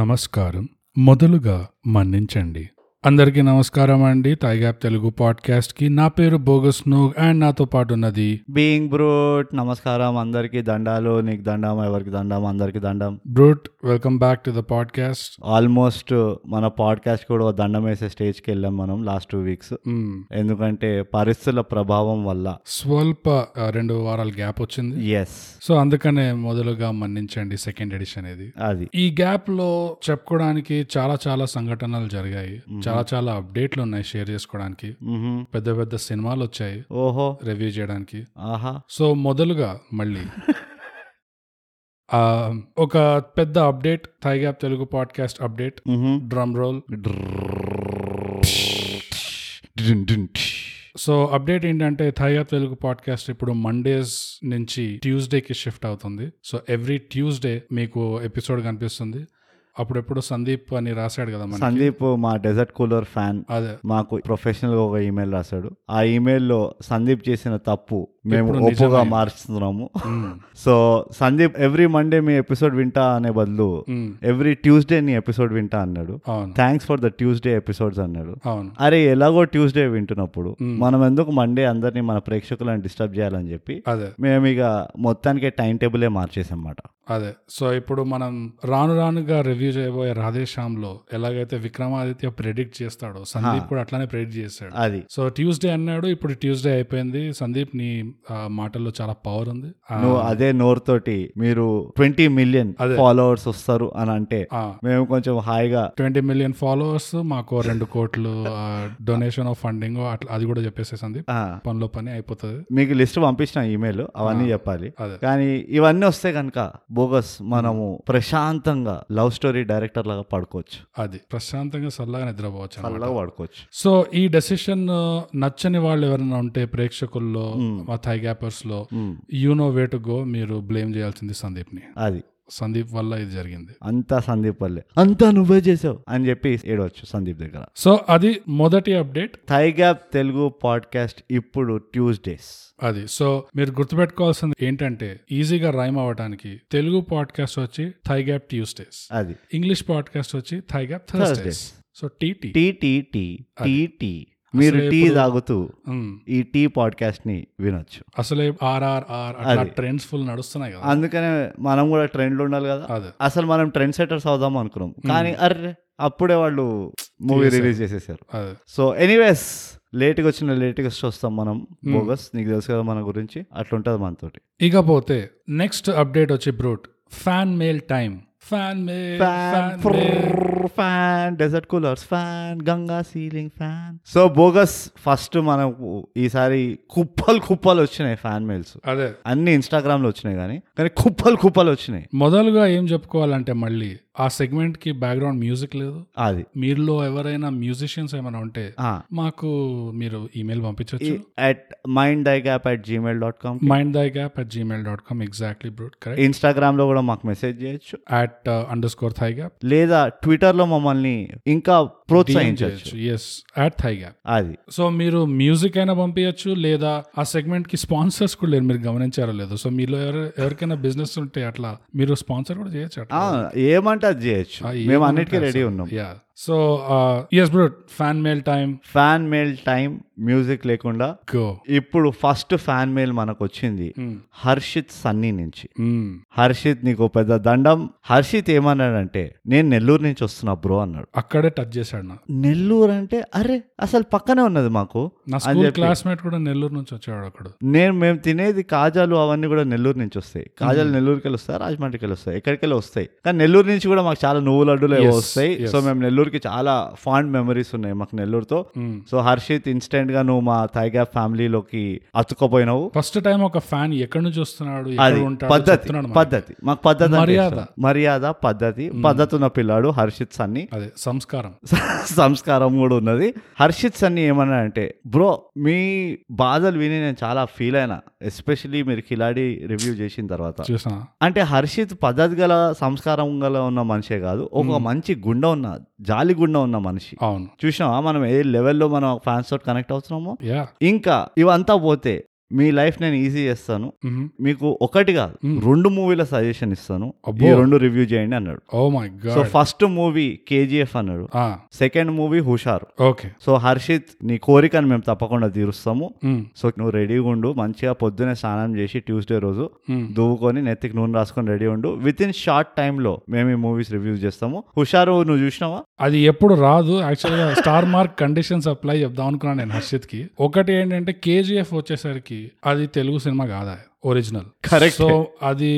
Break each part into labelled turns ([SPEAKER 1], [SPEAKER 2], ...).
[SPEAKER 1] నమస్కారం మొదలుగా మన్నించండి అందరికీ నమస్కారం అండి టైగ్యాప్ తెలుగు పాడ్కాస్ట్కి నా పేరు బోగస్ నోగ్ అండ్ నాతో పాటు ఉన్నది
[SPEAKER 2] బీయింగ్ బ్రూట్ నమస్కారం అందరికీ దండాలు నీకు దండం ఎవరికి దండం అందరికీ దండం
[SPEAKER 1] brute welcome back to the podcast
[SPEAKER 2] almost మన పాడ్కాస్ట్ కూడా ఓ దండం వేసే స్టేజ్కి వెళ్ళాం మనం లాస్ట్ టూ వీక్స్
[SPEAKER 1] మ్,
[SPEAKER 2] ఎందుకంటే పరిస్థితుల ప్రభావం వల్ల
[SPEAKER 1] స్వల్ప ఆ, రెండు వారాల గ్యాప్ వచ్చింది
[SPEAKER 2] ఎస్
[SPEAKER 1] సో అందుకనే మొదలుగా మన్నించండి సెకండ్ ఎడిషన్ ఇది
[SPEAKER 2] అది
[SPEAKER 1] ఈ గ్యాప్ లో చెప్పుకోవడానికి చాలా చాలా సంఘటనలు జరిగాయి చాలా చాలా అప్డేట్లు ఉన్నాయి షేర్ చేసుకోవడానికి
[SPEAKER 2] మ్హూ.
[SPEAKER 1] పెద్ద పెద్ద సినిమాలు వచ్చాయి
[SPEAKER 2] ఓహో
[SPEAKER 1] రివ్యూ చేయడానికి
[SPEAKER 2] ఆహా
[SPEAKER 1] సో మొదలుగా మళ్ళీ ఆ, ఒక పెద్ద update thigh gap Telugu podcast update
[SPEAKER 2] మ్హూ.
[SPEAKER 1] డ్రమ్ రోల్
[SPEAKER 2] డిడిన్ డిన్.
[SPEAKER 1] సో అప్డేట్ ఏంటంటే థైగ్యాప్ తెలుగు పాడ్కాస్ట్ ఇప్పుడు మండేస్ నుంచి ట్యూస్డేకి షిఫ్ట్ అవుతుంది సో ఎవ్రీ ట్యూస్డే మీకు ఎపిసోడ్ కనిపిస్తుంది అప్పుడెప్పుడు సందీప్ అని రాశాడు కదా మన
[SPEAKER 2] సందీప్ మా డెజర్ట్ కూలర్ ఫ్యాన్
[SPEAKER 1] అదే
[SPEAKER 2] మాకు ప్రొఫెషనల్ గా ఒక ఈమెయిల్ రాశాడు ఆ ఈమెయిల్లో సందీప్ చేసిన తప్పు మేము
[SPEAKER 1] ఇప్పుడు
[SPEAKER 2] ఒప్పుగా
[SPEAKER 1] నిజమైంది.
[SPEAKER 2] మార్చుతున్నాము
[SPEAKER 1] మ్మ్.
[SPEAKER 2] సో సందీప్ ఎవ్రీ మండే మీ ఎపిసోడ్ వింటా అనే బదులు
[SPEAKER 1] మ్మ్.
[SPEAKER 2] ఎవ్రీ ట్యూస్డే నీ ఎపిసోడ్ వింటా అన్నాడు
[SPEAKER 1] అవును
[SPEAKER 2] thanks for the Tuesday episodes అన్నాడు
[SPEAKER 1] అవును
[SPEAKER 2] అరే ఎలాగో ట్యూస్డే వింటున్నప్పుడు మనం ఎందుకు మండే అందరినీ మన ప్రేక్షకులను డిస్టర్బ్ చేయాలని చెప్పి
[SPEAKER 1] అదే
[SPEAKER 2] మేము ఇక మొత్తానికి టైం టేబులే మార్చేసామాట
[SPEAKER 1] అదే సో ఇప్పుడు మనం రాను రానుగా రివ్యూ చేయబోయే రాధేశ్యామ్లో ఎలాగైతే విక్రమాదిత్య ప్రెడిక్ట్ చేస్తాడో సందీప్ కూడా అట్లానే ప్రెడిక్ట్ చేశాడు
[SPEAKER 2] అది
[SPEAKER 1] సో ట్యూస్డే అన్నాడు ఇప్పుడు ట్యూస్డే అయిపోయింది సందీప్ నీ ఆ, మాటల్లో చాలా పవర్ ఉంది ఆ,
[SPEAKER 2] నువ్వు అదే నోరుతోటి మీరు ట్వంటీ మిలియన్
[SPEAKER 1] అదే.
[SPEAKER 2] ఫాలోవర్స్ వస్తారు అని అంటే
[SPEAKER 1] ఆ,
[SPEAKER 2] మేము కొంచెం హాయిగా
[SPEAKER 1] ట్వంటీ మిలియన్ ఫాలోవర్స్ మాకు రెండు కోట్లు డొనేషన్ ఆఫ్ ఫండింగ్ అట్లా అది కూడా చెప్పేసే సందీప్
[SPEAKER 2] ఆ,
[SPEAKER 1] పనిలో పని అయిపోతుంది
[SPEAKER 2] మీకు లిస్ట్ పంపించిన ఈమెయిల్ అవన్నీ చెప్పాలి
[SPEAKER 1] అదే.
[SPEAKER 2] కానీ ఇవన్నీ వస్తే కనుక బోగస్ మనము ప్రశాంతంగా లవ్ స్టోరీ డైరెక్టర్ లాగా పడుకోవచ్చు
[SPEAKER 1] అది ప్రశాంతంగా సల్లగా నిద్రపోవచ్చు అన్నమాట.
[SPEAKER 2] అలాగా పడుకోవచ్చు
[SPEAKER 1] సో ఈ డెసిషన్ నచ్చని వాళ్ళు ఎవరైనా ఉంటే ప్రేక్షకుల్లో మా థై గ్యాపర్స్ లో
[SPEAKER 2] మ్మ్.
[SPEAKER 1] You know way to go మీరు బ్లేమ్ చేయాల్సింది సందీప్ ని
[SPEAKER 2] అది
[SPEAKER 1] సందీప్ వల్ల ఇది జరిగింది
[SPEAKER 2] అంతా సందీప్ వల్లే అంతా నువ్వే చేసావు అని చెప్పి ఏడవచ్చు సందీప్ దగ్గర
[SPEAKER 1] సో అది మొదటి update
[SPEAKER 2] thigh gap Telugu podcast ఇప్పుడు ట్యూస్డేస్
[SPEAKER 1] అది సో మీరు గుర్తుపెట్టుకోవాల్సింది ఏంటంటే ఈజీగా రైమ్ అవ్వడానికి తెలుగు పాడ్కాస్ట్ వచ్చి థై గ్యాప్ ట్యూస్డేస్
[SPEAKER 2] అది
[SPEAKER 1] ఇంగ్లీష్ పాడ్కాస్ట్ వచ్చి thigh gap Thursdays
[SPEAKER 2] Thursdays.
[SPEAKER 1] So TT
[SPEAKER 2] tea tea tea tea tea మీరు
[SPEAKER 1] అసలు
[SPEAKER 2] టీ
[SPEAKER 1] ఎప్పుడు-
[SPEAKER 2] తాగుతూ ఈ టీ పాడ్కాస్ట్ ని వినొచ్చు
[SPEAKER 1] Hmm. అసలే ఆర్ఆర్ఆర్ అట్లా
[SPEAKER 2] అది.
[SPEAKER 1] ట్రెండ్స్ ఫుల్ నడుస్తున్నాయి కదా
[SPEAKER 2] అందుకనే మనం కూడా ట్రెండ్ లో ఉండాలి కదా
[SPEAKER 1] అదే
[SPEAKER 2] అసలు మనం ట్రెండ్ సెటర్స్ అవుదాం అనుకున్నాం కానీ అర్రే అప్పుడే వాళ్ళు మూవీ రిలీజ్ చేసేసారు
[SPEAKER 1] అదే
[SPEAKER 2] సో ఎనీవేస్ లేట్గా వచ్చిన లేటెస్ట్ వస్తాం మనం బోగస్ నీకు తెలుసు కదా మన గురించి అట్లుంటది మనతోటి
[SPEAKER 1] ఇకపోతే నెక్స్ట్ అప్డేట్ వచ్చి brute fan mail time fan mail fan mail.
[SPEAKER 2] Fan desert coolers fan Ganga ceiling fan so bogus first మనకు ఈసారి కుప్పలు కుప్పలు వచ్చినాయి ఫ్యాన్ మెయిల్స్
[SPEAKER 1] అదే
[SPEAKER 2] అన్ని ఇన్స్టాగ్రామ్ లో వచ్చినాయి కానీ కానీ కుప్పలు కుప్పలు వచ్చినాయి
[SPEAKER 1] మొదలుగా ఏం చెప్పుకోవాలంటే మళ్ళీ ఆ సెగ్మెంట్ కి బ్యాక్గ్రౌండ్ మ్యూజిక్ లేదు
[SPEAKER 2] అది
[SPEAKER 1] మీరులో ఎవరైనా మ్యూజిషియన్స్ ఏమైనా ఉంటే
[SPEAKER 2] ఆ
[SPEAKER 1] మాకు మీరు ఇమెయిల్ పంపించవచ్చు
[SPEAKER 2] at mind the gap at Gmail dot com
[SPEAKER 1] mind the gap at Gmail dot com exactly brute correct
[SPEAKER 2] Instagram లో కూడా మాకు మెసేజ్ చేయొచ్చు
[SPEAKER 1] at underscore thigh gap
[SPEAKER 2] లేదా ట్విట్టర్ లో మమ్మల్ని ఇంకా ప్రోత్సహించవచ్చు
[SPEAKER 1] ఎస్ అట్ థై గ్యాప్
[SPEAKER 2] అది
[SPEAKER 1] సో మీరు మ్యూజిక్ అయినా పంపించచ్చు లేదా ఆ సెగ్మెంట్ కి స్పాన్సర్స్ కూడా లేరు మీరు గమనించారో లేదో సో మీలో ఎవరు ఎవరికైనా బిజినెస్ ఉంటే అట్లా మీరు స్పాన్సర్ కూడా చేయొచ్చు అట్లా
[SPEAKER 2] ఆ, ఏమంటే అది చేయొచ్చు
[SPEAKER 1] ఆ,
[SPEAKER 2] మేము
[SPEAKER 1] ఏమంటే
[SPEAKER 2] అన్నిటికీ
[SPEAKER 1] అసలు.
[SPEAKER 2] రెడీ ఉన్నాం
[SPEAKER 1] yeah so yes bro fan mail time
[SPEAKER 2] fan mail time music లేకుండా
[SPEAKER 1] గో
[SPEAKER 2] ఇప్పుడు ఫస్ట్ ఫ్యాన్ మెయిల్ మనకు వచ్చింది
[SPEAKER 1] Hmm.
[SPEAKER 2] హర్షిత్ సన్నీ నుంచి హర్షిత్ నీకు పెద్ద దండం హర్షిత్ ఏమన్నాడంటే నేను నెల్లూరు నుంచి వస్తున్నా బ్రో అన్నాడు
[SPEAKER 1] అక్కడే టచ్ చేశాడు నా
[SPEAKER 2] నెల్లూరు అంటే అరే అసలు పక్కనే ఉన్నది మాకు
[SPEAKER 1] నా
[SPEAKER 2] అని
[SPEAKER 1] స్కూల్
[SPEAKER 2] చెప్పి
[SPEAKER 1] క్లాస్మేట్ కూడా నెల్లూరు నుంచి వచ్చాడు అక్కడ
[SPEAKER 2] నేను మేము తినేది కాజాలు అవన్నీ కూడా నెల్లూరు నుంచి వస్తాయి కాజాలు నెల్లూరుకి వెళ్ళి వస్తాయి రాజమండ్రికి వెళ్ళి వస్తాయి ఎక్కడికి వెళ్ళి వస్తాయి కానీ నెల్లూరు నుంచి కూడా మాకు చాలా నువ్వు లడ్డులు ఏవో
[SPEAKER 1] Yes,
[SPEAKER 2] వస్తాయి
[SPEAKER 1] yes.
[SPEAKER 2] సో మేము నెల్లూరుకి చాలా ఫాండ్ మెమరీస్ ఉన్నాయి మాకు నెల్లూరుతో సో హర్షిత్ ఇన్స్టెంట్ గా నువ్వు మా థైగా ఫ్యామిలీలోకి అతుక్కుపోయినావు
[SPEAKER 1] ఫస్ట్ టైం ఒక ఫ్యాన్ ఎక్కడి నుంచి వస్తున్నాడు ఎక్కడ
[SPEAKER 2] అది
[SPEAKER 1] ఉంటాడు
[SPEAKER 2] పద్ధతి
[SPEAKER 1] చెప్తున్నాడు మనకి.
[SPEAKER 2] పద్ధతి మాకు పద్ధతి అంటే
[SPEAKER 1] మర్యాద.
[SPEAKER 2] ఇష్టం. మర్యాద పద్ధతి పద్ధతి ఉన్న పిల్లాడు హర్షిత్ సన్ని
[SPEAKER 1] అదే సంస్కారం
[SPEAKER 2] సంస్కారం కూడా ఉన్నది హర్షిత్ సన్ని ఏమన్నా అంటే బ్రో మీ బాధలు విని నేను చాలా ఫీల్ అయినా ఎస్పెషలీ మీరు కిలాడి రివ్యూ చేసిన తర్వాత
[SPEAKER 1] చూసా
[SPEAKER 2] అంటే హర్షిత్ పద్ధతి గల సంస్కారం గల ఉన్న మనిషే కాదు ఒక మంచి గుండె ఉన్న జాలి గుండె ఉన్న మనిషి
[SPEAKER 1] అవును
[SPEAKER 2] చూసినావా మనం ఏ లెవెల్లో మనం ఫ్యాన్స్ తోటి కనెక్ట్ అవుతున్నామో
[SPEAKER 1] యా
[SPEAKER 2] ఇంకా ఇవంతా పోతే మీ లైఫ్ నేను ఈజీ చేస్తాను మీకు ఒకటి కాదు
[SPEAKER 1] Hmm.
[SPEAKER 2] రెండు మూవీల సజెషన్ ఇస్తాను
[SPEAKER 1] అబ్బో.
[SPEAKER 2] ఈ రెండు రివ్యూ చేయండి అన్నాడు
[SPEAKER 1] oh my
[SPEAKER 2] so
[SPEAKER 1] god
[SPEAKER 2] first movie KGF అన్నాడు సెకండ్ మూవీ హుషారు
[SPEAKER 1] ఓకే
[SPEAKER 2] సో హర్షిత్ నీ కోరికను మేము తప్పకుండా తీరుస్తాము సో నువ్వు రెడీగా ఉండు మంచిగా పొద్దునే స్నానం చేసి ట్యూస్డే రోజు దువ్వుకొని నెత్తికి నూనె రాసుకొని రెడీ ఉండు విత్ ఇన్ షార్ట్ టైంలో మేము ఈ మూవీస్ రివ్యూ చేస్తాము హుషారు నువ్వు చూసినావా
[SPEAKER 1] అది ఎప్పుడు రాదు యాక్చువల్గా స్టార్ మార్క్ కండిషన్స్ అప్లై చెప్దాం అనుకున్నాను నేను హర్షిత్ కి ఒకటి ఏంటంటే కేజీఎఫ్ వచ్చేసరికి అది తెలుగు సినిమా కాదా ఒరిజినల్
[SPEAKER 2] Correct.
[SPEAKER 1] సో అది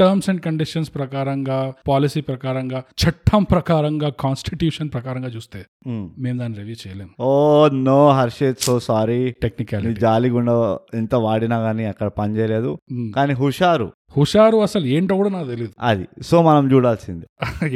[SPEAKER 1] టర్మ్స్ అండ్ కండిషన్స్ ప్రకారంగా పాలసీ ప్రకారంగా చట్టం ప్రకారంగా కాన్స్టిట్యూషన్ ప్రకారంగా చూస్తే
[SPEAKER 2] మ్మ్.
[SPEAKER 1] మేము దాన్ని రివ్యూ చేయలేము
[SPEAKER 2] oh no Harshit so sorry నీ
[SPEAKER 1] టెక్నికాలిటీ
[SPEAKER 2] జాలిగుండ ఎంత వాడినా కానీ అక్కడ పని చేయలేదు కానీ హుషారు
[SPEAKER 1] హుషారు అసలు ఏంటో కూడా నాకు తెలియదు
[SPEAKER 2] అది సో మనం చూడాల్సింది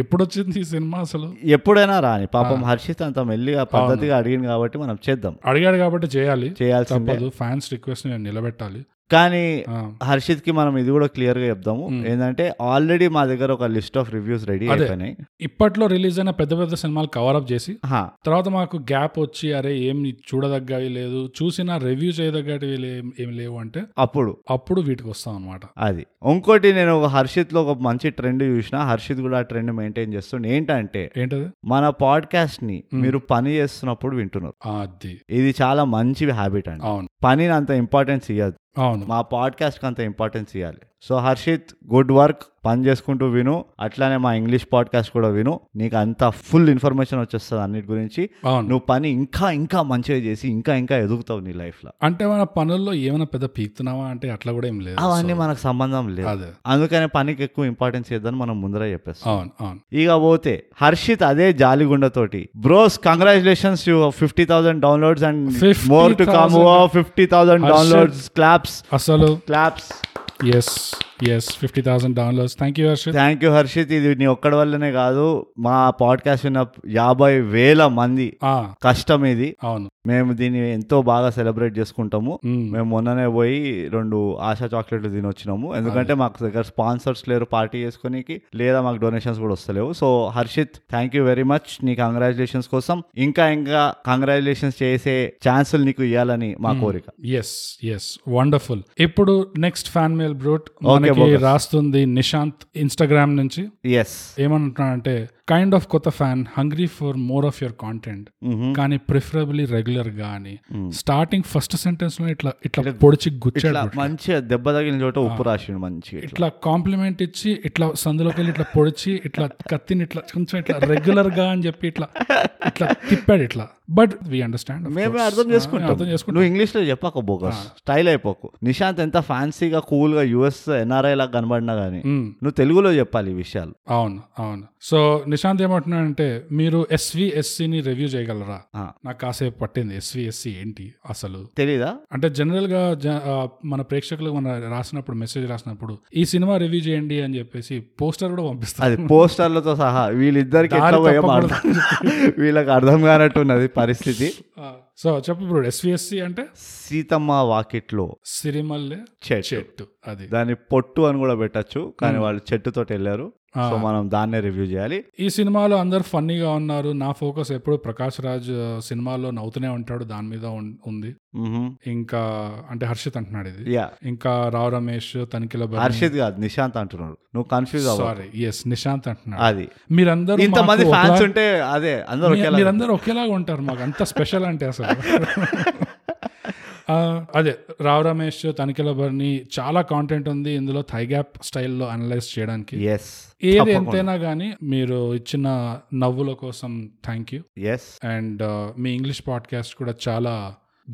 [SPEAKER 1] ఎప్పుడు వచ్చింది ఈ సినిమా అసలు
[SPEAKER 2] ఎప్పుడైనా రాని పాపం హర్షిత్ అంత మెల్లిగా పద్ధతిగా అడిగింది కాబట్టి మనం చేద్దాం
[SPEAKER 1] అడిగాడు కాబట్టి చేయాలి
[SPEAKER 2] చేయాల్సిందే
[SPEAKER 1] తప్పదు ఫ్యాన్స్ రిక్వెస్ట్ నేను నిలబెట్టాలి
[SPEAKER 2] కానీ
[SPEAKER 1] ఆ,
[SPEAKER 2] హర్షిత్ కి మనం ఇది కూడా క్లియర్ గా చెప్దాము ఏంటంటే ఆల్రెడీ మా దగ్గర ఒక లిస్ట్ ఆఫ్ రివ్యూస్ రెడీ
[SPEAKER 1] అదే.
[SPEAKER 2] అయిపోయినాయి
[SPEAKER 1] ఇప్పట్లో రిలీజ్ అయిన పెద్ద పెద్ద సినిమాలు కవరప్ చేసి
[SPEAKER 2] హా,
[SPEAKER 1] తర్వాత మాకు గ్యాప్ వచ్చి అరే ఏం చూడదగ్గవి లేదు చూసినా రివ్యూ చేయదగ్గటివి లే- ఏం లేవు అంటే
[SPEAKER 2] అప్పుడు
[SPEAKER 1] అప్పుడు వీటికి వస్తాం అనమాట
[SPEAKER 2] అది ఇంకోటి నేను ఒక హర్షిత్ లో ఒక మంచి ట్రెండ్ చూసిన హర్షిత్ కూడా ఆ ట్రెండ్ మెయింటైన్ చేస్తుండే ఏంటంటే
[SPEAKER 1] ఏంటది
[SPEAKER 2] మన పాడ్కాస్ట్ ని మీరు పని చేస్తున్నప్పుడు వింటున్నారు
[SPEAKER 1] ఆ, అది
[SPEAKER 2] ఇది చాలా మంచి హ్యాబిట్ అండి
[SPEAKER 1] అవును
[SPEAKER 2] పనిని అంత ఇంపార్టెన్స్ ఇవ్వదు
[SPEAKER 1] అవును
[SPEAKER 2] మా పాడ్కాస్ట్కి అంత ఇంపార్టెన్స్ ఇవ్వాలి సో హర్షిత్ గుడ్ వర్క్ పని చేసుకుంటూ విను అట్లానే మా ఇంగ్లీష్ పాడ్కాస్ట్ కూడా విను నీకు అంత ఫుల్ ఇన్ఫర్మేషన్ వచ్చేస్తుంది అన్నిటి గురించి
[SPEAKER 1] అవును
[SPEAKER 2] నువ్వు పని ఇంకా ఇంకా మంచిగా చేసి ఇంకా ఇంకా ఎదుగుతావు నీ లైఫ్లో
[SPEAKER 1] అంటే మన పనుల్లో ఏమైనా పెద్ద పీక్తున్నావా అంటే అట్లా కూడా ఏం లేదు
[SPEAKER 2] అవన్నీ
[SPEAKER 1] So,
[SPEAKER 2] మనకు సంబంధం లేదు
[SPEAKER 1] అదే
[SPEAKER 2] అందుకనే పనికి ఎక్కువ ఇంపార్టెన్స్ ఇద్దని మనం ముందర చెప్పేస్తాం
[SPEAKER 1] అవును అవును
[SPEAKER 2] ఇక పోతే హర్షిత్ అదే జాలిగుండతోటి bros congratulations you fifty thousand downloads and more to come
[SPEAKER 1] 50,000
[SPEAKER 2] fifty thousand
[SPEAKER 1] Harshit.
[SPEAKER 2] Downloads claps
[SPEAKER 1] అసలు
[SPEAKER 2] claps
[SPEAKER 1] yes yes fifty thousand downloads thank you Harshit
[SPEAKER 2] thank you Harshit ఇది నీ ఒక్కడి వల్లనే కాదు మా పాడ్కాస్ట్ ఉన్న యాభై వేల మంది
[SPEAKER 1] ఆ,
[SPEAKER 2] కష్టం ఇది
[SPEAKER 1] అవును
[SPEAKER 2] మేము దీన్ని ఎంతో బాగా సెలబ్రేట్ చేసుకుంటాము
[SPEAKER 1] మ్మ్.
[SPEAKER 2] మేము మొన్ననే పోయి రెండు ఆశా చాక్లెట్లు తిని వచ్చినాము ఎందుకంటే మాకు దగ్గర స్పాన్సర్స్ లేరు పార్టీ చేసుకోనికి లేదా మాకు డొనేషన్స్ కూడా వస్తలేవు so Harshit thank you very much నీ కంగ్రాచులేషన్స్ కోసం ఇంకా ఇంకా కంగ్రాచులేషన్స్ చేసే ఛాన్సులు నీకు ఇవ్వాలని మా కోరిక
[SPEAKER 1] ఎస్ ఎస్ వండర్ఫుల్ ఇప్పుడు next fan mail brought
[SPEAKER 2] Okay,
[SPEAKER 1] మనకి
[SPEAKER 2] bogus.
[SPEAKER 1] రాస్తుంది నిశాంత్ ఇన్స్టాగ్రామ్ నుంచి
[SPEAKER 2] ఎస్
[SPEAKER 1] ఏమంటున్నానంటే కైండ్ ఆఫ్ కొత్త fan hungry for more of your content కానీ ప్రిఫరబులీ రెగ్యులర్ గా అని స్టార్టింగ్ ఫస్ట్ సెంటెన్స్ లో ఇట్లా ఇట్లా పొడిచి
[SPEAKER 2] ఇట్లా
[SPEAKER 1] గుచ్చాడు
[SPEAKER 2] మంచిగా దెబ్బ తగిలిన చోట ఉప్పు రాసిండు మంచిగా
[SPEAKER 1] ఇట్లా కాంప్లిమెంట్ ఇచ్చి ఇట్లా సందులోకి వెళ్ళి ఇట్లా పొడిచి ఇట్లా కత్తిని ఇట్లా కొంచెం ఇట్లా రెగ్యులర్ గా అని చెప్పి ఇట్లా ఇట్లా తిప్పాడు ఇట్లా బట్ వి అండర్స్టాండ్
[SPEAKER 2] మేమే అర్థం చేసుకుంటాం
[SPEAKER 1] Ah, అర్థం చేసుకుంటాం
[SPEAKER 2] నువ్వు ఇంగ్లీష్ లో చెప్పకు బోగస్ స్టైల్ అయిపోకు నిశాంత్ ఎంత ఫ్యాన్సీగా కూల్ గా యుఎస్ ఎన్ఆర్ఐ లాగా కనబడినా గానీ
[SPEAKER 1] మ్మ్.
[SPEAKER 2] నువ్వు తెలుగులో చెప్పాలి ఈ విషయాలు
[SPEAKER 1] అవును అవును సో నిశాంత్ ఏమంటున్నాడంటే మీరు ఎస్విఎస్సిని రివ్యూ చేయగలరా
[SPEAKER 2] ఆ.
[SPEAKER 1] నాకు కాసేపు పట్టింది ఎస్విఎస్సి ఏంటి అసలు
[SPEAKER 2] తెలీదా
[SPEAKER 1] అంటే జనరల్ గా జ- ఆ, మన ప్రేక్షకులకు మన రాసినప్పుడు మెసేజ్ రాసినప్పుడు ఈ సినిమా రివ్యూ చేయండి అని చెప్పేసి పోస్టర్ కూడా పంపిస్తారు
[SPEAKER 2] అది పోస్టర్లతో సహా వీళ్ళిద్దరికి
[SPEAKER 1] దారి
[SPEAKER 2] ఎట్లా పోయాం
[SPEAKER 1] తప్పకూడదు.
[SPEAKER 2] అర్థం వీళ్ళకి అర్థం కానట్టున్నది పరిస్థితి
[SPEAKER 1] ఆ, సో చెప్పు ఇప్పుడు ఎస్విఎస్సి అంటే
[SPEAKER 2] సీతమ్మ వాకిట్లో
[SPEAKER 1] సిరిమల్లె
[SPEAKER 2] చెట్టు
[SPEAKER 1] చెట్టు అది
[SPEAKER 2] దాన్ని పొట్టు అని కూడా పెట్టచ్చు కానీ వాళ్ళు చెట్టుతో వెళ్ళారు
[SPEAKER 1] ఆ.
[SPEAKER 2] సో మనం దాన్నే రివ్యూ చేయాలి
[SPEAKER 1] ఈ సినిమాలో అందరు ఫన్నీగా ఉన్నారు నా ఫోకస్ ఎప్పుడు ప్రకాష్ రాజ్ ఆ, సినిమాలో నవ్వుతూనే ఉంటాడు దాని మీద ఉన్- ఉంది
[SPEAKER 2] మ్హూ.
[SPEAKER 1] ఇంకా అంటే హర్షిత్ అంటున్నాడు ఇది
[SPEAKER 2] యా
[SPEAKER 1] ఇంకా రావు రమేష్ తనిఖీల
[SPEAKER 2] హర్షిత్ కాదు నిశాంత్ అంటున్నాడు నువ్వు కన్ఫ్యూజ్ అవ్వ
[SPEAKER 1] సారీ ఎస్ నిశాంత్ అంటున్నాడు
[SPEAKER 2] అది
[SPEAKER 1] మీరందరూ
[SPEAKER 2] ఇంతమంది
[SPEAKER 1] మాకు
[SPEAKER 2] ఫ్యాన్స్
[SPEAKER 1] ఒకలా-
[SPEAKER 2] ఉంటే అదే అందరూ
[SPEAKER 1] మీ-
[SPEAKER 2] ఒకేలా
[SPEAKER 1] మీరందరూ ఒకేలాగా ఉంటారు మాకు అంత స్పెషల్ అంటే అసలు ఆ, అదే రావ్ రమేష్ తనిఖీల బర్ని చాలా కాంటెంట్ ఉంది ఇందులో థైగ్యాప్ స్టైల్లో అనలైజ్ చేయడానికి
[SPEAKER 2] ఎస్
[SPEAKER 1] ఏది ఎంతైనా కానీ మీరు ఇచ్చిన నవ్వుల కోసం thank you
[SPEAKER 2] yes
[SPEAKER 1] and uh, మీ ఇంగ్లీష్ పాడ్కాస్ట్ కూడా చాలా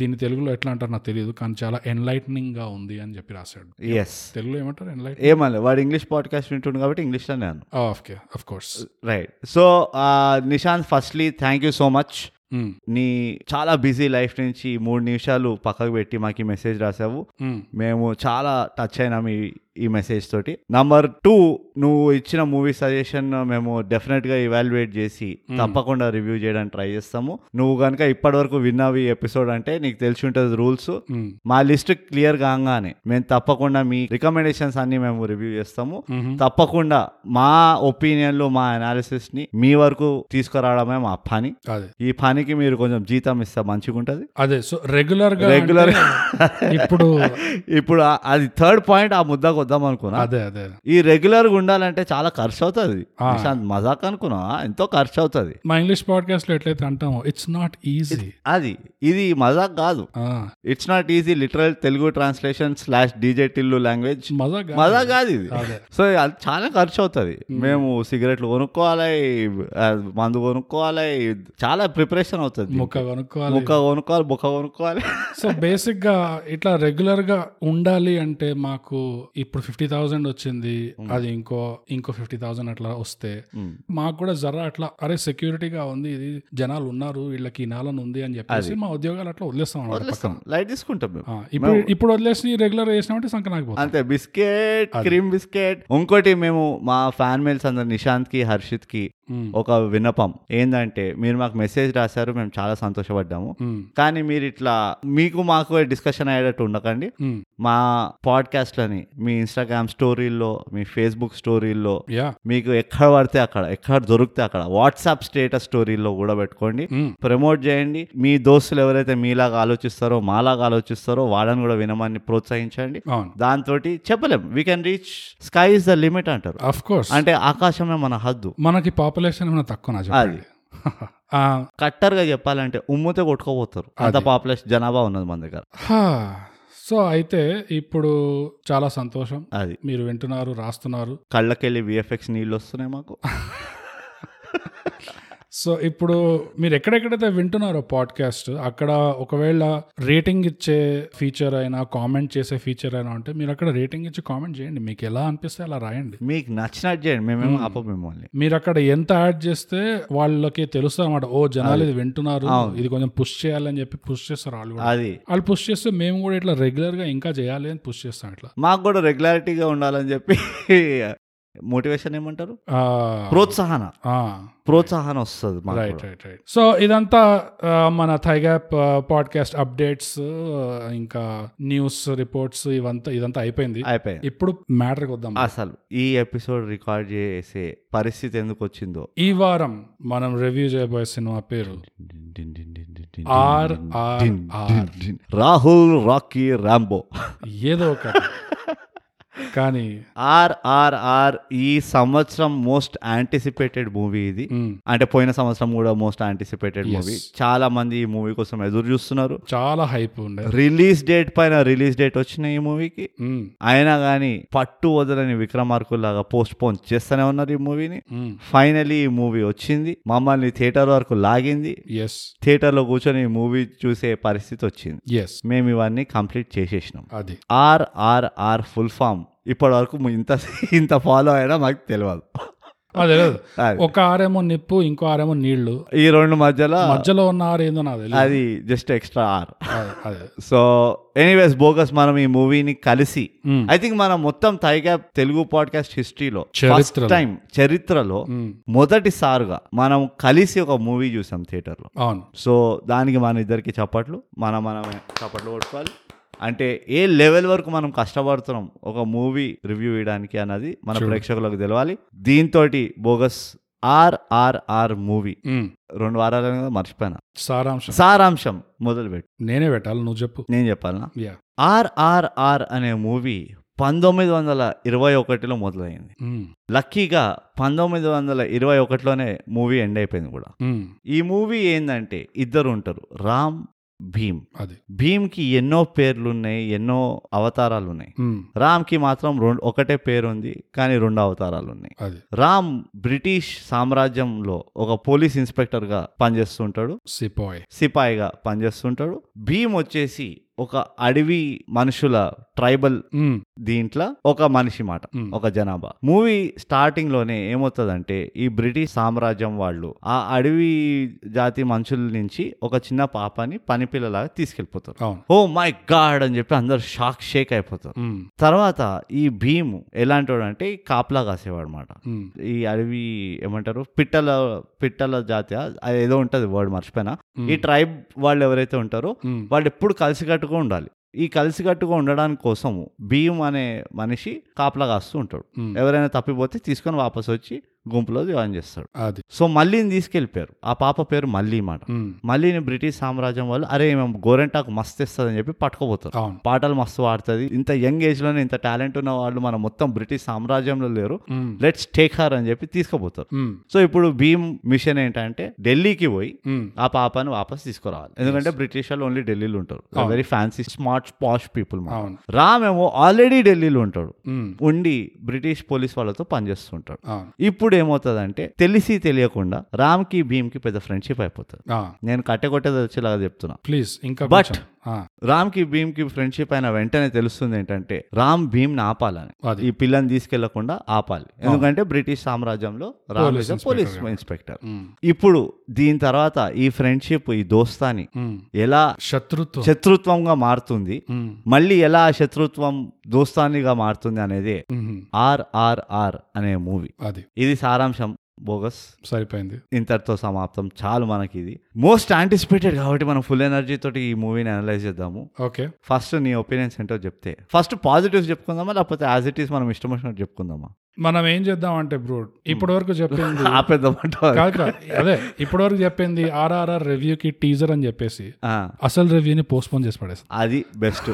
[SPEAKER 1] దీని తెలుగులో ఎట్లా అంటారు నాకు తెలియదు కానీ చాలా ఎన్లైటనింగ్ గా ఉంది అని చెప్పి రాశాడు
[SPEAKER 2] ఎస్
[SPEAKER 1] తెలుగులో ఏమంటారు Oh, ఎన్లైట్
[SPEAKER 2] ఏమన్నా వాడు ఇంగ్లీష్ పాడ్కాస్ట్ వింటుండు కాబట్టి ఇంగ్లీష్లో నేను
[SPEAKER 1] okay of course
[SPEAKER 2] right so Nishant firstly thank you so much
[SPEAKER 1] Mm,
[SPEAKER 2] నీ చాలా బిజీ లైఫ్
[SPEAKER 1] mm,
[SPEAKER 2] నుంచి మూడు నిమిషాలు పక్కకు పెట్టి మాకు మెసేజ్ రాసావు మేము చాలా టచ్ అయినాం ఈ ఈ మెసేజ్ తోటి నంబర్ టూ నువ్వు ఇచ్చిన మూవీ సజెషన్ మేము డెఫినెట్ గా ఇవాల్యుయేట్ చేసి తప్పకుండా రివ్యూ చేయడానికి ట్రై చేస్తాము నువ్వు కనుక ఇప్పటివరకు విన్నావి ఎపిసోడ్ అంటే నీకు తెలిసి ఉంటుంది రూల్స్
[SPEAKER 1] మ్మ్.
[SPEAKER 2] మా లిస్ట్ క్లియర్ కాగానే మేము తప్పకుండా మీ రికమెండేషన్స్ అన్ని మేము రివ్యూ చేస్తాము
[SPEAKER 1] మ్మ్.
[SPEAKER 2] తప్పకుండా మా ఒపీనియన్లు మా అనాలిసిస్ ని మీ వరకు తీసుకురావడమే మా పని
[SPEAKER 1] అదే
[SPEAKER 2] ఈ పనికి మీరు కొంచెం జీతం ఇస్తే మంచిగా ఉంటుంది
[SPEAKER 1] అదే సో రెగ్యులర్ గా
[SPEAKER 2] Regular-
[SPEAKER 1] అంటే ఇప్పుడు
[SPEAKER 2] ఇప్పుడు ఆ- అది థర్డ్ పాయింట్ ఆ ముద్దకు వద్దాం అనుకున్నా
[SPEAKER 1] అదే అదే
[SPEAKER 2] ఈ రెగ్యులర్ గా ఉండాలంటే చాలా ఖర్చు అవుతుంది
[SPEAKER 1] ఆ.
[SPEAKER 2] నిశాంత్ మజాక్ అనుకున్నా ఎంతో ఖర్చు అవుతుంది
[SPEAKER 1] మా ఇంగ్లీష్ పాడ్కాస్ట్ లో ఎట్లయితే అంటామో ఇట్స్ నాట్ ఈజీ
[SPEAKER 2] అది ఇది మజాక్ కాదు it's not easy literal Telugu translation slash DJ Tillu language
[SPEAKER 1] మజా కాదు.
[SPEAKER 2] మజా కాదు ఇది
[SPEAKER 1] అదే
[SPEAKER 2] సో అది చాలా ఖర్చు అవుతుంది మేము సిగరెట్లు కొనుక్కోవాలి ఆ, మందు కొనుక్కోవాలి చాలా ప్రిపరేషన్ అవుతుంది
[SPEAKER 1] ముక్క కొనుక్కోవాలి
[SPEAKER 2] ముక్క కొనుక్కోవాలి బుక్క కొనుక్కోవాలి
[SPEAKER 1] సో బేసిక్ గా ఇట్లా రెగ్యులర్ గా ఉండాలి అంటే మాకు ఇప్పుడు ఫిఫ్టీ థౌసండ్ వచ్చింది అది ఇంకో ఇంకో ఫిఫ్టీ థౌసండ్ అట్లా వస్తే
[SPEAKER 2] Hmm.
[SPEAKER 1] మాకు కూడా జరా అట్లా అరే సెక్యూరిటీగా ఉంది ఇది జనాలు ఉన్నారు వీళ్ళకి ఈ నాలని ఉంది అని చెప్పేసి మా ఉద్యోగాలు అట్లా వదిలేస్తాం అన్నమాట.
[SPEAKER 2] వదిలేస్తాం లైట్ తీసుకుంటాం మేము
[SPEAKER 1] ఆ, ఇప్పుడు ఇప్పుడు వదిలేసి రెగ్యులర్ చేసినామంటే సంక నాకు పోతుంది.
[SPEAKER 2] అంతే బిస్కెట్ క్రీమ్ బిస్కెట్ ఇంకోటి మేము మా ఫ్యాన్ మెయిల్స్ అందరు నిశాంత్ కి హర్షిత్ కి
[SPEAKER 1] మ్మ్.
[SPEAKER 2] ఒక విన్నపం ఏంటంటే మీరు మాకు మెసేజ్ రాశారు మేము చాలా సంతోషపడ్డాము
[SPEAKER 1] మ్మ్.
[SPEAKER 2] కానీ మీరు ఇట్లా మీకు మాకు డిస్కషన్ అయ్యేటట్టు ఉండకండి
[SPEAKER 1] మ్మ్.
[SPEAKER 2] మా పాడ్కాస్ట్లని మీ ఇన్స్టాగ్రామ్ స్టోరీల్లో మీ ఫేస్బుక్ స్టోరీల్లో
[SPEAKER 1] యా
[SPEAKER 2] మీకు ఎక్కడ పడితే అక్కడ ఎక్కడ దొరికితే అక్కడ వాట్సాప్ స్టేటస్ స్టోరీల్లో కూడా పెట్టుకోండి
[SPEAKER 1] మ్మ్.
[SPEAKER 2] ప్రమోట్ చేయండి మీ దోస్తులు ఎవరైతే మీలాగా ఆలోచిస్తారో మాలాగా ఆలోచిస్తారో వాళ్ళని కూడా వినమాన్ని ప్రోత్సహించండి
[SPEAKER 1] అవును
[SPEAKER 2] దాంతో చెప్పలేం we can reach sky is the limit అంటారు
[SPEAKER 1] అఫ్ కోర్స్
[SPEAKER 2] అంటే ఆకాశమే మన హద్దు
[SPEAKER 1] మనకి పాపులేషన్ ఏమైనా తక్కువ నా Ah, చెప్పండి ఆ,
[SPEAKER 2] కట్టర్గా చెప్పాలంటే ఉమ్మితే కొట్టుకోపోతారు అంత పాపులేషన్ జనాభా ఉన్నది మన దగ్గర
[SPEAKER 1] హా. సో అయితే ఇప్పుడు చాలా సంతోషం
[SPEAKER 2] అది
[SPEAKER 1] మీరు వింటున్నారు రాస్తున్నారు
[SPEAKER 2] కళ్ళకెళ్ళి విఎఫ్ఎక్స్ నీళ్ళు వస్తున్నాయి మాకు
[SPEAKER 1] సో ఇప్పుడు మీరు ఎక్కడెక్కడైతే వింటున్నారో పాడ్కాస్ట్ అక్కడ ఒకవేళ రేటింగ్ ఇచ్చే ఫీచర్ అయినా కామెంట్ చేసే ఫీచర్ అయినా ఉంటే మీరు అక్కడ రేటింగ్ ఇచ్చి కామెంట్ చేయండి మీకు ఎలా అనిపిస్తే అలా రాయండి
[SPEAKER 2] మీకు నచ్చినట్టు చేయండి మేమేమో ఆప మిమ్మల్ని
[SPEAKER 1] మీరు అక్కడ ఎంత యాడ్ చేస్తే వాళ్ళకి తెలుస్తుంది అనమాట ఓ జనాలు ఇది వింటున్నారు ఇది కొంచెం పుష్ చేయాలని చెప్పి పుష్ చేస్తారు వాళ్ళు కూడా
[SPEAKER 2] అది
[SPEAKER 1] వాళ్ళు పుష్ చేస్తే మేము కూడా ఇట్లా రెగ్యులర్ గా ఇంకా చేయాలి అని పుష్ చేస్తాం ఇట్లా
[SPEAKER 2] మాకు కూడా రెగ్యులారిటీగా ఉండాలని చెప్పి మోటివేషన్ ఏమంటారు
[SPEAKER 1] ఆ,
[SPEAKER 2] ప్రోత్సాహన
[SPEAKER 1] ఆ.
[SPEAKER 2] ప్రోత్సాహన వస్తుంది మాకు
[SPEAKER 1] రైట్
[SPEAKER 2] కూడా.
[SPEAKER 1] రైట్ రైట్ సో ఇదంతా ఆ, మన థైగ్యాప్ పాడ్కాస్ట్ అప్డేట్స్ ఇంకా న్యూస్ రిపోర్ట్స్ ఇవంతా ఇదంతా అయిపోయింది
[SPEAKER 2] అయిపోయింది
[SPEAKER 1] ఇప్పుడు మ్యాటర్కి వద్దాం
[SPEAKER 2] అసలు ఈ ఎపిసోడ్ రికార్డ్ చేసే పరిస్థితి ఎందుకు వచ్చిందో
[SPEAKER 1] ఈ వారం మనం రివ్యూ చేయబోయే సినిమా పేరు
[SPEAKER 2] డిన్ డిన్ డిన్ డిన్ డిన్ డిన్
[SPEAKER 1] ఆర్ ఆర్
[SPEAKER 2] డిన్
[SPEAKER 1] ఆర్
[SPEAKER 2] డిన్ డిన్. రాహుల్ రాకీ రాంబో
[SPEAKER 1] ఏదో ఒక కానీ
[SPEAKER 2] ఆర్ఆర్ఆర్ ఈ సంవత్సరం మోస్ట్ యాంటిసిపేటెడ్ మూవీ ఇది
[SPEAKER 1] మ్,
[SPEAKER 2] అంటే పోయిన సంవత్సరం కూడా మోస్ట్ యాంటిసిపేటెడ్ మూవీ
[SPEAKER 1] Yes.
[SPEAKER 2] చాలా మంది ఈ మూవీ కోసం ఎదురు చూస్తున్నారు
[SPEAKER 1] చాలా హైప్ ఉండే
[SPEAKER 2] రిలీజ్ డేట్ పైన రిలీజ్ డేట్ వచ్చిన ఈ మూవీకి
[SPEAKER 1] మ్,
[SPEAKER 2] అయినా కానీ పట్టు వదలని విక్రమార్కుల్లాగా పోస్ట్ పోన్ చేస్తూనే ఉన్నారు ఈ మూవీని
[SPEAKER 1] మ్,
[SPEAKER 2] ఫైనలీ ఈ మూవీ వచ్చింది మమ్మల్ని థియేటర్ వరకు లాగింది
[SPEAKER 1] ఎస్
[SPEAKER 2] థియేటర్లో కూర్చొని ఈ మూవీ చూసే పరిస్థితి వచ్చింది
[SPEAKER 1] ఎస్
[SPEAKER 2] మేము ఇవన్నీ కంప్లీట్ చేసేసినాం
[SPEAKER 1] అది
[SPEAKER 2] ఆర్ఆర్ఆర్ ఫుల్ ఫామ్ ఇప్పటి వరకు ఇంత ఇంత ఫాలో అయినా మాకు తెలియదు
[SPEAKER 1] అదే లేదు.
[SPEAKER 2] అది.
[SPEAKER 1] ఒక ఆరేమో నిప్పు ఇంకో ఆరేమో నీళ్లు
[SPEAKER 2] ఈ రెండు మధ్యలో
[SPEAKER 1] మధ్యలో ఉన్న ఆరు ఏందో నాకు తెలియదు
[SPEAKER 2] అది జస్ట్ ఎక్స్ట్రా ఆర్
[SPEAKER 1] అదే, అదే
[SPEAKER 2] సో ఎనీవేస్ బోగస్ మనం ఈ మూవీని కలిసి
[SPEAKER 1] మ్.
[SPEAKER 2] ఐ థింక్ మనం మొత్తం తైగా తెలుగు పాడ్కాస్ట్ హిస్టరీలో ఫస్ట్
[SPEAKER 1] చరిత్రలో.
[SPEAKER 2] టైం చరిత్రలో
[SPEAKER 1] మ్,
[SPEAKER 2] మొదటిసారిగా మనం కలిసి ఒక మూవీ చూసాం థియేటర్లో
[SPEAKER 1] అవును
[SPEAKER 2] సో దానికి మన ఇద్దరికి చప్పట్లు మనం మనమే చప్పట్లు కొట్టుకోవాలి అంటే ఏ లెవెల్ వరకు మనం కష్టపడుతున్నాం ఒక మూవీ రివ్యూ ఇవ్వడానికి అన్నది మన ప్రేక్షకులకు తెలవాలి దీంతో బోగస్ ఆర్ఆర్ఆర్ మూవీ
[SPEAKER 1] మ్,
[SPEAKER 2] రెండు వారాలు మర్చిపోయినా
[SPEAKER 1] సారాంశం
[SPEAKER 2] సారాంశం మొదలుపెట్టు
[SPEAKER 1] నేనే పెట్టాలి నువ్వు చెప్పు
[SPEAKER 2] నేను చెప్పాలనా
[SPEAKER 1] యా
[SPEAKER 2] ఆర్ఆర్ఆర్ అనే మూవీ పంతొమ్మిది వందల ఇరవై ఒకటిలో మొదలైంది లక్కీగా పంతొమ్మిది వందల ఇరవై ఒకటిలోనే మూవీ ఎండ్ అయిపోయింది కూడా ఈ మూవీ ఏంటంటే ఇద్దరు ఉంటారు రామ్ భీమ్
[SPEAKER 1] అది
[SPEAKER 2] భీమ్కి ఎన్నో పేర్లు ఉన్నాయి ఎన్నో అవతారాలు ఉన్నాయి రామ్కి మాత్రం రెండు ఒకటే పేరు ఉంది కానీ రెండు అవతారాలు ఉన్నాయి
[SPEAKER 1] అది
[SPEAKER 2] రామ్ బ్రిటిష్ సామ్రాజ్యంలో ఒక పోలీస్ ఇన్స్పెక్టర్గా పనిచేస్తుంటాడు
[SPEAKER 1] సిపాయ్
[SPEAKER 2] సిపాయిగా పనిచేస్తుంటాడు భీమ్ వచ్చేసి ఒక అడవి మనుషుల ట్రైబల్
[SPEAKER 1] మ్మ్.
[SPEAKER 2] దీంట్లో ఒక మనిషి మాట
[SPEAKER 1] మ్మ్.
[SPEAKER 2] ఒక జనాభా మూవీ స్టార్టింగ్ లోనే ఏమవుతుందంటే ఈ బ్రిటిష్ సామ్రాజ్యం వాళ్ళు ఆ అడవి జాతి మనుషుల నుంచి ఒక చిన్న పాపని పని పిల్లలాగా తీసుకెళ్లిపోతారు
[SPEAKER 1] అవును
[SPEAKER 2] ఓ మై గాడ్ అని చెప్పి అందరు షాక్ షేక్ అయిపోతారు
[SPEAKER 1] మ్మ్.
[SPEAKER 2] తర్వాత ఈ భీము ఎలాంటి వాడు అంటే కాపలా కాసేవాడు అనమాట
[SPEAKER 1] మ్మ్.
[SPEAKER 2] ఈ అడవి ఏమంటారు పిట్టల పిట్టల జాతి అది ఏదో ఉంటది వర్డ్ మర్చిపోయినా
[SPEAKER 1] మ్మ్.
[SPEAKER 2] ఈ ట్రైబ్ వాళ్ళు ఎవరైతే ఉంటారో
[SPEAKER 1] మ్మ్.
[SPEAKER 2] వాళ్ళు ఎప్పుడు కలిసికట్టుగా ఉండాలి ఈ కలిసికట్టుగా ఉండడానికి కోసము భీమ్ అనే మనిషి కాపలా కాస్తూ ఉంటాడు
[SPEAKER 1] మ్మ్.
[SPEAKER 2] ఎవరైనా తప్పిపోతే తీసుకొని వాపస్ వచ్చి గుంపులో జాయిన్ చేస్తాడు
[SPEAKER 1] అది
[SPEAKER 2] సో మళ్ళీని తీసుకెళ్ళిపోయారు ఆ పాప పేరు మళ్ళీ మాట
[SPEAKER 1] మ్మ్.
[SPEAKER 2] మళ్ళీని బ్రిటిష్ సామ్రాజ్యం వాళ్ళు అరే మేము గోరెంటాకు మస్తు ఇస్తుందని చెప్పి పట్టుకోపోతారు
[SPEAKER 1] అవును
[SPEAKER 2] పాటలు మస్తు పాడుతుంది ఇంత యంగ్ ఏజ్ లోనే ఇంత టాలెంట్ ఉన్న వాళ్ళు మన మొత్తం బ్రిటిష్ సామ్రాజ్యంలో లేరు
[SPEAKER 1] మ్మ్.
[SPEAKER 2] లెట్స్ టేక్ హార్ అని చెప్పి తీసుకుపోతారు
[SPEAKER 1] మ్మ్.
[SPEAKER 2] సో ఇప్పుడు భీమ్ మిషన్ ఏంటంటే ఢిల్లీకి పోయి
[SPEAKER 1] మ్మ్.
[SPEAKER 2] ఆ పాపని వాపస్ తీసుకురావాలి ఎందుకంటే బ్రిటిష్ వాళ్ళు ఓన్లీ ఢిల్లీలో ఉంటారు
[SPEAKER 1] అవును.
[SPEAKER 2] Very fancy smart posh people
[SPEAKER 1] అవును
[SPEAKER 2] రామేమో ఆల్రెడీ ఢిల్లీలో ఉంటాడు
[SPEAKER 1] మ్మ్.
[SPEAKER 2] ఉండి బ్రిటిష్ పోలీస్ వాళ్ళతో పనిచేస్తుంటాడు
[SPEAKER 1] అవును
[SPEAKER 2] ఇప్పుడు ఏమవుతుందంటే తెలిసి తెలియకుండా రామ్కి భీమ్కి పెద్ద ఫ్రెండ్షిప్ అయిపోతుంది
[SPEAKER 1] ఆ.
[SPEAKER 2] నేను కట్టెకొట్టేది వచ్చేలాగా చెప్తున్నా
[SPEAKER 1] ప్లీజ్ ఇంకా
[SPEAKER 2] But-
[SPEAKER 1] కొంచెం. ఆ,
[SPEAKER 2] రామ్కి భీమ్కి ఫ్రెండ్షిప్ అయిన వెంటనే తెలుస్తుంది ఏంటంటే రామ్ భీమ్ని ఆపాలని
[SPEAKER 1] అది
[SPEAKER 2] ఈ పిల్లని తీసుకెళ్లకుండా ఆపాలి ఎందుకంటే బ్రిటిష్ సామ్రాజ్యంలో రామ్
[SPEAKER 1] Police
[SPEAKER 2] పోలీస్
[SPEAKER 1] inspector.
[SPEAKER 2] ఇన్స్పెక్టర్
[SPEAKER 1] మ్మ్.
[SPEAKER 2] ఇప్పుడు దీని తర్వాత ఈ ఫ్రెండ్షిప్ ఈ దోస్తాని
[SPEAKER 1] మ్మ్.
[SPEAKER 2] ఎలా
[SPEAKER 1] శత్రుత్వం
[SPEAKER 2] శత్రుత్వంగా మారుతుంది
[SPEAKER 1] మ్మ్.
[SPEAKER 2] మళ్ళీ ఎలా ఆ శత్రుత్వం దోస్తానిగా మారుతుంది అనేది
[SPEAKER 1] మ్మ్.
[SPEAKER 2] ఆర్ఆర్ఆర్ అనే మూవీ
[SPEAKER 1] అది
[SPEAKER 2] ఇది సారాంశం బోగస్
[SPEAKER 1] సరిపోయింది
[SPEAKER 2] ఇంతటితో సమాప్తం చాలు మనకి ఇది మోస్ట్ యాంటిసిపేటెడ్ కాబట్టి మనం ఫుల్ ఎనర్జీ తోటి ఈ మూవీని అనలైజ్ చేద్దాము
[SPEAKER 1] ఓకే
[SPEAKER 2] ఫస్ట్ నీ ఒపీనియన్స్ ఏంటో చెప్తే ఫస్ట్ పాజిటివ్స్ చెప్పుకుందామా లేకపోతే యాజ్ ఇట్ ఈస్ మనం ఇష్టం వచ్చినట్టు చెప్పుకుందామా
[SPEAKER 1] మనం ఏం చేద్దాం అంటే బ్రో ఇప్పటి వరకు చెప్పింది
[SPEAKER 2] ఆపేద్దామంట
[SPEAKER 1] కాదు కాదు అదే ఇప్పటి వరకు చెప్పింది ఆర్ఆర్ఆర్ రివ్యూకి టీజర్ అని చెప్పేసి అసలు రివ్యూని పోస్ట్పోన్ చేసి పడేస్తాం
[SPEAKER 2] అది బెస్ట్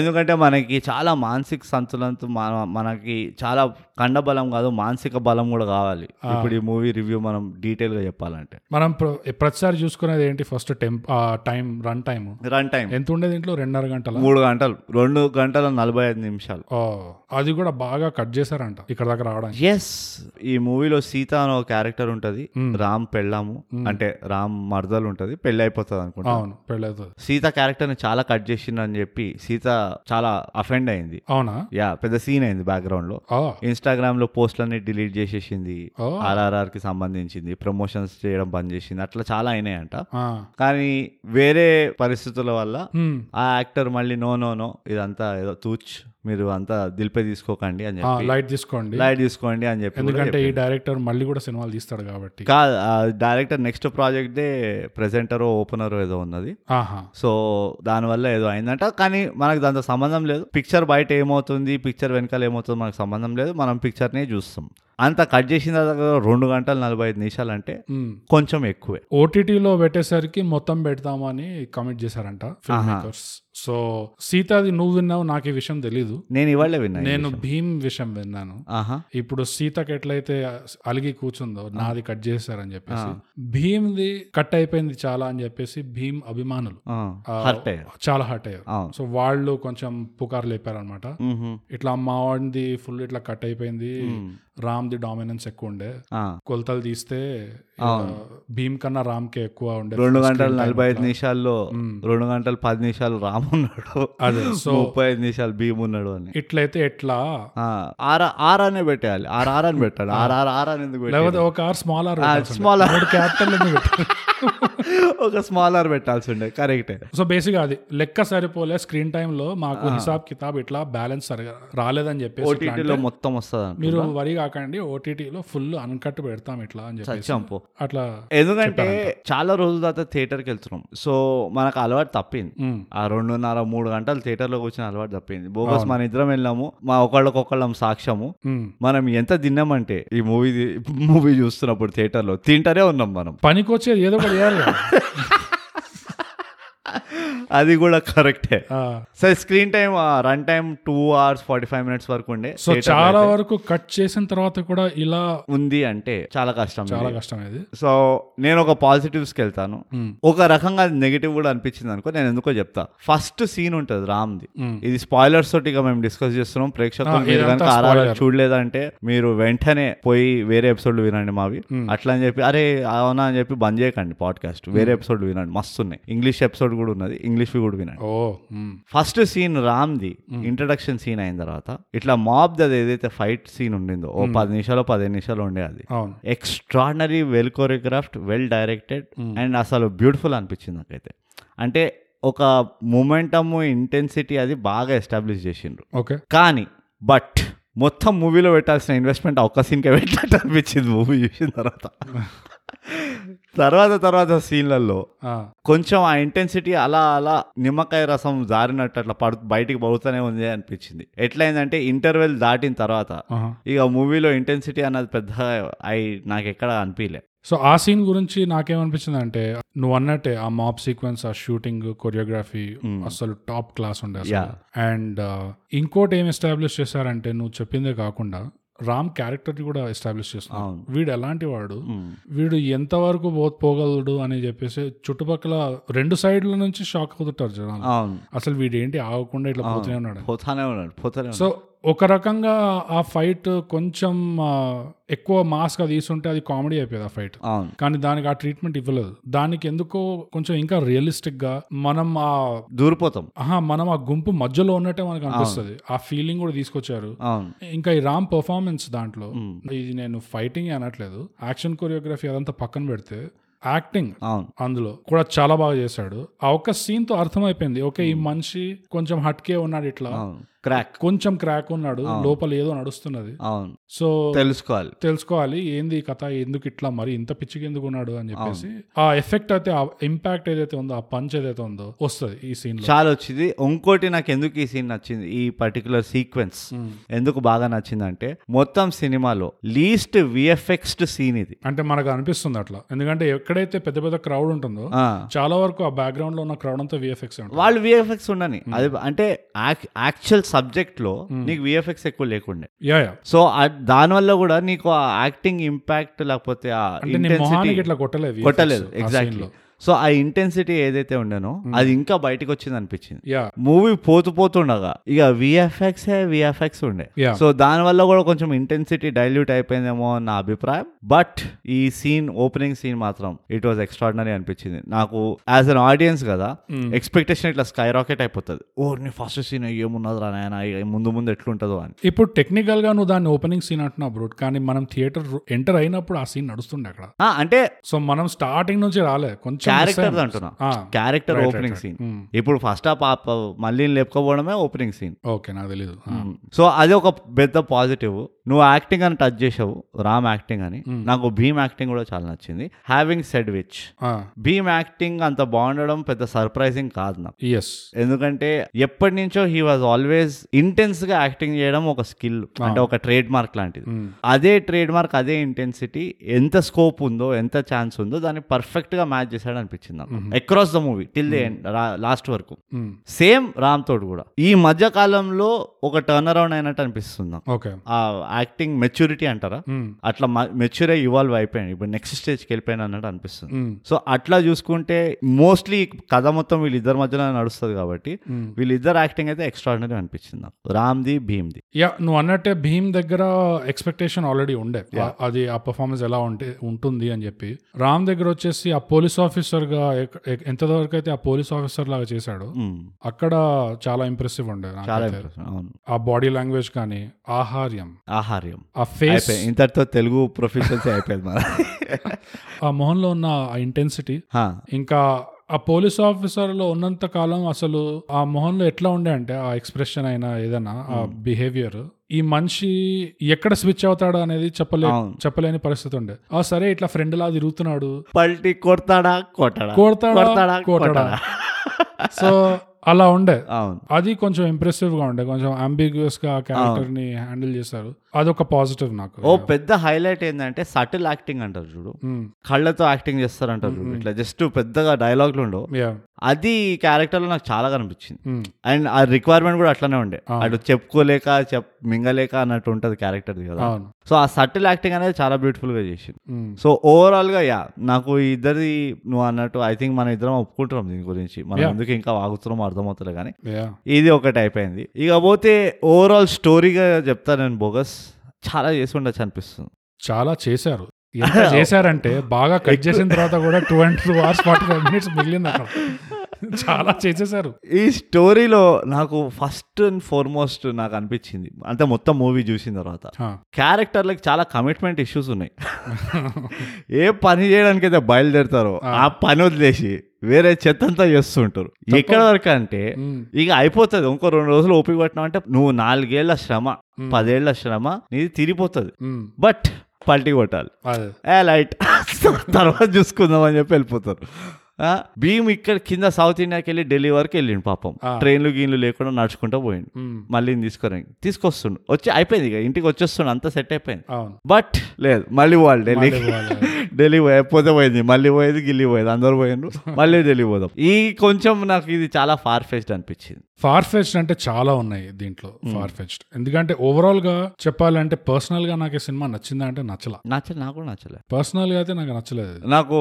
[SPEAKER 2] ఎందుకంటే మనకి చాలా మానసిక సంతులనతో మన మనకి చాలా కండబలం కాదు మానసిక బలం కూడా కావాలి ఇప్పుడు ఈ మూవీ రివ్యూ మనం డీటెయిల్ గా చెప్పాలంటే
[SPEAKER 1] మనం ప్ర- ప్రతిసారి చూసుకునేది ఏంటి ఫస్ట్ టెంప్ time run time
[SPEAKER 2] run time
[SPEAKER 1] ఎంత ఉండేది ఇంట్లో రెండున్నర గంటల
[SPEAKER 2] మూడు గంటలు రెండు గంటల నలభై ఐదు నిమిషాలు
[SPEAKER 1] అది కూడా బాగా కట్ చేశారంట ఇక్కడ దాకా రావడానికి
[SPEAKER 2] ఎస్ ఈ మూవీలో సీత అనే ఒక క్యారెక్టర్ ఉంటది
[SPEAKER 1] Hmm.
[SPEAKER 2] రామ్ పెళ్ళాము అంటే రామ్ మర్దలు ఉంటది పెళ్ళి అయిపోతుంది అనుకుంటా
[SPEAKER 1] అవును పెళ్ళవుతుంది
[SPEAKER 2] సీత క్యారెక్టర్ ని చాలా కట్ చేసిందని చెప్పి సీత చాలా అఫెండ్ అయింది
[SPEAKER 1] అవునా
[SPEAKER 2] యా పెద్ద సీన్ అయింది బ్యాక్గ్రౌండ్ లో
[SPEAKER 1] ఆ,
[SPEAKER 2] ఇన్స్టాగ్రామ్ లో పోస్ట్లన్నీ డిలీట్ చేసేసింది
[SPEAKER 1] ఓ.
[SPEAKER 2] ఆర్ఆర్ఆర్ కి సంబంధించింది ప్రమోషన్స్ చేయడం బంద్ చేసింది అట్లా చాలా అయినాయంట
[SPEAKER 1] ఆ.
[SPEAKER 2] కానీ వేరే పరిస్థితుల వల్ల
[SPEAKER 1] హ్మ్.
[SPEAKER 2] ఆ యాక్టర్ మళ్ళీ నో నో నో ఇదంతా ఏదో తూచ్ మీరు అంతా దిల్పే తీసుకోకండి అని
[SPEAKER 1] ఆ,
[SPEAKER 2] చెప్పి
[SPEAKER 1] లైట్ తీసుకోండి
[SPEAKER 2] లైట్ తీసుకోండి అని చెప్పి కూడా
[SPEAKER 1] ఎందుకంటే ఈ
[SPEAKER 2] చెప్పింది.
[SPEAKER 1] డైరెక్టర్ మళ్ళీ కూడా సినిమాలు తీస్తాడు కాబట్టి
[SPEAKER 2] కాదు ఆ డైరెక్టర్ నెక్స్ట్ ప్రాజెక్ట్ దే ప్రెజెంటర్ ఓపెనర్ ఏదో ఉన్నది
[SPEAKER 1] ఆహా
[SPEAKER 2] సో దానివల్ల ఏదో అయిందంట కానీ మనకు దాంతో సంబంధం లేదు పిక్చర్ బయట ఏమవుతుంది పిక్చర్ వెనకాల ఏమవుతుంది మనకు సంబంధం లేదు మనం పిక్చర్నే చూస్తాం అంత కట్ చేసిన దగ్గర రెండు గంటలు నలభై ఐదు నిమిషాలు అంటే
[SPEAKER 1] హ్మ్.
[SPEAKER 2] కొంచెం ఎక్కువే
[SPEAKER 1] ఓటీటీలో పెట్టేసరికి మొత్తం పెడతామని కమిట్ చేశారంట ఫిల్మ్ మేకర్స్ సో సీతాది నువ్వు విన్నావు నాకు ఈ విషయం తెలీదు
[SPEAKER 2] నేను ఇవాళే విన్నా ఈ
[SPEAKER 1] నేను
[SPEAKER 2] విషయం.
[SPEAKER 1] భీమ్ విషయం విన్నాను
[SPEAKER 2] ఆహా
[SPEAKER 1] ఇప్పుడు సీతకి ఎట్లయితే అలిగి కూర్చుందో నాది కట్ చేశారని చెప్పేసి భీమ్ది కట్ అయిపోయింది చాలా అని చెప్పేసి భీమ్ అభిమానులు
[SPEAKER 2] హర్ట్ అయ్యారు
[SPEAKER 1] చాలా హర్ట్ అయ్యారు
[SPEAKER 2] అవును
[SPEAKER 1] సో వాళ్ళు కొంచెం పుకార్లు లేపారనమాట
[SPEAKER 2] మ్హూ.
[SPEAKER 1] ఇట్లా మా వాడిది ఫుల్ ఇట్లా కట్ అయిపోయింది రామ్ది డామినెన్స్ ఎక్కువ ఉండే
[SPEAKER 2] ఆ.
[SPEAKER 1] కొలతలు తీస్తే భీమ్ కన్నా రామ్కే ఎక్కువ ఉండే
[SPEAKER 2] రెండు గంటలు నలభై ఐదు నిమిషాల్లో రెండు గంటలు పది నిమిషాలు రామ్ ఉన్నాడు
[SPEAKER 1] అదే సో
[SPEAKER 2] ముప్పై ఐదు నిమిషాలు భీమ్ ఉన్నాడు అని
[SPEAKER 1] ఇట్లయితే ఎట్లా
[SPEAKER 2] ఆ, ఆర్ ఆర్ అనే పెట్టాలి ఆర్ ఆర్ అని పెట్టాలి ఆర్ ఆర్ ఆర్ అని ఎందుకు పెట్టాలి
[SPEAKER 1] లేకపోతే ఒక R small R
[SPEAKER 2] small R
[SPEAKER 1] మూడు క్యాపిటల్
[SPEAKER 2] ఒక స్మాల్ ఆర్ పెట్టాల్సి ఉండే కరెక్టే
[SPEAKER 1] సో బేసిక్గా అది లెక్క సరిపోలే స్క్రీన్ టైమ్ లో మాకు హిసాబ్ కితాబ్ ఇట్లా బ్యాలెన్స్ సరిగా రాలేదని చెప్పేసి ఇట్లా అంటే,
[SPEAKER 2] ఓటీటీలో మొత్తం వస్తుంది
[SPEAKER 1] మీరు వరి కాకండి ఓటీటీలో ఫుల్ అన్కట్ పెడతాం ఇట్లా అని చెప్పేసి
[SPEAKER 2] చంపు
[SPEAKER 1] అట్లా
[SPEAKER 2] ఎందుకంటే చాలా రోజుల తర్వాత థియేటర్కి వెళ్తున్నాం సో మనకు అలవాటు తప్పింది
[SPEAKER 1] ఉమ్,
[SPEAKER 2] ఆ రెండున్నర మూడు గంటలు థియేటర్లో కూర్చొని అలవాటు తప్పింది బోగస్ మన ఇద్దరం వెళ్ళాము మా ఒకళ్ళకొకళ్ళం సాక్ష్యము
[SPEAKER 1] ఉమ్.
[SPEAKER 2] మనం ఎంత తిన్నామంటే ఈ మూవీ మూవీ చూస్తున్నప్పుడు థియేటర్లో తింటూనే ఉన్నాం మనం
[SPEAKER 1] పనికొచ్చేది ఏదో ఒకటి చేయాలి కదా.
[SPEAKER 2] అది కూడా కరెక్టే
[SPEAKER 1] ఆ,
[SPEAKER 2] సరే screen time run time two hours forty five minutes వరకు ఉండే
[SPEAKER 1] సో చాలా వరకు కట్ చేసిన తర్వాత కూడా ఇలా
[SPEAKER 2] ఉంది అంటే చాలా కష్టం
[SPEAKER 1] చాలా కష్టం ఇది
[SPEAKER 2] సో నేను ఒక పాజిటివ్స్కి వెళ్తాను
[SPEAKER 1] ఉమ్,
[SPEAKER 2] ఒక రకంగా నెగిటివ్ కూడా అనిపించింది అనుకో నేను ఎందుకో చెప్తా ఫస్ట్ సీన్ ఉంటుంది రామ్ది
[SPEAKER 1] ఉమ్.
[SPEAKER 2] ఇది స్పాయిలర్స్ తోటి ఇక మేము డిస్కస్ చేస్తున్నాం ప్రేక్షకులు
[SPEAKER 1] ఆ,
[SPEAKER 2] మీరు
[SPEAKER 1] ఇదంతా
[SPEAKER 2] కనుక ఆర్ఆర్
[SPEAKER 1] spoiler.
[SPEAKER 2] చూడలేదంటే మీరు వెంటనే పోయి వేరే ఎపిసోడ్లు వినండి మావి
[SPEAKER 1] Hmm.
[SPEAKER 2] అట్లా అని చెప్పి అరే అవునా అని చెప్పి బంద్ చేయకండి పాడ్కాస్ట్ వేరే ఎపిసోడ్లు వినండి మస్తు ఉన్నాయి ఇంగ్లీష్ ఎపిసోడ్ కూడా ఉన్నది ఇంగ్లీష్వి కూడా వినండి
[SPEAKER 1] ఓ మ్మ్.
[SPEAKER 2] ఫస్ట్ సీన్ రామ్ది ఇంట్రడక్షన్ సీన్ అయిన తర్వాత ఇట్లా మాబ్ది అది ఏదైతే ఫైట్ సీన్ ఉండిందో ఓ పది నిమిషాలు పదిహేను నిమిషాలు ఉండే అది
[SPEAKER 1] అవును
[SPEAKER 2] extraordinary well choreographed well directed and అసలు బ్యూటిఫుల్ అనిపించింది నాకైతే అంటే ఒక మొమెంటము ఇంటెన్సిటీ అది బాగా ఎస్టాబ్లిష్ చేసిండ్రు
[SPEAKER 1] ఓకే
[SPEAKER 2] కానీ బట్ మొత్తం మూవీలో పెట్టాల్సిన ఇన్వెస్ట్మెంట్ ఒక్క సీన్కే పెట్టినట్టు అనిపించింది మూవీ చూసిన తర్వాత తర్వాత తర్వాత సీన్లలో
[SPEAKER 1] ఆ,
[SPEAKER 2] కొంచెం ఆ ఇంటెన్సిటీ అలా అలా నిమ్మకాయ రసం జారినట్టు అట్లా పడు బయటికి పడుతూనే ఉంది అనిపించింది ఎట్లయిందంటే ఇంటర్వెల్ దాటిన తర్వాత
[SPEAKER 1] ఆహా.
[SPEAKER 2] ఇక మూవీలో ఇంటెన్సిటీ అన్నది పెద్ద అయి నాకు ఎక్కడ అనిపించలే
[SPEAKER 1] సో ఆ సీన్ గురించి నాకేమనిపించింది అంటే నువ్వు అన్నట్టే ఆ మాప్ సీక్వెన్స్ ఆ షూటింగ్ కొరియోగ్రఫీ అసలు టాప్ క్లాస్ ఉండే అసలు.
[SPEAKER 2] Yeah.
[SPEAKER 1] అండ్ ఆ, ఇంకోటి ఏం ఎస్టాబ్లిష్ చేశారంటే నువ్వు చెప్పిందే కాకుండా రామ్ క్యారెక్టర్ కూడా ఎస్టాబ్లిష్ చేస్తున్నావు
[SPEAKER 2] అవును.
[SPEAKER 1] వీడు ఎలాంటి వాడు
[SPEAKER 2] మ్మ్.
[SPEAKER 1] వీడు ఎంతవరకు పో- పోగలడు అని చెప్పేసి చుట్టుపక్కల రెండు సైడ్ల నుంచి షాక్ అవుతుంటారు జనాలు
[SPEAKER 2] అవును
[SPEAKER 1] అసలు వీడేంటి ఆగకుండా ఇట్లా పోతూనే ఉన్నాడు
[SPEAKER 2] పోతానే ఉన్నాడు పోతానే ఉన్నాడు
[SPEAKER 1] సో ఒక రకంగా ఆ ఫైట్ కొంచెం ఆ, ఎక్కువ మాస్ గా తీసుంటే అది కామెడీ అయిపోయేది ఆ ఫైట్
[SPEAKER 2] అవును
[SPEAKER 1] కానీ దానికి ఆ ట్రీట్మెంట్ ఇవ్వలేదు దానికి ఎందుకో కొంచెం ఇంకా రియలిస్టిక్ గా మనం ఆ
[SPEAKER 2] దూరిపోతాం
[SPEAKER 1] ఆహా మనం ఆ గుంపు మధ్యలో ఉన్నట్టే మనకు అనిపిస్తుంది ఆ ఫీలింగ్ కూడా తీసుకొచ్చారు
[SPEAKER 2] అవును
[SPEAKER 1] ఇంకా ఈ రామ్ పర్ఫార్మెన్స్ దాంట్లో ఇది నేను ఫైటింగ్ అనట్లేదు యాక్షన్ కొరియోగ్రఫీ అదంతా పక్కన పెడితే యాక్టింగ్
[SPEAKER 2] అవును
[SPEAKER 1] అందులో కూడా చాలా బాగా చేశాడు ఆ ఒక్క సీన్ తో అర్థమైపోయింది ఓకే ఈ మనిషి కొంచెం హట్కే ఉన్నాడు ఇట్లా
[SPEAKER 2] అవును క్రాక్
[SPEAKER 1] కొంచెం క్రాక్ ఉన్నాడు లోపల ఏదో నడుస్తున్నది
[SPEAKER 2] అవును
[SPEAKER 1] సో
[SPEAKER 2] తెలుసుకోవాలి
[SPEAKER 1] తెలుసుకోవాలి ఏంది ఈ కథ ఎందుకు ఇట్లా మరి ఇంత పిచ్చికి ఎందుకు ఉన్నాడు అని చెప్పేసి ఆ ఎఫెక్ట్ అయితే ఆ ఇంపాక్ట్ ఏదైతే ఉందో ఆ పంచ్ ఏదైతే ఉందో వస్తుంది ఈ సీన్ లో
[SPEAKER 2] చాలా వచ్చింది ఇంకోటి నాకు ఎందుకు ఈ సీన్ నచ్చింది ఈ పర్టికులర్ సీక్వెన్స్ ఎందుకు బాగా నచ్చిందంటే మొత్తం సినిమాలో లీస్ట్ విఎఫ్ఎక్స్డ్ సీన్ ఇది
[SPEAKER 1] అంటే మనకు అనిపిస్తుంది అట్లా ఎందుకంటే ఎక్కడైతే పెద్ద పెద్ద క్రౌడ్ ఉంటుందో
[SPEAKER 2] ఆ.
[SPEAKER 1] చాలా వరకు ఆ బ్యాక్గ్రౌండ్ లో ఉన్న క్రౌడ్ అంతా విఎఫ్ఎక్స్ ఉంటుంది
[SPEAKER 2] వాళ్ళు విఎఫ్ఎక్స్ ఉండని అది అంటే యాక్చువల్ సబ్జెక్ట్ లో నీకు విఎఫ్ఎక్స్ ఎక్కువ లేకుండే
[SPEAKER 1] యా యా
[SPEAKER 2] సో ఆ- దానివల్ల కూడా నీకు ఆ యాక్టింగ్ ఇంపాక్ట్ లేకపోతే ఆ
[SPEAKER 1] అంటే నీ
[SPEAKER 2] ఇంటెన్సిటీ
[SPEAKER 1] మొహానికి ఇట్లా కొట్టలేదు
[SPEAKER 2] కొట్టలేదు ఎగ్జాక్ట్లీ సో ఆ ఇంటెన్సిటీ ఏదైతే ఉండేనో
[SPEAKER 1] Hmm.
[SPEAKER 2] అది ఇంకా బయటకు వచ్చింది అనిపించింది
[SPEAKER 1] యా
[SPEAKER 2] మూవీ పోతూ పోతుండగా ఇక విఎఫ్ఎక్స్ విఎఫ్ఎక్స్ ఉండే
[SPEAKER 1] Yeah.
[SPEAKER 2] సో దాని వల్ల కూడా కొంచెం ఇంటెన్సిటీ డైల్యూట్ అయిపోయిందేమో నా అభిప్రాయం బట్ ఈ సీన్ ఓపెనింగ్ సీన్ మాత్రం ఇట్ వాజ్ ఎక్స్ట్రాడినరీ అనిపించింది నాకు యాజ్ అన్ ఆడియన్స్ కదా
[SPEAKER 1] Hmm.
[SPEAKER 2] ఎక్స్పెక్టేషన్ ఇట్లా స్కై రాకెట్ అయిపోతుంది ఓ నీ ఫస్ట్ సీన్ ఏమున్నది రా నాయన ముందు ముందు ఎట్లుంటుందో అని
[SPEAKER 1] ఇప్పుడు టెక్నికల్ గా నువ్వు దాన్ని ఓపెనింగ్ సీన్ అంటున్నావు బ్రూట్ కానీ మనం థియేటర్ ఎంటర్ అయినప్పుడు ఆ సీన్ నడుస్తుండే అక్కడ
[SPEAKER 2] ఆ, అంటే
[SPEAKER 1] సో మనం స్టార్టింగ్ నుంచి రాలే కొంచెం miss
[SPEAKER 2] క్యారెక్టర్
[SPEAKER 1] అయ్యాం.
[SPEAKER 2] అంటున్నా
[SPEAKER 1] ఆ,
[SPEAKER 2] క్యారెక్టర్ ఓపెనింగ్ సీన్
[SPEAKER 1] Mm.
[SPEAKER 2] ఇప్పుడు ఫస్ట్ ఆ పాప మళ్ళీ లేపుకోవడమే ఓపెనింగ్ సీన్
[SPEAKER 1] ఓకే నాకు తెలీదు ఆ,
[SPEAKER 2] సో అది ఒక పెద్ద పాజిటివ్ నువ్వు యాక్టింగ్ అని టచ్ చేసావు రామ్ యాక్టింగ్ అని నాకు భీమ్ యాక్టింగ్ కూడా చాలా నచ్చింది హ్యావింగ్ సెడ్ విచ్
[SPEAKER 1] ఆ,
[SPEAKER 2] భీమ్ యాక్టింగ్ అంత బాగుండడం పెద్ద సర్ప్రైజింగ్ కాదు నాకు
[SPEAKER 1] yes
[SPEAKER 2] ఎందుకంటే ఎప్పటి నుంచో హీ వాజ్ ఆల్వేస్ ఇంటెన్స్ గా యాక్టింగ్ చేయడం ఒక స్కిల్ అంటే ఒక ట్రేడ్ మార్క్ లాంటిది
[SPEAKER 1] Mm.
[SPEAKER 2] అదే ట్రేడ్ మార్క్ అదే ఇంటెన్సిటీ ఎంత స్కోప్ ఉందో ఎంత ఛాన్స్ ఉందో దాన్ని పర్ఫెక్ట్ గా మ్యాచ్ చేశాడు అనిపించింది నాకు across the movie till the end last వరకు
[SPEAKER 1] Mm.
[SPEAKER 2] సేమ్ రామ్ తోడు కూడా ఈ మధ్య కాలంలో ఒక టర్న్ అరౌండ్ అయినట్టు అనిపిస్తుంది నాకు
[SPEAKER 1] ఓకే
[SPEAKER 2] ఆ యాక్టింగ్ మెచ్యూరిటీ అంటారా
[SPEAKER 1] Mm.
[SPEAKER 2] అట్లా మెచ్యూర్ అయ్యి ఇవాల్వ్ అయిపోయాను ఇప్పుడు నెక్స్ట్ స్టేజ్కి వెళ్ళిపోయాను అన్నట్టు అనిపిస్తుంది
[SPEAKER 1] Mm.
[SPEAKER 2] సో అట్లా చూసుకుంటే మోస్ట్లీ కథ మొత్తం వీళ్ళిద్దరి మధ్యలో నడుస్తుంది కాబట్టి
[SPEAKER 1] Mm.
[SPEAKER 2] వీళ్ళిద్దరు యాక్టింగ్ అయితే ఎక్స్ట్రాడినరీ అనిపించింది నాకు రామ్ది భీమ్ది
[SPEAKER 1] యా నువ్వు అన్నట్టే భీమ్ దగ్గర ఎక్స్పెక్టేషన్ ఆల్రెడీ ఉండే ఆ- అది ఆ పర్ఫార్మెన్స్ ఎలా ఉంటే ఉంటుంది అని చెప్పి రామ్ దగ్గర వచ్చేసి ఆ పోలీస్ ఆఫీసర్ గా ఎక్- ఎక్- ఎంతవరకు అయితే ఆ పోలీస్ ఆఫీసర్ లాగా చేశాడు
[SPEAKER 2] మ్మ్.
[SPEAKER 1] అక్కడ చాలా ఇంప్రెసివ్ ఉండే
[SPEAKER 2] చాలా
[SPEAKER 1] నాకైతే.
[SPEAKER 2] impressive. అవును
[SPEAKER 1] ఆ బాడీ లాంగ్వేజ్ కానీ ఆహార్యం
[SPEAKER 2] ఆహార్యం
[SPEAKER 1] ఆ ఫేస్
[SPEAKER 2] అయిపోయి ఇంతటితో తెలుగు ప్రొఫెషన్స్ అయిపోయింది మన
[SPEAKER 1] ఆ మొహంలో ఉన్న ఆ ఇంటెన్సిటీ
[SPEAKER 2] హా,
[SPEAKER 1] ఇంకా ఆ పోలీస్ ఆఫీసర్ లో ఉన్నంత కాలం అసలు ఆ మొహంలో ఎట్లా ఉండే అంటే ఆ ఎక్స్ప్రెషన్ అయినా ఏదైనా ఆ బిహేవియర్ ఈ మనిషి ఎక్కడ స్విచ్ అవుతాడు అనేది చెప్పలే
[SPEAKER 2] అవును.
[SPEAKER 1] చెప్పలేని పరిస్థితి ఉండే ఆ సరే ఇట్లా ఫ్రెండ్ లా తిరుగుతున్నాడు
[SPEAKER 2] పల్టీ కొడతాడా కొట్టడా
[SPEAKER 1] కొడతాడా కొట్టడా సో అలా ఉండే
[SPEAKER 2] అవును
[SPEAKER 1] అది కొంచెం ఇంప్రెసివ్ గా ఉండే కొంచెం అంబిగ్యూస్ గా క్యారెక్టర్ ని హ్యాండిల్ చేశారు అదొక పాజిటివ్ నాకు
[SPEAKER 2] ఓ పెద్ద హైలైట్ ఏంటంటే సటిల్ యాక్టింగ్ అంటారు చూడు
[SPEAKER 1] మ్,
[SPEAKER 2] కళ్ళతో యాక్టింగ్ చేస్తారంటారు చూడు ఇట్లా జస్ట్ పెద్దగా డైలాగ్లు ఉండవు
[SPEAKER 1] yeah,
[SPEAKER 2] అది క్యారెక్టర్ లో నాకు చాలా కనిపించింది
[SPEAKER 1] మ్,
[SPEAKER 2] అండ్ ఆ రిక్వైర్మెంట్ కూడా అట్లానే ఉండే అటు చెప్పుకోలేక చెప్ మింగలేక అన్నట్టు ఉంటది క్యారెక్టర్ది కదా
[SPEAKER 1] అవును
[SPEAKER 2] సో ఆ సటిల్ యాక్టింగ్ అనేది చాలా బ్యూటిఫుల్ గా చేసింది
[SPEAKER 1] మ్,
[SPEAKER 2] సో ఓవరాల్ గా యా నాకు ఈ ఇద్దరిది నువ్వు అన్నట్టు ఐ థింక్ మనం ఇద్దరం ఒప్పుకుంటున్నాం దీని గురించి మనం
[SPEAKER 1] Yeah.
[SPEAKER 2] ఎందుకు ఇంకా వాగుతున్నాం అర్థమవుతుంది కానీ
[SPEAKER 1] yeah,
[SPEAKER 2] ఇది ఒకటి అయిపోయింది ఇకపోతే ఓవరాల్ స్టోరీగా చెప్తా నేను బోగస్ చాలా చేసి ఉండొచ్చు అనిపిస్తుంది
[SPEAKER 1] చాలా చేశారు ఎంత చేశారంటే బాగా కట్ చేసిన తర్వాత కూడా two and two hours forty five minutes మిగిలింది అక్కడ చాలా చేసేసారు
[SPEAKER 2] ఈ స్టోరీలో నాకు ఫస్ట్ అండ్ ఫార్మోస్ట్ నాకు అనిపించింది అంటే మొత్తం మూవీ చూసిన తర్వాత
[SPEAKER 1] హా.
[SPEAKER 2] క్యారెక్టర్లకు చాలా కమిట్మెంట్ ఇష్యూస్ ఉన్నాయి ఏ పని చేయడానికి అయితే బయలుదేరుతారో ఆ పని వదిలేసి వేరే చెత్త అంతా చేస్తుంటారు ఎక్కడ వరకు అంటే
[SPEAKER 1] ఉమ్,
[SPEAKER 2] ఇక అయిపోతుంది ఇంకో రెండు రోజులు ఓపిక పట్టినావు అంటే నువ్వు నాలుగేళ్ల శ్రమ పదేళ్ల శ్రమ నీది తిరిగిపోతుంది
[SPEAKER 1] ఉమ్,
[SPEAKER 2] బట్ పల్టీ కొట్టాలి
[SPEAKER 1] అదే
[SPEAKER 2] ఏ లైట్ తర్వాత చూసుకుందాం అని చెప్పి వెళ్ళిపోతారు ఆ, భీమ్ ఇక్కడ కింద సౌత్ ఇండియాకి వెళ్ళి ఢిల్లీ వరకు వెళ్ళిండు పాపం
[SPEAKER 1] ఆ.
[SPEAKER 2] ట్రైన్లు గీన్లు లేకుండా నడుచుకుంటూ పోయిండు
[SPEAKER 1] ఉమ్,
[SPEAKER 2] మళ్ళీ తీసుకురా తీసుకొస్తుండు వచ్చి అయిపోయింది ఇక ఇంటికి వచ్చేస్తుండు అంతా సెట్ అయిపోయింది
[SPEAKER 1] అవును
[SPEAKER 2] బట్ లేదు మళ్ళీ వాళ్ళు ఢిల్లీకి
[SPEAKER 1] మళ్ళీ పోవాలి.
[SPEAKER 2] ఢిల్లీ పోయి పోతే పోయింది మళ్ళీ పోయేది గిల్లి పోయేది అందరు పోయిండ్రు మళ్ళీ ఢిల్లీ పోదాం ఈ కొంచెం నాకు ఇది చాలా ఫార్ ఫెస్ట్ అనిపించింది
[SPEAKER 1] ఫార్ ఫెచ్డ్ అంటే చాలా ఉన్నాయి దీంట్లో ఫార్ ఫెచ్డ్ ఎందుకంటే ఓవరాల్ గా చెప్పాలంటే పర్సనల్ గా నాకు ఈ సినిమా నచ్చిందా అంటే నచ్చల
[SPEAKER 2] నచ్చలే నాకు కూడా నచ్చలే
[SPEAKER 1] పర్సనల్ గా అయితే నాకు నచ్చలేదు ఇది.
[SPEAKER 2] నాకు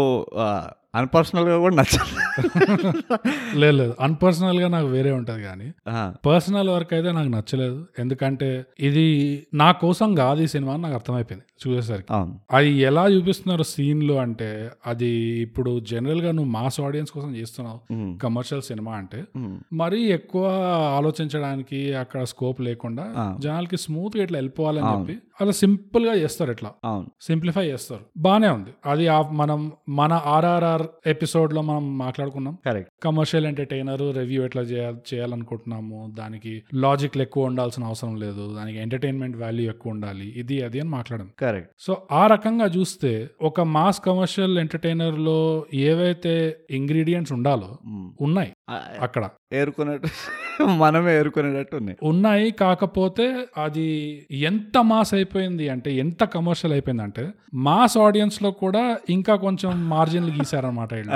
[SPEAKER 2] అన్పర్సనల్ గా కూడా నచ్చలే
[SPEAKER 1] లేదు లేదు అన్పర్సనల్ గా నాకు వేరే ఉంటది కానీ
[SPEAKER 2] ఆ,
[SPEAKER 1] పర్సనల్ వర్క్ అయితే నాకు నచ్చలేదు ఎందుకంటే ఇది నా కోసం కాదు ఈ సినిమా అని నాకు అర్థమైపోయింది చూసేసరికి
[SPEAKER 2] అవును
[SPEAKER 1] అది ఎలా చూపిస్తున్నారు సీన్లు అంటే అది ఇప్పుడు జనరల్ గా నువ్వు మాస్ ఆడియన్స్ కోసం చేస్తున్నావు
[SPEAKER 2] ఉమ్,
[SPEAKER 1] కమర్షియల్ సినిమా అంటే
[SPEAKER 2] ఉమ్,
[SPEAKER 1] మరీ ఎక్కువ ఆలోచించడానికి అక్కడ స్కోప్ లేకుండా
[SPEAKER 2] ఆ.
[SPEAKER 1] జనాలకి స్మూత్ గా ఇట్లా వెళ్ళిపోవాలని
[SPEAKER 2] అవును.
[SPEAKER 1] చెప్పి అలా సింపుల్ గా చేస్తారు ఇట్లా
[SPEAKER 2] అవును
[SPEAKER 1] సింప్లిఫై చేస్తారు బానే ఉంది అది ఆ- మనం మన ఆర్ఆర్ఆర్ ఎపిసోడ్ లో మనం మాట్లాడుకున్నాం
[SPEAKER 2] కరెక్ట్
[SPEAKER 1] కమర్షియల్ ఎంటర్టైనర్ రివ్యూ ఎట్లా చేయాలి చేయాలనుకుంటున్నాము దానికి లాజిక్లు ఎక్కువ ఉండాల్సిన అవసరం లేదు దానికి ఎంటర్టైన్మెంట్ వాల్యూ ఎక్కువ ఉండాలి ఇది అది అని మాట్లాడాం
[SPEAKER 2] కరెక్ట్
[SPEAKER 1] సో ఆ రకంగా చూస్తే ఒక మాస్ కమర్షియల్ ఎంటర్టైనర్ లో ఏవైతే ఇంగ్రీడియంట్స్ ఉండాలో ఉన్నాయి అక్కడ
[SPEAKER 2] ఏరుకునేట్టు మనమే ఏరుకునేటట్టు ఉన్నాయి
[SPEAKER 1] ఉన్నాయి కాకపోతే అది ఎంత మాస్ అయిపోయింది అంటే ఎంత కమర్షియల్ అయిపోయింది అంటే మాస్ ఆడియన్స్ లో కూడా ఇంకా కొంచెం మార్జిన్లు గీసారనమాట వీళ్ళు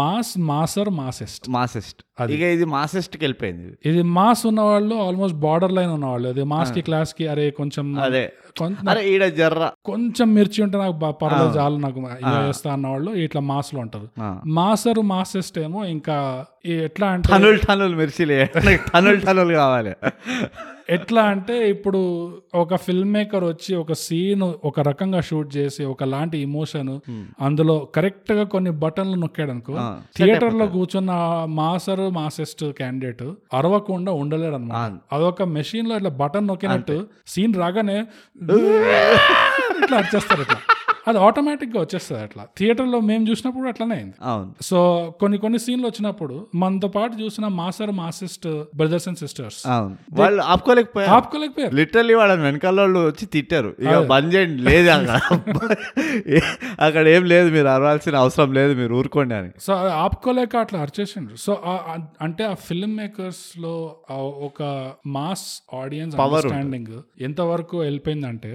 [SPEAKER 1] మాస్ మాసర్ మాసెస్ట్
[SPEAKER 2] మాసెస్ట్
[SPEAKER 1] అది.
[SPEAKER 2] ఇక ఇది మాసెస్ట్ కి వెళ్ళిపోయింది ఇది.
[SPEAKER 1] ఇది మాస్ ఉన్న వాళ్ళు ఆల్మోస్ట్ బార్డర్ లైన్ ఉన్న వాళ్ళు అది మాస్ కి క్లాస్ కి అరే కొంచెం
[SPEAKER 2] అదే
[SPEAKER 1] కొంత-
[SPEAKER 2] అరే ఈడ జర్ర
[SPEAKER 1] కొంచెం మిర్చి ఉంటే నాకు బా- పర్లేదు చాలు నాకు ఇలా చేస్తా అన్న వాళ్ళు ఇట్లా మాస్ లో ఉంటారు
[SPEAKER 2] ఆ.
[SPEAKER 1] మాసరు మాసెస్ట్ ఏమో ఇంకా ఈ ఎట్లా అంటే
[SPEAKER 2] టనుల్ టనుల్ మిర్చిలే నాకు టనుల్ టనుల్ కావాలి
[SPEAKER 1] ఎట్లా అంటే ఇప్పుడు ఒక ఫిల్మ్ మేకర్ వచ్చి ఒక సీన్ ఒక రకంగా షూట్ చేసి ఒక లాంటి ఇమోషన్ అందులో కరెక్ట్ గా కొన్ని బటన్లు నొక్కాడు అనుకో
[SPEAKER 2] Hmm. ఆ.
[SPEAKER 1] థియేటర్ లో కూర్చున్న మాసరు మాసెస్ట్ క్యాండిడేట్ అరవకుండా ఉండలేడు అనమాట
[SPEAKER 2] అవును.
[SPEAKER 1] అదొక మెషిన్ లో ఇట్లా బటన్ నొక్కినట్టు సీన్ రాగానే ఇట్లా వచ్చేస్తారు ఇట్లా అది ఆటోమేటిక్ గా వచ్చేస్తుంది అట్లా థియేటర్ లో మేము చూసినప్పుడు అట్లానే అయింది
[SPEAKER 2] అవును
[SPEAKER 1] సో కొన్ని కొన్ని సీన్లు వచ్చినప్పుడు మనతో పాటు చూసిన మాసర్ మాసిస్ట్ బ్రదర్స్ అండ్ సిస్టర్స్
[SPEAKER 2] అవును వాళ్ళు ఆపుకోలేకపోయారు
[SPEAKER 1] ఆపుకోలేకపోయారు
[SPEAKER 2] లిటరలీ వాళ్ళని వెనకాల వాళ్ళు వచ్చి తిట్టారు ఇక
[SPEAKER 1] అదే.
[SPEAKER 2] బంద్ చేయండి లేదు అక్కడ ఏ- అక్కడ ఏం లేదు మీరు అరవాల్సిన అవసరం లేదు మీరు ఊరుకోండి అని
[SPEAKER 1] సో అది ఆపుకోలేక అట్లా అరిచేసిండ్రు సో ఆ- ఆ- అంటే ఆ ఫిల్మ్ మేకర్స్ లో ఆ ఒక మాస్ ఆడియన్స్ అండర్స్టాండింగ్ ఎంత వరకు వెళ్ళిపోయిందంటే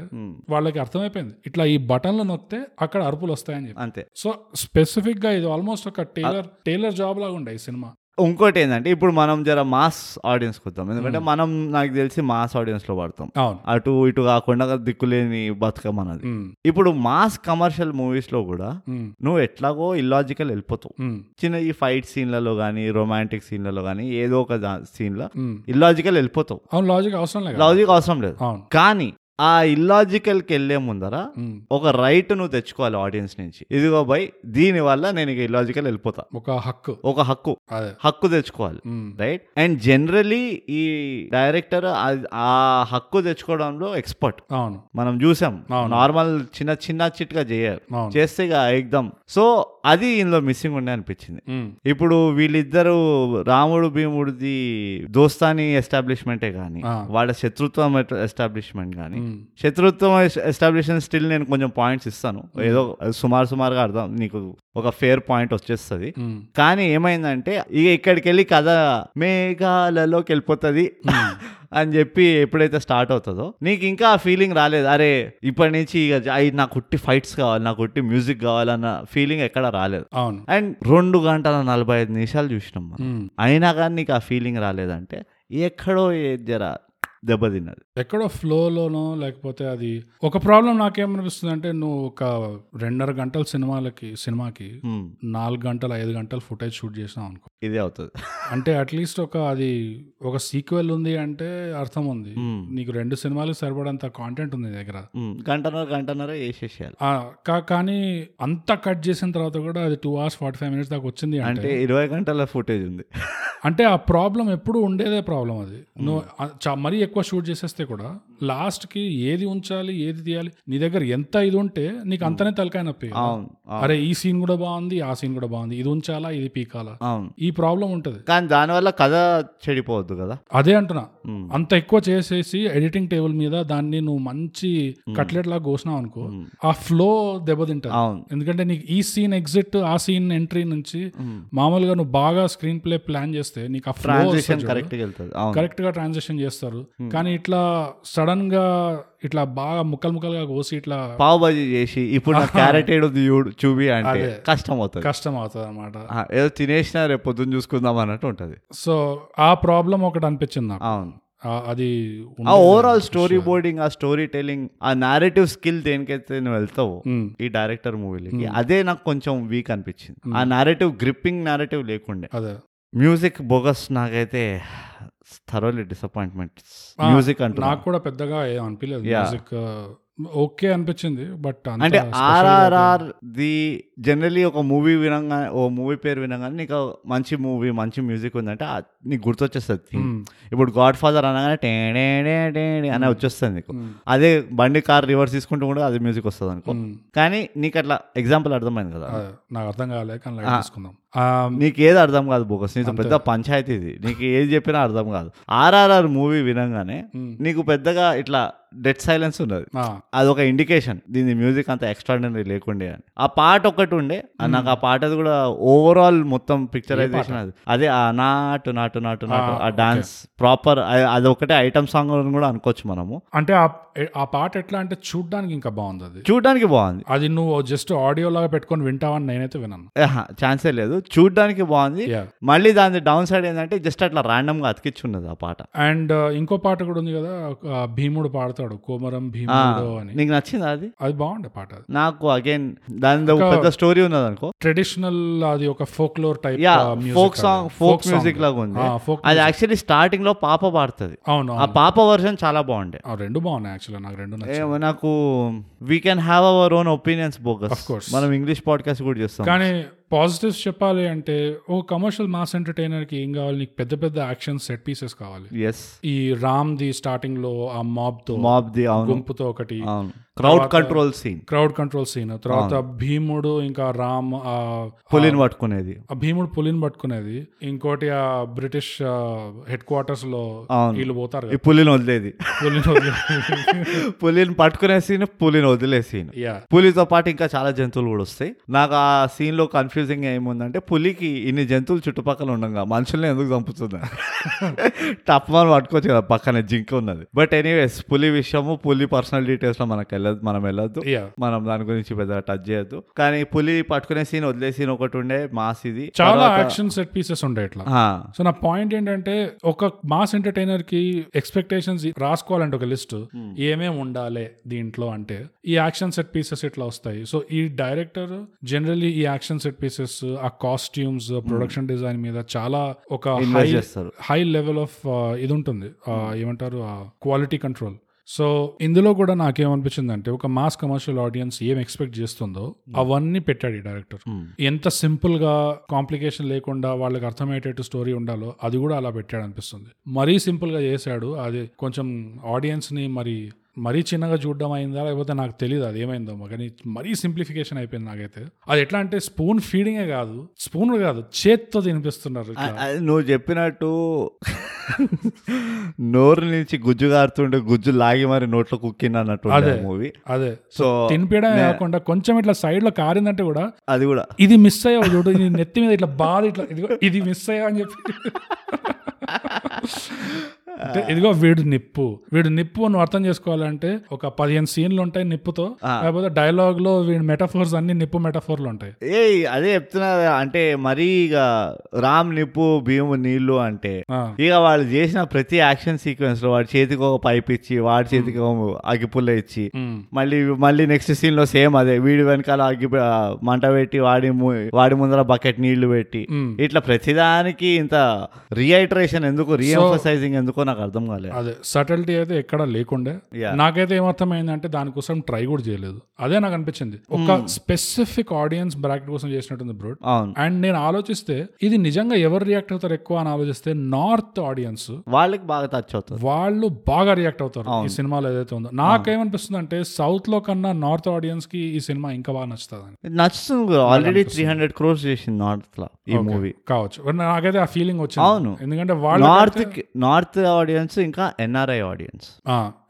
[SPEAKER 1] వాళ్ళకి అర్థమైపోయింది ఇట్లా ఈ బటన్లు నొక్కితే అక్కడ అరుపులు వస్తాయని చెప్పి
[SPEAKER 2] అంతే
[SPEAKER 1] సో స్పెసిఫిక్ గా ఇది ఆల్మోస్ట్ ఒక టైలర్ టైలర్ జాబ్ లాగా ఉండే ఈ సినిమా
[SPEAKER 2] ఇంకోటి ఏంటంటే ఇప్పుడు మనం జర మాస్ ఆడియన్స్ కొద్దాం ఎందుకంటే మనం నాకు తెలిసి మాస్ ఆడియన్స్ లో పడతాం
[SPEAKER 1] అవును Hmm,
[SPEAKER 2] అటు ఇటు కాకుండా దిక్కులేని బతుకం అన్నది
[SPEAKER 1] ఉమ్,
[SPEAKER 2] ఇప్పుడు మాస్ కమర్షియల్ మూవీస్ లో కూడా
[SPEAKER 1] ఉమ్,
[SPEAKER 2] నువ్వు ఎట్లాగో ఇల్లాజికల్ వెళ్ళిపోతావు
[SPEAKER 1] ఉమ్,
[SPEAKER 2] చిన్న ఈ ఫైట్ సీన్లలో కానీ రొమాంటిక్ సీన్లలో కానీ ఏదో ఒక సీన్లో
[SPEAKER 1] ఉమ్.
[SPEAKER 2] ఇల్లాజికల్ వెళ్ళిపోతావు
[SPEAKER 1] hmm. అవును లాజిక్ అవసరం లేదు
[SPEAKER 2] లాజిక్ అవసరం లేదు
[SPEAKER 1] అవును Hmm,
[SPEAKER 2] కానీ ఆ ఇల్లాజికల్కి వెళ్ళే ముందర
[SPEAKER 1] ఉమ్.
[SPEAKER 2] ఒక రైట్ నువ్వు తెచ్చుకోవాలి ఆడియన్స్ నుంచి ఇదిగో బై దీని వల్ల నేను ఇక ఇల్లాజికల్ వెళ్ళిపోతా
[SPEAKER 1] ఒక హక్కు
[SPEAKER 2] ఒక హక్కు
[SPEAKER 1] అదే
[SPEAKER 2] హక్కు తెచ్చుకోవాలి
[SPEAKER 1] ఉమ్,
[SPEAKER 2] రైట్ అండ్ జనరలీ ఈ డైరెక్టర్ ఆ హక్కు తెచ్చుకోవడంలో ఎక్స్పర్ట్
[SPEAKER 1] అవును
[SPEAKER 2] మనం చూసాం
[SPEAKER 1] అవును.
[SPEAKER 2] నార్మల్ చిన్న చిన్న చిట్గా చేయరు
[SPEAKER 1] అవును.
[SPEAKER 2] చేస్తే ఇక ఎగ్దమ్ సో అది ఇందులో మిస్సింగ్ ఉండే అనిపించింది
[SPEAKER 1] ఉమ్,
[SPEAKER 2] ఇప్పుడు వీళ్ళిద్దరు రాముడు భీముడిది దోస్తాని ఎస్టాబ్లిష్మెంటే కానీ
[SPEAKER 1] ఆ.
[SPEAKER 2] వాళ్ళ శత్రుత్వం ఎస్టాబ్లిష్మెంట్ కానీ
[SPEAKER 1] ఉమ్,
[SPEAKER 2] శత్రుత్వం ఎస్టాబ్లిషన్ స్టిల్ నేను కొంచెం పాయింట్స్ ఇస్తాను ఏదో సుమారు సుమారుగా అర్థం నీకు ఒక ఫేర్ పాయింట్ వచ్చేస్తుంది
[SPEAKER 1] ఉమ్.
[SPEAKER 2] కానీ ఏమైందంటే ఇక ఇక్కడికి వెళ్ళి కథ మేఘాలలోకి వెళ్ళిపోతుంది అని చెప్పి ఎప్పుడైతే స్టార్ట్ అవుతుందో నీకు ఇంకా ఆ ఫీలింగ్ రాలేదు అరే ఇప్పటి నుంచి ఇక అయి నాకు ఉట్టి ఫైట్స్ కావాలి నాకు ఉట్టి మ్యూజిక్ కావాలన్న ఫీలింగ్ ఎక్కడ రాలేదు
[SPEAKER 1] అవును
[SPEAKER 2] అండ్ రెండు గంటల నలభై ఐదు నిమిషాలు చూసినాం మనం
[SPEAKER 1] ఉమ్.
[SPEAKER 2] అయినా కానీ నీకు ఆ ఫీలింగ్ రాలేదంటే ఎక్కడో ఏ జర దెబ్బతిన్నది
[SPEAKER 1] ఎక్కడో ఫ్లోలోనో లేకపోతే అది ఒక ప్రాబ్లం నాకేమనిపిస్తుంది అంటే నువ్వు ఒక రెండున్నర గంటల సినిమాలకి సినిమాకి
[SPEAKER 2] హ్మ్.
[SPEAKER 1] నాలుగు గంటలు ఐదు గంటలు ఫుటేజ్ షూట్ చేసినాం అనుకో
[SPEAKER 2] ఇదే అవుతుంది
[SPEAKER 1] అంటే అట్లీస్ట్ ఒక అది ఒక సీక్వెల్ ఉంది అంటే అర్థం ఉంది
[SPEAKER 2] హ్మ్.
[SPEAKER 1] నీకు రెండు సినిమాలకు సరిపడంత కాంటెంట్ ఉంది నీ దగ్గర
[SPEAKER 2] హ్మ్. గంటన్నర గంటన్నర వేసేసేయాలి
[SPEAKER 1] ఆ, కా- కానీ అంతా కట్ చేసిన తర్వాత కూడా అది two hours forty five minutes దాకా వచ్చింది అంటే
[SPEAKER 2] అంటే ఇరవై గంటల ఫుటేజ్ ఉంది
[SPEAKER 1] అంటే ఆ ప్రాబ్లం ఎప్పుడు ఉండేదే ప్రాబ్లం అది నువ్వు
[SPEAKER 2] Hmm.
[SPEAKER 1] ఆ చా- మరీ ఎక్కువ షూట్ చేసేస్తే కూడా లాస్ట్ కి ఏది ఉంచాలి ఏది తీయాలి నీ దగ్గర ఎంత ఇది ఉంటే
[SPEAKER 2] Hmm.
[SPEAKER 1] నీకు అంతనే తలకాయ నొప్పి కదా.
[SPEAKER 2] అవును అవును,
[SPEAKER 1] అరే ఈ సీన్ కూడా బాగుంది ఆ సీన్ కూడా బాగుంది ఇది ఉంచాలా ఇది పీకాలా
[SPEAKER 2] అవును
[SPEAKER 1] ఈ ప్రాబ్లం ఉంటది
[SPEAKER 2] కానీ దానివల్ల కథ చెడిపోవద్దు కదా
[SPEAKER 1] అదే అంటున్నా
[SPEAKER 2] హ్మ్.
[SPEAKER 1] అంత ఎక్కువ చేసేసి ఎడిటింగ్ టేబుల్ మీద దాన్ని నువ్వు మంచి
[SPEAKER 2] Hmm.
[SPEAKER 1] కట్లెట్ లాగా కోసినావు అనుకో ఆ ఫ్లో దెబ్బతింటది
[SPEAKER 2] అవును
[SPEAKER 1] ఎందుకంటే నీకు ఈ సీన్ ఎగ్జిట్ ఆ సీన్ ఎంట్రీ నుంచి
[SPEAKER 2] Hmm.
[SPEAKER 1] మామూలుగా నువ్వు బాగా స్క్రీన్ ప్లే ప్లాన్ చేస్తే నీకు ఆ ఫ్లో
[SPEAKER 2] ట్రాన్సిషన్ కరెక్ట్గా వెళ్తుంది అవును
[SPEAKER 1] కరెక్ట్ గా ట్రాన్సాక్షన్ చేస్తారు కానీ ఇట్లా సడన్ గా ఇట్లా బాగా ముక్కలు ముక్కలుగా కోసి ఇట్లా
[SPEAKER 2] పావు బాజీ చేసి ఇప్పుడు నా క్యారెట్ ఏడు చూడు చూపి అంటే కష్టం అవుతుంది
[SPEAKER 1] కష్టం అవుతుంది అనమాట
[SPEAKER 2] ఆ, ఏదో తినేసిన రేపు పొద్దున్న చూసుకుందాం అన్నట్టు ఉంటుంది
[SPEAKER 1] సో ఆ ప్రాబ్లం ఒకటి అనిపించింది నాకు
[SPEAKER 2] అవును
[SPEAKER 1] ఆ- అది ఉంది.
[SPEAKER 2] ఆ ఓవరాల్ స్టోరీ బోర్డింగ్ ఆ స్టోరీ టెలింగ్ ఆ నారేటివ్ స్కిల్ దేనికైతే నువ్వు వెళ్తావు
[SPEAKER 1] ఉమ్,
[SPEAKER 2] ఈ డైరెక్టర్ మూవీలకి అదే నాకు కొంచెం వీక్ అనిపించింది ఆ నారేటివ్ గ్రిప్పింగ్ నారేటివ్ లేకుండే
[SPEAKER 1] అదే
[SPEAKER 2] మ్యూజిక్ బోగస్ నాకైతే థరోలీ డిసప్పాయింట్మెంట్ మ్యూజిక్ అంటున్నా
[SPEAKER 1] నాకు కూడా పెద్దగా ఏం అనిపించలేదు
[SPEAKER 2] Yeah.
[SPEAKER 1] మ్యూజిక్ ఓకే అనిపించింది బట్
[SPEAKER 2] అంటే ఆర్ఆర్ఆర్ ది జనరలీ ఒక మూవీ వినంగానే ఓ మూవీ పేరు వినంగానే నీకు మంచి మూవీ మంచి మ్యూజిక్ ఉందంటే ఆ- నీకు గుర్తొచ్చేస్తుంది theme. ఇప్పుడు గాడ్ ఫాదర్ అనగానే టేడే టేడే అని వచ్చేస్తుంది నీకు అదే బండి కార్ రివర్స్ తీసుకుంటూ కూడా అది మ్యూజిక్ వస్తుంది అనుకో కానీ నీకు అట్లా ఎగ్జాంపుల్ అర్థమైంది కదా
[SPEAKER 1] నాకు అర్థం కాలే కానీ లైట్ తీసుకుందాం ఆ,
[SPEAKER 2] నీకు ఏది అర్థం కాదు బోకస్ నీతో పెద్ద పంచాయతీ ఇది నీకు ఏది చెప్పినా అర్థం కాదు ఆర్ఆర్ఆర్ మూవీ వినంగానే
[SPEAKER 1] ఉమ్,
[SPEAKER 2] నీకు పెద్దగా ఇట్లా డెడ్ సైలెన్స్ ఉన్నది
[SPEAKER 1] ఆ,
[SPEAKER 2] అదొక ఇండికేషన్ దీని మ్యూజిక్ అంత ఎక్స్ట్రాడినరీ లేకుండే అని ఆ పాట ఒకటి ఉండే ఆ నాకు ఆ పాట అది కూడా ఓవరాల్ మొత్తం పిక్చరైజేషన్ అది అదే ఆ నాటు నాటు నాటు నాటు ఆ డాన్స్ ప్రాపర్ అది ఒకటే ఐటమ్ సాంగ్ అని కూడా అనుకోవచ్చు మనము
[SPEAKER 1] అంటే ఆ- ఆ పాట ఎట్లా అంటే చూడ్డానికి ఇంకా బాగుంది అది
[SPEAKER 2] చూడడానికి బాగుంది
[SPEAKER 1] అది నువ్వు జస్ట్ ఆడియో లాగా పెట్టుకొని వింటావని నేనైతే విన్నాను
[SPEAKER 2] ఆహా, ఛాన్సే లేదు చూడడానికి బాగుంది
[SPEAKER 1] Yeah.
[SPEAKER 2] మళ్ళీ దాని డౌన్ సైడ్ ఏంటంటే జస్ట్ అట్లా random గా అతికిచ్చి ఉన్నది ఆ పాట
[SPEAKER 1] అండ్ ఇంకో పాట కూడా ఉంది కదా ఆ భీముడు పాడతాడు కోమరం
[SPEAKER 2] ఆ,
[SPEAKER 1] భీముడు అని
[SPEAKER 2] నీకు నచ్చింది అది
[SPEAKER 1] అది బాగుండే పాట అది
[SPEAKER 2] నాకు అగైన్ దాని పెద్ద స్టోరీ ఉన్నది అనుకో
[SPEAKER 1] ట్రెడిషనల్ అది ఒక folk lore type
[SPEAKER 2] yeah folk song folk music లాగా ఉంది
[SPEAKER 1] ఫోక్
[SPEAKER 2] అది యాక్చువల్లీ స్టార్టింగ్ లో పాప పాడుతుంది
[SPEAKER 1] అవును
[SPEAKER 2] ఆ పాప వర్షన్ చాలా బాగుండే
[SPEAKER 1] ఆ, రెండు బాగున్నాయి యాక్చువల్గా నాకు రెండు నచ్చాయి
[SPEAKER 2] ఏమో నాకు we can have our own opinions bogus
[SPEAKER 1] course.
[SPEAKER 2] మనం ఇంగ్లీష్ పాడ్కాస్ట్ కూడా చేస్తాం
[SPEAKER 1] కానీ పాజిటివ్స్ చెప్పాలి అంటే ఓ కమర్షియల్ మాస్ ఎంటర్టైనర్ కి ఏం కావాలి నీకు పెద్ద పెద్ద యాక్షన్ సెట్ పీసెస్ కావాలి
[SPEAKER 2] ఎస్
[SPEAKER 1] ఈ రామ్ ది స్టార్టింగ్ లో ఆ మాబ్ తో
[SPEAKER 2] మాబ్ ది అవును
[SPEAKER 1] గుంపుతో ఒకటి
[SPEAKER 2] అవును crowd control scene
[SPEAKER 1] crowd control scene తర్వాత భీముడు ఇంకా రామ్ ఆ
[SPEAKER 2] పులిని పట్టుకునేది
[SPEAKER 1] ఆ భీముడు పులిని పట్టుకునేది ఇంకోటి ఆ బ్రిటిష్ హెడ్ క్వార్టర్స్ లో
[SPEAKER 2] అవును.
[SPEAKER 1] వీళ్ళు పోతారు
[SPEAKER 2] ఈ
[SPEAKER 1] కదా,
[SPEAKER 2] పులిని వదిలేది
[SPEAKER 1] పులిని
[SPEAKER 2] పులిని పట్టుకునే సీన్ పులిని వదిలే సీన్
[SPEAKER 1] యా
[SPEAKER 2] పులితో పాటు ఇంకా చాలా జంతువులు కూడా వస్తాయి నాకు ఆ సీన్ లో కన్ఫ్యూజింగ్ ఏముందంటే పులికి ఇన్ని జంతువులు చుట్టుపక్కల ఉండగా మనుషుల్ని ఎందుకు చంపుతుంది టప్ మనం పట్టుకోవచ్చు కదా పక్కనే జింక ఉన్నది బట్ ఎనీవేస్ పులి విషయము పులి పర్సనల్ డీటెయిల్స్ లో మనకు వెళ్ళదు మనం వెళ్ళొద్దు
[SPEAKER 1] యా
[SPEAKER 2] మనం దాని గురించి పెద్దగా టచ్ చేయొద్దు కానీ పులి పట్టుకునే సీన్ వదిలే సీన్ ఒకటి ఉండే మాస్ ఇది
[SPEAKER 1] చాలా
[SPEAKER 2] తర్వాత-
[SPEAKER 1] యాక్షన్ సెట్ పీసెస్ ఉండే ఇట్లా
[SPEAKER 2] ఆ,
[SPEAKER 1] సో నా పాయింట్ ఏంటంటే ఒక మాస్ ఎంటర్టైనర్ కి ఎక్స్పెక్టేషన్స్ రాసుకోవాలంటే ఒక లిస్ట్ ఏమేమి ఉండాలి దీంట్లో అంటే ఈ యాక్షన్ సెట్ పీసెస్ ఇట్లా వస్తాయి సో ఈ డైరెక్టర్ జనరల్లీ ఈ యాక్షన్ సెట్ పీసెస్ ఆ కాస్ట్యూమ్స్ ప్రొడక్షన్ డిజైన్ మీద చాలా ఒక హై
[SPEAKER 2] invest చేస్తారు
[SPEAKER 1] హై లెవెల్ ఆఫ్ ఇది ఉంటుంది ఆ, ఏమంటారు క్వాలిటీ కంట్రోల్ సో ఇందులో కూడా నాకేమనిపించింది అంటే ఒక మాస్ కమర్షియల్ ఆడియన్స్ ఏం ఎక్స్పెక్ట్ చేస్తుందో అవన్నీ పెట్టాడు ఈ డైరెక్టర్
[SPEAKER 2] Hmm.
[SPEAKER 1] ఎంత సింపుల్ గా కాంప్లికేషన్ లేకుండా వాళ్ళకి అర్థమయ్యేటట్టు స్టోరీ ఉండాలో అది కూడా అలా పెట్టాడు అనిపిస్తుంది మరీ సింపుల్ గా చేశాడు అది కొంచెం ఆడియన్స్ ని మరి మరీ చిన్నగా చూడడం అయిందా లేకపోతే నాకు తెలియదు అది ఏమైందో కానీ మరీ సింప్లిఫికేషన్ అయిపోయింది నాకైతే అది ఎట్లా అంటే స్పూన్ ఫీడింగే కాదు స్పూన్ కాదు చేత్తో తినిపిస్తున్నారు
[SPEAKER 2] ఆ,
[SPEAKER 1] ఇట్లా.
[SPEAKER 2] ఆ, నువ్వు చెప్పినట్టు నోరు నుంచి గుజ్జు గారుతుంటే గుజ్జు లాగి మరి నోట్లో కుక్కింది అన్నట్టు మూవీ
[SPEAKER 1] అదే
[SPEAKER 2] సో
[SPEAKER 1] తినిపించడమే కాకుండా కొంచెం ఇట్లా సైడ్ లో కారిందంటే కూడా
[SPEAKER 2] అది కూడా
[SPEAKER 1] ఇది మిస్ అయ్యావు చూడు ఇది నెత్తి మీద ఇట్లా బాధ ఇట్లా ఇదిగో ఇది మిస్ అయ్యా అని చెప్పి అంటే ఇదిగో వీడు నిప్పు వీడు నిప్పు నువ్వు అర్థం చేసుకోవాలంటే ఒక పదిహేను సీన్లు ఉంటాయి నిప్పుతో లేకపోతే డైలాగ్ లో వీడి మెటఫోర్స్ అన్ని నిప్పు మెటఫోర్లు ఉంటాయి
[SPEAKER 2] ఏ అదే చెప్తున్నా కదా, అంటే మరీ ఇక రామ్ నిప్పు భీము నీళ్లు అంటే
[SPEAKER 1] ఆ,
[SPEAKER 2] ఇక వాళ్ళు చేసిన ప్రతి యాక్షన్ సీక్వెన్స్ లో వాడి చేతికి ఒక పైప్ ఇచ్చి వాడి చేతికి ఒక అగ్గిపుల్ల ఇచ్చి
[SPEAKER 1] ఉమ్,
[SPEAKER 2] మళ్ళీ మళ్ళీ నెక్స్ట్ సీన్ లో సేమ్ అదే వీడి వెనకాల అగ్గి ఆ, మంట పెట్టి వాడి ము- వాడి ముందర బకెట్ నీళ్లు పెట్టి
[SPEAKER 1] ఉమ్.
[SPEAKER 2] ఇట్లా ప్రతిదానికి ఇంత రీఐటరేషన్ ఎందుకు రీఎంఫసైజింగ్ ఎందుకో నాకు అర్థం కాలేదు
[SPEAKER 1] అదే సటిల్టీ అయితే ఎక్కడా లేకుండే
[SPEAKER 2] Yeah.
[SPEAKER 1] నాకైతే ఏమర్థమైందంటే దానికోసం ట్రై కూడా చేయలేదు అదే నాకు అనిపించింది ఒక స్పెసిఫిక్ ఆడియన్స్ బ్రాకెట్ కోసం చేసినట్టుంది బ్రోడ్
[SPEAKER 2] అవును
[SPEAKER 1] అండ్ నేను ఆలోచిస్తే ఇది నిజంగా ఎవరు రియాక్ట్ అవుతారు ఎక్కువ అని ఆలోచిస్తే నార్త్ ఆడియన్స్
[SPEAKER 2] వాళ్ళకి బాగా టచ్ అవుతుంది
[SPEAKER 1] వాళ్ళు బాగా రియాక్ట్ అవుతారు ఈ సినిమాలో ఏదైతే ఉందో నాకేమనిపిస్తుంది అంటే సౌత్ లో కన్నా నార్త్ ఆడియన్స్ కి ఈ సినిమా ఇంకా బాగా నచ్చుతుంది అని
[SPEAKER 2] నచ్చుతుంది ఆల్రెడీ త్రీ హండ్రెడ్ క్రోర్స్ చేసింది నార్త్ లో ఈ మూవీ
[SPEAKER 1] కావచ్చు మరి నాకైతే ఆ ఫీలింగ్
[SPEAKER 2] అవును.
[SPEAKER 1] వచ్చింది ఎందుకంటే వాళ్ళు
[SPEAKER 2] నార్త్ నార్త్ ఆడియన్స్ ఇంకా ఎన్ఆర్ఐ ఆడియన్స్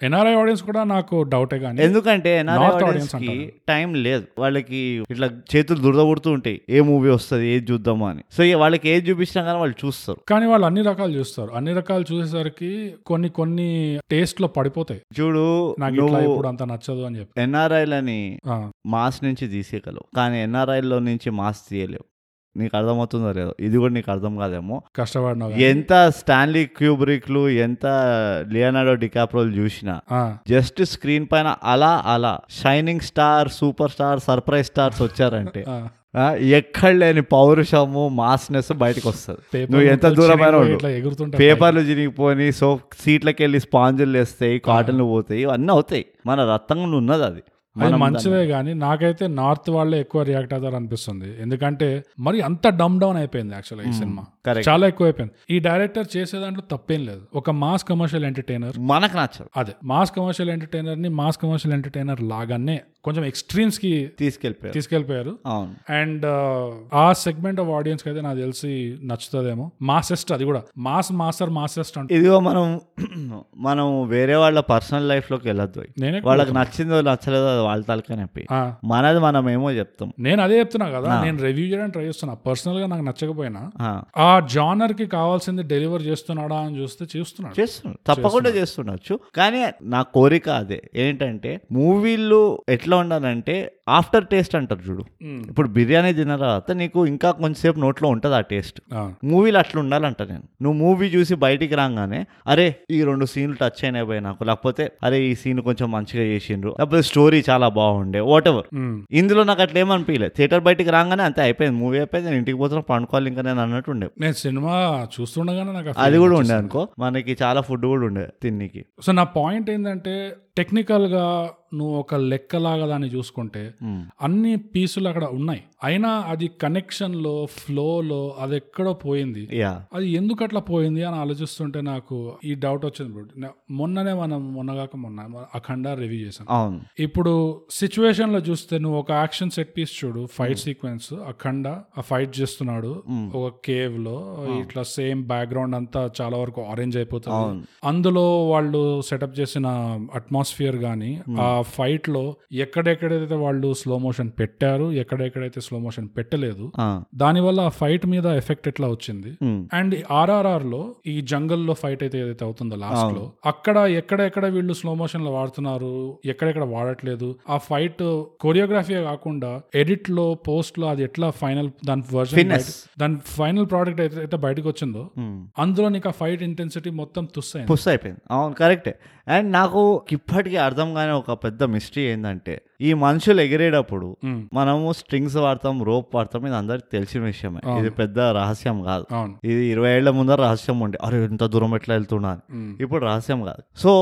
[SPEAKER 1] ఎన్ఆర్ఐ ఆడియన్స్ కూడా నాకు డౌటే కానీ
[SPEAKER 2] ఎందుకంటే ఎన్ఆర్ఐ
[SPEAKER 1] North audience
[SPEAKER 2] ఆడియన్స్ కి టైం లేదు వాళ్ళకి ఇట్లా చేతులు దురదబుడుతూ ఉంటాయి ఏ మూవీ వస్తుంది ఏది చూద్దామా అని సో ఇక వాళ్ళకి ఏది చూపించినా కానీ వాళ్ళు చూస్తారు
[SPEAKER 1] కానీ వాళ్ళు అన్ని రకాలు చూస్తారు అన్ని రకాలు చూసేసరికి కొన్ని కొన్ని టేస్ట్ లో పడిపోతాయి
[SPEAKER 2] చూడు
[SPEAKER 1] నాకు ఇట్లా
[SPEAKER 2] నువ్వు
[SPEAKER 1] ఇప్పుడు అంత నచ్చదు అని చెప్పి
[SPEAKER 2] ఎన్ఆర్ఐలని
[SPEAKER 1] ఆ,
[SPEAKER 2] మాస్ నుంచి తీసేయగలవు కానీ ఎన్ఆర్ఐలో నుంచి మాస్ తీయలేవు నీకు అర్థమవుతుందో లేదో ఇది కూడా నీకు అర్థం కాదేమో
[SPEAKER 1] కష్టపడినా కానీ.
[SPEAKER 2] ఎంత స్టాన్లీ క్యూబ్రిక్లు ఎంత లియనాడో డికాప్రోలు చూసినా
[SPEAKER 1] ఆ,
[SPEAKER 2] జస్ట్ స్క్రీన్ పైన అలా అలా shining star super star surprise stars వచ్చారంటే
[SPEAKER 1] ఆ.
[SPEAKER 2] ఆ, ఎక్కడ లేని పౌరుషము మాస్నెస్ బయటకు వస్తుంది
[SPEAKER 1] Paper
[SPEAKER 2] నువ్వు ఎంత
[SPEAKER 1] ముక్కలు
[SPEAKER 2] దూరమైన
[SPEAKER 1] చిరిగిపోయి
[SPEAKER 2] వాడు.
[SPEAKER 1] ఇట్లా ఎగురుతుంటే
[SPEAKER 2] పేపర్లు చినిగిపోయి సో సీట్లకి వెళ్ళి స్పాంజులు వేస్తాయి కాటన్లు పోతాయి ఇవన్నీ అవుతాయి మన రక్తంలో ఉన్నది అది
[SPEAKER 1] అది
[SPEAKER 2] మనం
[SPEAKER 1] మంచిదే కానీ నాకైతే నార్త్ వాళ్ళే ఎక్కువ రియాక్ట్ అవుతారు అనిపిస్తుంది ఎందుకంటే మరి అంత డమ్ డౌన్ అయిపోయింది యాక్చువల్గా ఈ సినిమా
[SPEAKER 2] correct.
[SPEAKER 1] చాలా ఎక్కువ అయిపోయింది ఈ డైరెక్టర్ చేసే దాంట్లో తప్పేం లేదు ఒక మాస్ కమర్షియల్ ఎంటర్టైనర్
[SPEAKER 2] మనకు నచ్చదు
[SPEAKER 1] అదే మాస్ కమర్షియల్ ఎంటర్టైనర్ ని మాస్ కమర్షియల్ ఎంటర్టైనర్ లాగానే కొంచెం ఎక్స్ట్రీమ్స్ కి
[SPEAKER 2] తీసుకెళ్ళిపోయారు
[SPEAKER 1] తీసుకెళ్లిపోయారు
[SPEAKER 2] అవును
[SPEAKER 1] అండ్ ఆ సెగ్మెంట్ ఆఫ్ ఆడియన్స్ కి అయితే నాకు తెలిసి నచ్చుతుందేమో మాసెస్ట్ అది కూడా మాస్ మాస్టర్ మాసెస్ట్ అంటే
[SPEAKER 2] ఇదిగో మనం మనం వేరే వాళ్ళ పర్సనల్ లైఫ్ లోకి వెళ్ళొద్దు
[SPEAKER 1] నేనే
[SPEAKER 2] వాళ్ళకి నచ్చిందో నచ్చలేదో అది వాళ్ళ తలకే నొప్పి
[SPEAKER 1] ఆ,
[SPEAKER 2] మనది మనం ఏమో చెప్తాం
[SPEAKER 1] నేను అదే చెప్తున్నా కదా నేను రివ్యూ చేయడానికి ట్రై చేస్తున్నా పర్సనల్ గా నాకు నచ్చకపోయినా
[SPEAKER 2] ఆ,
[SPEAKER 1] ఆ జానర్ కి కావాల్సింది డెలివర్ చేస్తున్నాడా అని చూస్తే చూస్తున్నాడు
[SPEAKER 2] చేస్తున్నాడు తప్పకుండా చేస్తుండొచ్చు కానీ నా కోరిక అదే ఏంటంటే మూవీలు ఎట్లా ఉండాలంటే ఆఫ్టర్ టేస్ట్ అంటారు చూడు
[SPEAKER 1] మ్మ్.
[SPEAKER 2] ఇప్పుడు బిర్యానీ తిన్న తర్వాత నీకు ఇంకా కొంచెంసేపు నోట్లో ఉంటుంది ఆ టేస్ట్
[SPEAKER 1] ఆ,
[SPEAKER 2] మూవీలు అట్లా ఉండాలంట నేను నువ్వు మూవీ చూసి బయటికి రాగానే అరే ఈ రెండు సీన్లు టచ్ అయినాయి పోయి నాకు లేకపోతే అరే ఈ సీన్ కొంచెం మంచిగా చేసిండ్రు లేకపోతే స్టోరీ చాలా బాగుండే వాట్ ఎవర్
[SPEAKER 1] ఉమ్,
[SPEAKER 2] ఇందులో నాకు అట్లా ఏమనిపించలేదు థియేటర్ బయటికి రాగానే అంతే అయిపోయింది మూవీ అయిపోయింది నేను ఇంటికి పోతున్నా పండుకోవాలి ఇంకా నేను అన్నట్టు ఉండే
[SPEAKER 1] నేను సినిమా చూస్తుండగానే నాకు ఆ
[SPEAKER 2] అది
[SPEAKER 1] feeling
[SPEAKER 2] కూడా ఉండే
[SPEAKER 1] వచ్చేసింది.
[SPEAKER 2] అనుకో మనకి చాలా ఫుడ్ కూడా ఉండే తిన్నికి
[SPEAKER 1] సో నా పాయింట్ ఏంటంటే టెక్నికల్ గా నువ్వు ఒక లెక్కలాగా దాన్ని చూసుకుంటే
[SPEAKER 2] మ్మ్.
[SPEAKER 1] అన్ని పీసులు అక్కడ ఉన్నాయి అయినా అది కనెక్షన్ లో ఫ్లో లో అది ఎక్కడో పోయింది
[SPEAKER 2] యా
[SPEAKER 1] అది ఎందుకు అట్లా పోయింది అని ఆలోచిస్తుంటే నాకు ఈ డౌట్ వచ్చింది bro. నా- మొన్ననే మనం మొన్నగాక మొన్న మన అఖండ రివ్యూ చేశాం
[SPEAKER 2] అవును
[SPEAKER 1] ఇప్పుడు సిచ్యువేషన్ లో చూస్తే నువ్వు ఒక యాక్షన్ సెట్ పీస్ చూడు ఫైట్ సీక్వెన్స్ అఖండ ఆ ఫైట్ చేస్తున్నాడు ఒక కేవ్ లో ఇట్లా సేమ్ బ్యాక్గ్రౌండ్ అంతా చాలా వరకు ఆరెంజ్ అయిపోతుంది అందులో వాళ్ళు సెటప్ చేసిన అట్మాస్ఫియర్ గానీ ఆ ఫైట్ లో ఎక్కడెక్కడైతే వాళ్ళు స్లో మోషన్ పెట్టారు ఎక్కడెక్కడైతే స్లో మోషన్ పెట్టలేదు
[SPEAKER 2] ఆ.
[SPEAKER 1] దానివల్ల ఆ ఫైట్ మీద ఎఫెక్ట్ ఎట్లా వచ్చింది
[SPEAKER 2] మ్మ్.
[SPEAKER 1] అండ్ ఆర్ఆర్ఆర్ లో ఈ జంగల్ లో ఫైట్ అయితే ఏదైతే అవుతుందో లాస్ట్ లో అక్కడ ఎక్కడెక్కడ వీళ్ళు స్లో మోషన్ లో వాడుతున్నారు ఎక్కడెక్కడ వాడట్లేదు ఆ ఫైట్ కొరియోగ్రఫీ కాకుండా ఎడిట్ లో పోస్ట్ లో అది ఎట్లా ఫైనల్ దాని వర్షన్
[SPEAKER 2] Finesse.
[SPEAKER 1] దాని ఫైనల్ ప్రోడక్ట్ అయితే బయటకు వచ్చిందో
[SPEAKER 2] మ్మ్.
[SPEAKER 1] అందులో నీకు ఆ ఫైట్ ఇంటెన్సిటీ మొత్తం తుస్సైంది
[SPEAKER 2] పుస్ అయిపోయింది అవును కరెక్టే అండ్ నాకు ఇప్పటికీ అర్థం కాని ఒక పెద్ద మిస్టరీ ఏంటంటే ఈ మనుషులు ఎగిరేటప్పుడు
[SPEAKER 1] మ్మ్.
[SPEAKER 2] మనము స్ట్రింగ్స్ వాడతాం రోప్ వాడతాం ఇది అందరికి తెలిసిన విషయమే ఇది పెద్ద రహస్యం కాదు
[SPEAKER 1] అవును
[SPEAKER 2] ఇది ఇరవై ఏళ్ల ముందర రహస్యం ఉండే అరే ఇంత దూరం ఎట్లా వెళ్తున్నా అని.
[SPEAKER 1] మ్మ్.
[SPEAKER 2] ఇప్పుడు రహస్యం కాదు సో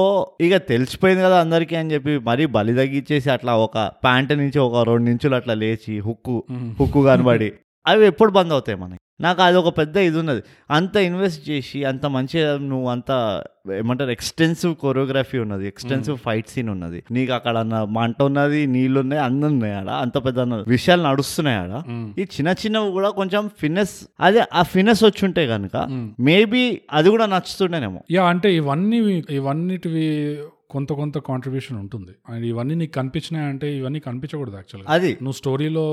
[SPEAKER 2] ఇక తెలిసిపోయింది కదా అందరికీ అని చెప్పి మరీ బలి తగ్గించేసి అట్లా ఒక ప్యాంట్ నుంచి ఒక రెండు నించులు అట్లా లేచి హుక్కు
[SPEAKER 1] మ్మ్.
[SPEAKER 2] హుక్కు కనబడి అవి ఎప్పుడు బంద్ అవుతాయి మనకి నాకు అది ఒక పెద్ద ఇది ఉన్నది అంత ఇన్వెస్ట్ చేసి అంత మంచిగా నువ్వు అంత ఏమంటారు ఎక్స్టెన్సివ్ కొరియోగ్రఫీ ఉన్నది ఎక్స్టెన్సివ్ ఫైట్ సీన్ ఉన్నది నీకు అక్కడ అన్న మంట ఉన్నది నీళ్ళు ఉన్నాయి అన్నీ ఉన్నాయి ఆడ అంత పెద్ద అన్న- విషయాలు నడుస్తున్నాయి ఆడ
[SPEAKER 1] మ్మ్.
[SPEAKER 2] ఈ చిన్న చిన్నవి కూడా కొంచెం ఫినెస్ అదే ఆ ఫినెస్ వచ్చి ఉంటే కనుక
[SPEAKER 1] మ్మ్.
[SPEAKER 2] మేబీ అది కూడా నచ్చుతుండేనేమో
[SPEAKER 1] యా అంటే ఇవన్నీ ఇవన్నిటివి కొంత కొంత కాంట్రిబ్యూషన్ ఉంటుంది అండ్ ఇవన్నీ నీకు కనిపించినాయి అంటే ఇవన్నీ కనిపించకూడదు యాక్చువల్గా
[SPEAKER 2] అది
[SPEAKER 1] నువ్వు స్టోరీలో